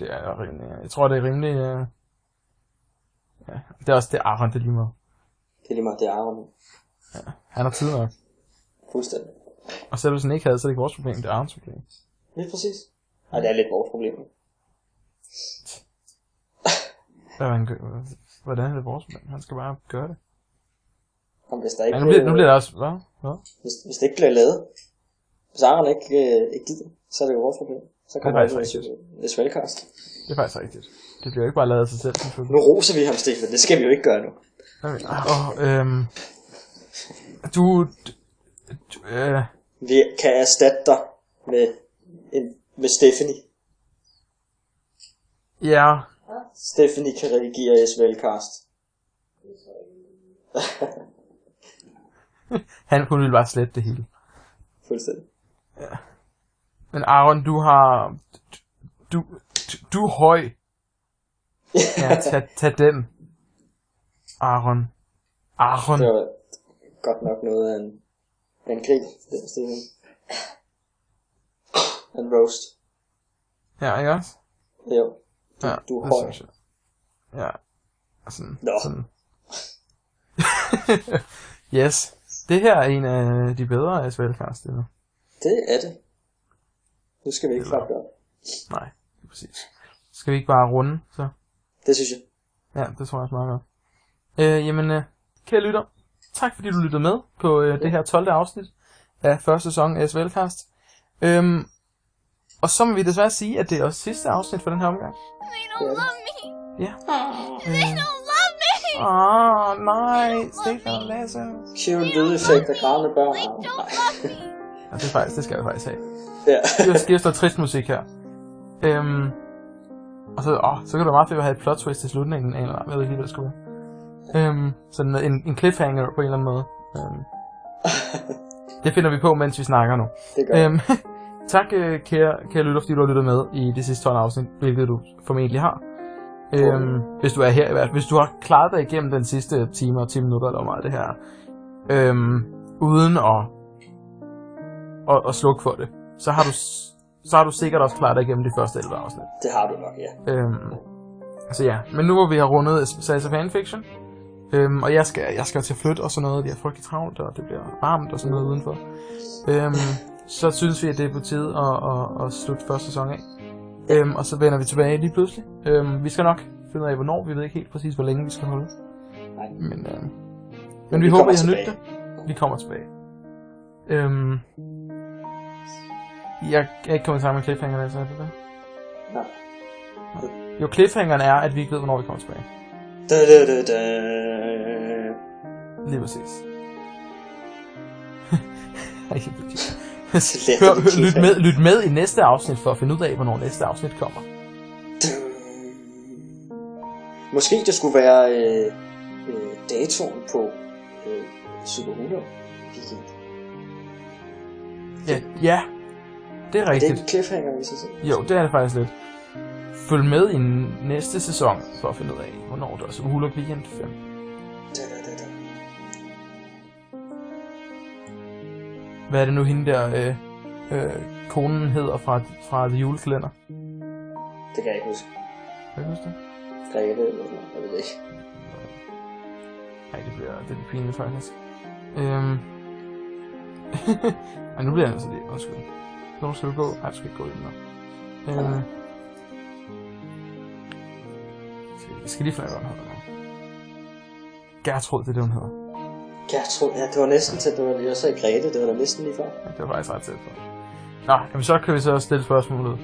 [SPEAKER 1] det er rimelig, jeg tror, det er rimelig, øh, ja, det er også det, Aron, det er lige meget.
[SPEAKER 2] Det er lige meget, det er Aron.
[SPEAKER 1] Han har tid nok.
[SPEAKER 2] Fuldstændig.
[SPEAKER 1] Og selv hvis han ikke havde, så er det ikke vores problem, det er Arons problem.
[SPEAKER 2] Lige præcis. Og det er lidt vores problem.
[SPEAKER 1] Hvad han gør, hvordan er det vores problem? Han skal bare gøre det.
[SPEAKER 2] Om hvis der ikke
[SPEAKER 1] Ja, nu, bliver, nu bliver det også, hvad? Hvad?
[SPEAKER 2] Hvis, hvis det ikke bliver lavet, hvis Aron ikke, øh, ikke gider, så er det jo vores problem. Så kommer
[SPEAKER 1] faktisk
[SPEAKER 2] det
[SPEAKER 1] rigtigt.
[SPEAKER 2] med et svælkast.
[SPEAKER 1] Det er faktisk rigtigt. Det bliver jo ikke bare lavet af sig selv. selvfølgelig.
[SPEAKER 2] Nu roser vi ham, Stefan. Det skal vi jo ikke gøre nu.
[SPEAKER 1] Okay. Og, øhm, du, du øh,
[SPEAKER 2] Vi kan erstatte dig med, en, med Stephanie.
[SPEAKER 1] ja,
[SPEAKER 2] Stephanie kan redigere SVL-cast.
[SPEAKER 1] han kunne ville bare slette det hele.
[SPEAKER 2] Fuldstændig.
[SPEAKER 1] Men Aron, du har... Du, du, du er høj. Ja, tag, tag den. Aron. Aron.
[SPEAKER 2] Det var øh, godt nok noget af en, af en grig, den stilling. En roast.
[SPEAKER 1] Ja, ikke også?
[SPEAKER 2] Jo.
[SPEAKER 1] Ja,
[SPEAKER 2] du er
[SPEAKER 1] det
[SPEAKER 2] høj.
[SPEAKER 1] synes jeg. Ja. Og Sådan,
[SPEAKER 2] Nå.
[SPEAKER 1] sådan. <laughs> yes. Det her er en af de bedre SVL-cast endnu.
[SPEAKER 2] Det er det. Nu skal vi ikke klappe op.
[SPEAKER 1] Nej, det er præcis. Skal vi ikke bare runde, så?
[SPEAKER 2] Det synes jeg.
[SPEAKER 1] Ja, det tror jeg også meget godt. Øh, jamen, øh, kære lytter, tak fordi du lyttede med på øh, det her 12. afsnit af første sæson af SVLcast. Øhm, og så må vi desværre sige, at det er også sidste afsnit for den her omgang.
[SPEAKER 3] They don't love me.
[SPEAKER 1] Ja.
[SPEAKER 3] They don't love me.
[SPEAKER 1] Åh, oh, nej, Stefan og Lasse.
[SPEAKER 2] Cue lydeffekter, grædende børn.
[SPEAKER 3] They
[SPEAKER 2] Au,
[SPEAKER 3] don't
[SPEAKER 2] nej.
[SPEAKER 3] love me.
[SPEAKER 1] Ja, det, er faktisk, det skal jeg faktisk have.
[SPEAKER 2] Ja.
[SPEAKER 1] Det er- Det er så trist musik her. Øhm, og så, åh, så kan det være meget fedt at have et plot twist i slutningen, af en eller anden, jeg ved ikke lige, hvad det skulle være. Øhm, sådan en, en cliffhanger på en eller anden måde. Øhm, det finder vi på, mens vi snakker nu.
[SPEAKER 2] <laughs> Det gør jeg.
[SPEAKER 1] Øhm, <laughs> tak, øh, kære, kære lytter, fordi du har lyttet med i de sidste 12 afsnit, hvilket du formentlig har. Øhm, hvis du er her i hvert fald. Hvis du har klaret dig igennem den sidste time og 10 minutter, eller hvor meget det her er, øhm, uden at og, og slukke for det, så har du s- så har du sikkert også klaret dig igennem de første 11 afsnit.
[SPEAKER 2] Det har du nok, ja.
[SPEAKER 1] Øhm, så ja, men nu hvor vi har rundet Salsa Fanfiction, øhm, og jeg skal, jeg skal til at flytte og sådan noget, det er frygtelig travlt, og det bliver varmt og sådan noget udenfor, øhm, så synes vi, at det er på tide at, at, at slutte første sæson af. Øhm, og så vender vi tilbage lige pludselig. Øhm, vi skal nok finde ud af, hvornår. Vi ved ikke helt præcis, hvor længe vi skal holde.
[SPEAKER 2] Nej.
[SPEAKER 1] Men, øhm, men
[SPEAKER 2] Men
[SPEAKER 1] vi,
[SPEAKER 2] vi
[SPEAKER 1] vi håber,
[SPEAKER 2] kommer
[SPEAKER 1] I har nydt det.
[SPEAKER 2] tilbage.
[SPEAKER 1] Vi kommer tilbage. Øhm, jeg er ikke kommet i samme cliffhanger, altså, er det det?
[SPEAKER 2] Nå.
[SPEAKER 1] Jo, cliffhangeren er, at vi ikke ved, hvornår vi kommer tilbage.
[SPEAKER 2] Da, da, da, da.
[SPEAKER 1] Lige præcis. <laughs> Ej, jeg bliver ked.
[SPEAKER 2] Så lærte
[SPEAKER 1] hør,
[SPEAKER 2] du
[SPEAKER 1] hør, lyt,
[SPEAKER 2] cliffhanger.
[SPEAKER 1] med, lyt med i næste afsnit for at finde ud af, hvornår næste afsnit kommer.
[SPEAKER 2] Måske det skulle være øh, øh, datoen på øh, Super Hero Weekend.
[SPEAKER 1] Ja, ja det er
[SPEAKER 2] Er det
[SPEAKER 1] rigtigt.
[SPEAKER 2] ikke en cliffhanger, hvis jeg siger?
[SPEAKER 1] Jo, det er det faktisk lidt. Følg med i næste sæson for at finde ud af, hvornår der er Superhulk Weekend 5.
[SPEAKER 2] Da, da, da, da.
[SPEAKER 1] Hvad er det nu hende der, øh, øh, konen hedder fra, fra The Julekalender?
[SPEAKER 2] Det kan jeg ikke huske.
[SPEAKER 1] Kan du huske det?
[SPEAKER 2] Kan jeg ikke ved, hvorfor? Jeg ved det ikke.
[SPEAKER 1] Nej, det bliver, det bliver pinligt faktisk. Øhm. <laughs> Ej, nu bliver jeg altså lige, undskyld. Nu skal du gå. Nej, du skal ikke gå ind nu. Øhm. Skal, jeg skal lige finde ud af, hvad hun hedder. Gertrud, det er det, hun hedder.
[SPEAKER 2] Jeg tror, ja, det var næsten til, at det var lige også Grete. Det var da næsten lige før.
[SPEAKER 1] Ja, det var faktisk ret tæt på. Nå, jamen så kan vi så stille spørgsmålet.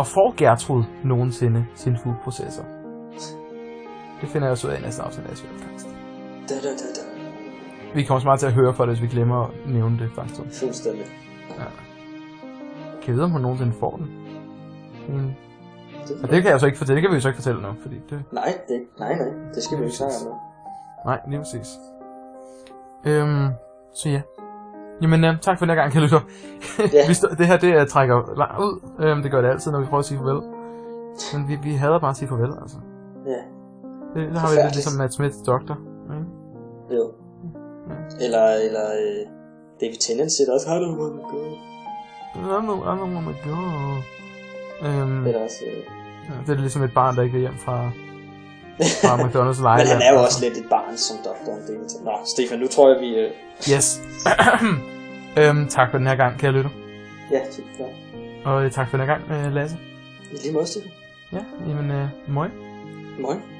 [SPEAKER 1] Og får Gertrud nogensinde sin foodprocessor? Det finder jeg så ud af i næste afsnit af Asviel Podcast.
[SPEAKER 2] Da, da, da, da.
[SPEAKER 1] Vi kommer så meget til at høre for det, hvis vi glemmer at nævne det faktisk.
[SPEAKER 2] Fuldstændig.
[SPEAKER 1] Ja. Kan jeg vide, om hun nogensinde får den? Mm.
[SPEAKER 2] Det,
[SPEAKER 1] Og det kan jeg så ikke fortælle. Det kan vi jo så ikke fortælle nu, fordi det...
[SPEAKER 2] Nej, det, nej, nej. Det skal vi jo ikke snakke om nu.
[SPEAKER 1] Nej, lige præcis. Øhm, så ja. Jamen, øh, tak for den her gang, kan <laughs> lytte.
[SPEAKER 2] Ja.
[SPEAKER 1] vi står, det her, det øh, trækker langt ud. Øhm, det gør det altid, når vi prøver at sige farvel. Men vi, vi hader bare at sige farvel, altså.
[SPEAKER 2] Ja,
[SPEAKER 1] Det, det har vi lidt
[SPEAKER 2] Forfærdeligt.
[SPEAKER 1] ligesom Matt Smiths doktor. Ikke?
[SPEAKER 2] jo. Eller, eller øh, David Tennant siger også, Hello, my God.
[SPEAKER 1] I'm the, I'm the woman go. oh Øhm,
[SPEAKER 2] Eller også, øh,
[SPEAKER 1] ja, det er ligesom et barn, der ikke vil hjem fra, fra
[SPEAKER 2] <laughs>
[SPEAKER 1] McDonald's lejr.
[SPEAKER 2] Men han er jo også lidt et barn som doktoren David Tennant. Nå, Stefan, nu tror jeg, vi... Øh,
[SPEAKER 1] Yes. <clears throat> øhm, tak for den her gang, kære lytter.
[SPEAKER 2] ja, typisk. Ja.
[SPEAKER 1] Og øh, tak for den her gang, øh, Lasse.
[SPEAKER 2] I lige måde, Stefan.
[SPEAKER 1] Ja, jamen, øh, møj.
[SPEAKER 2] Morgen.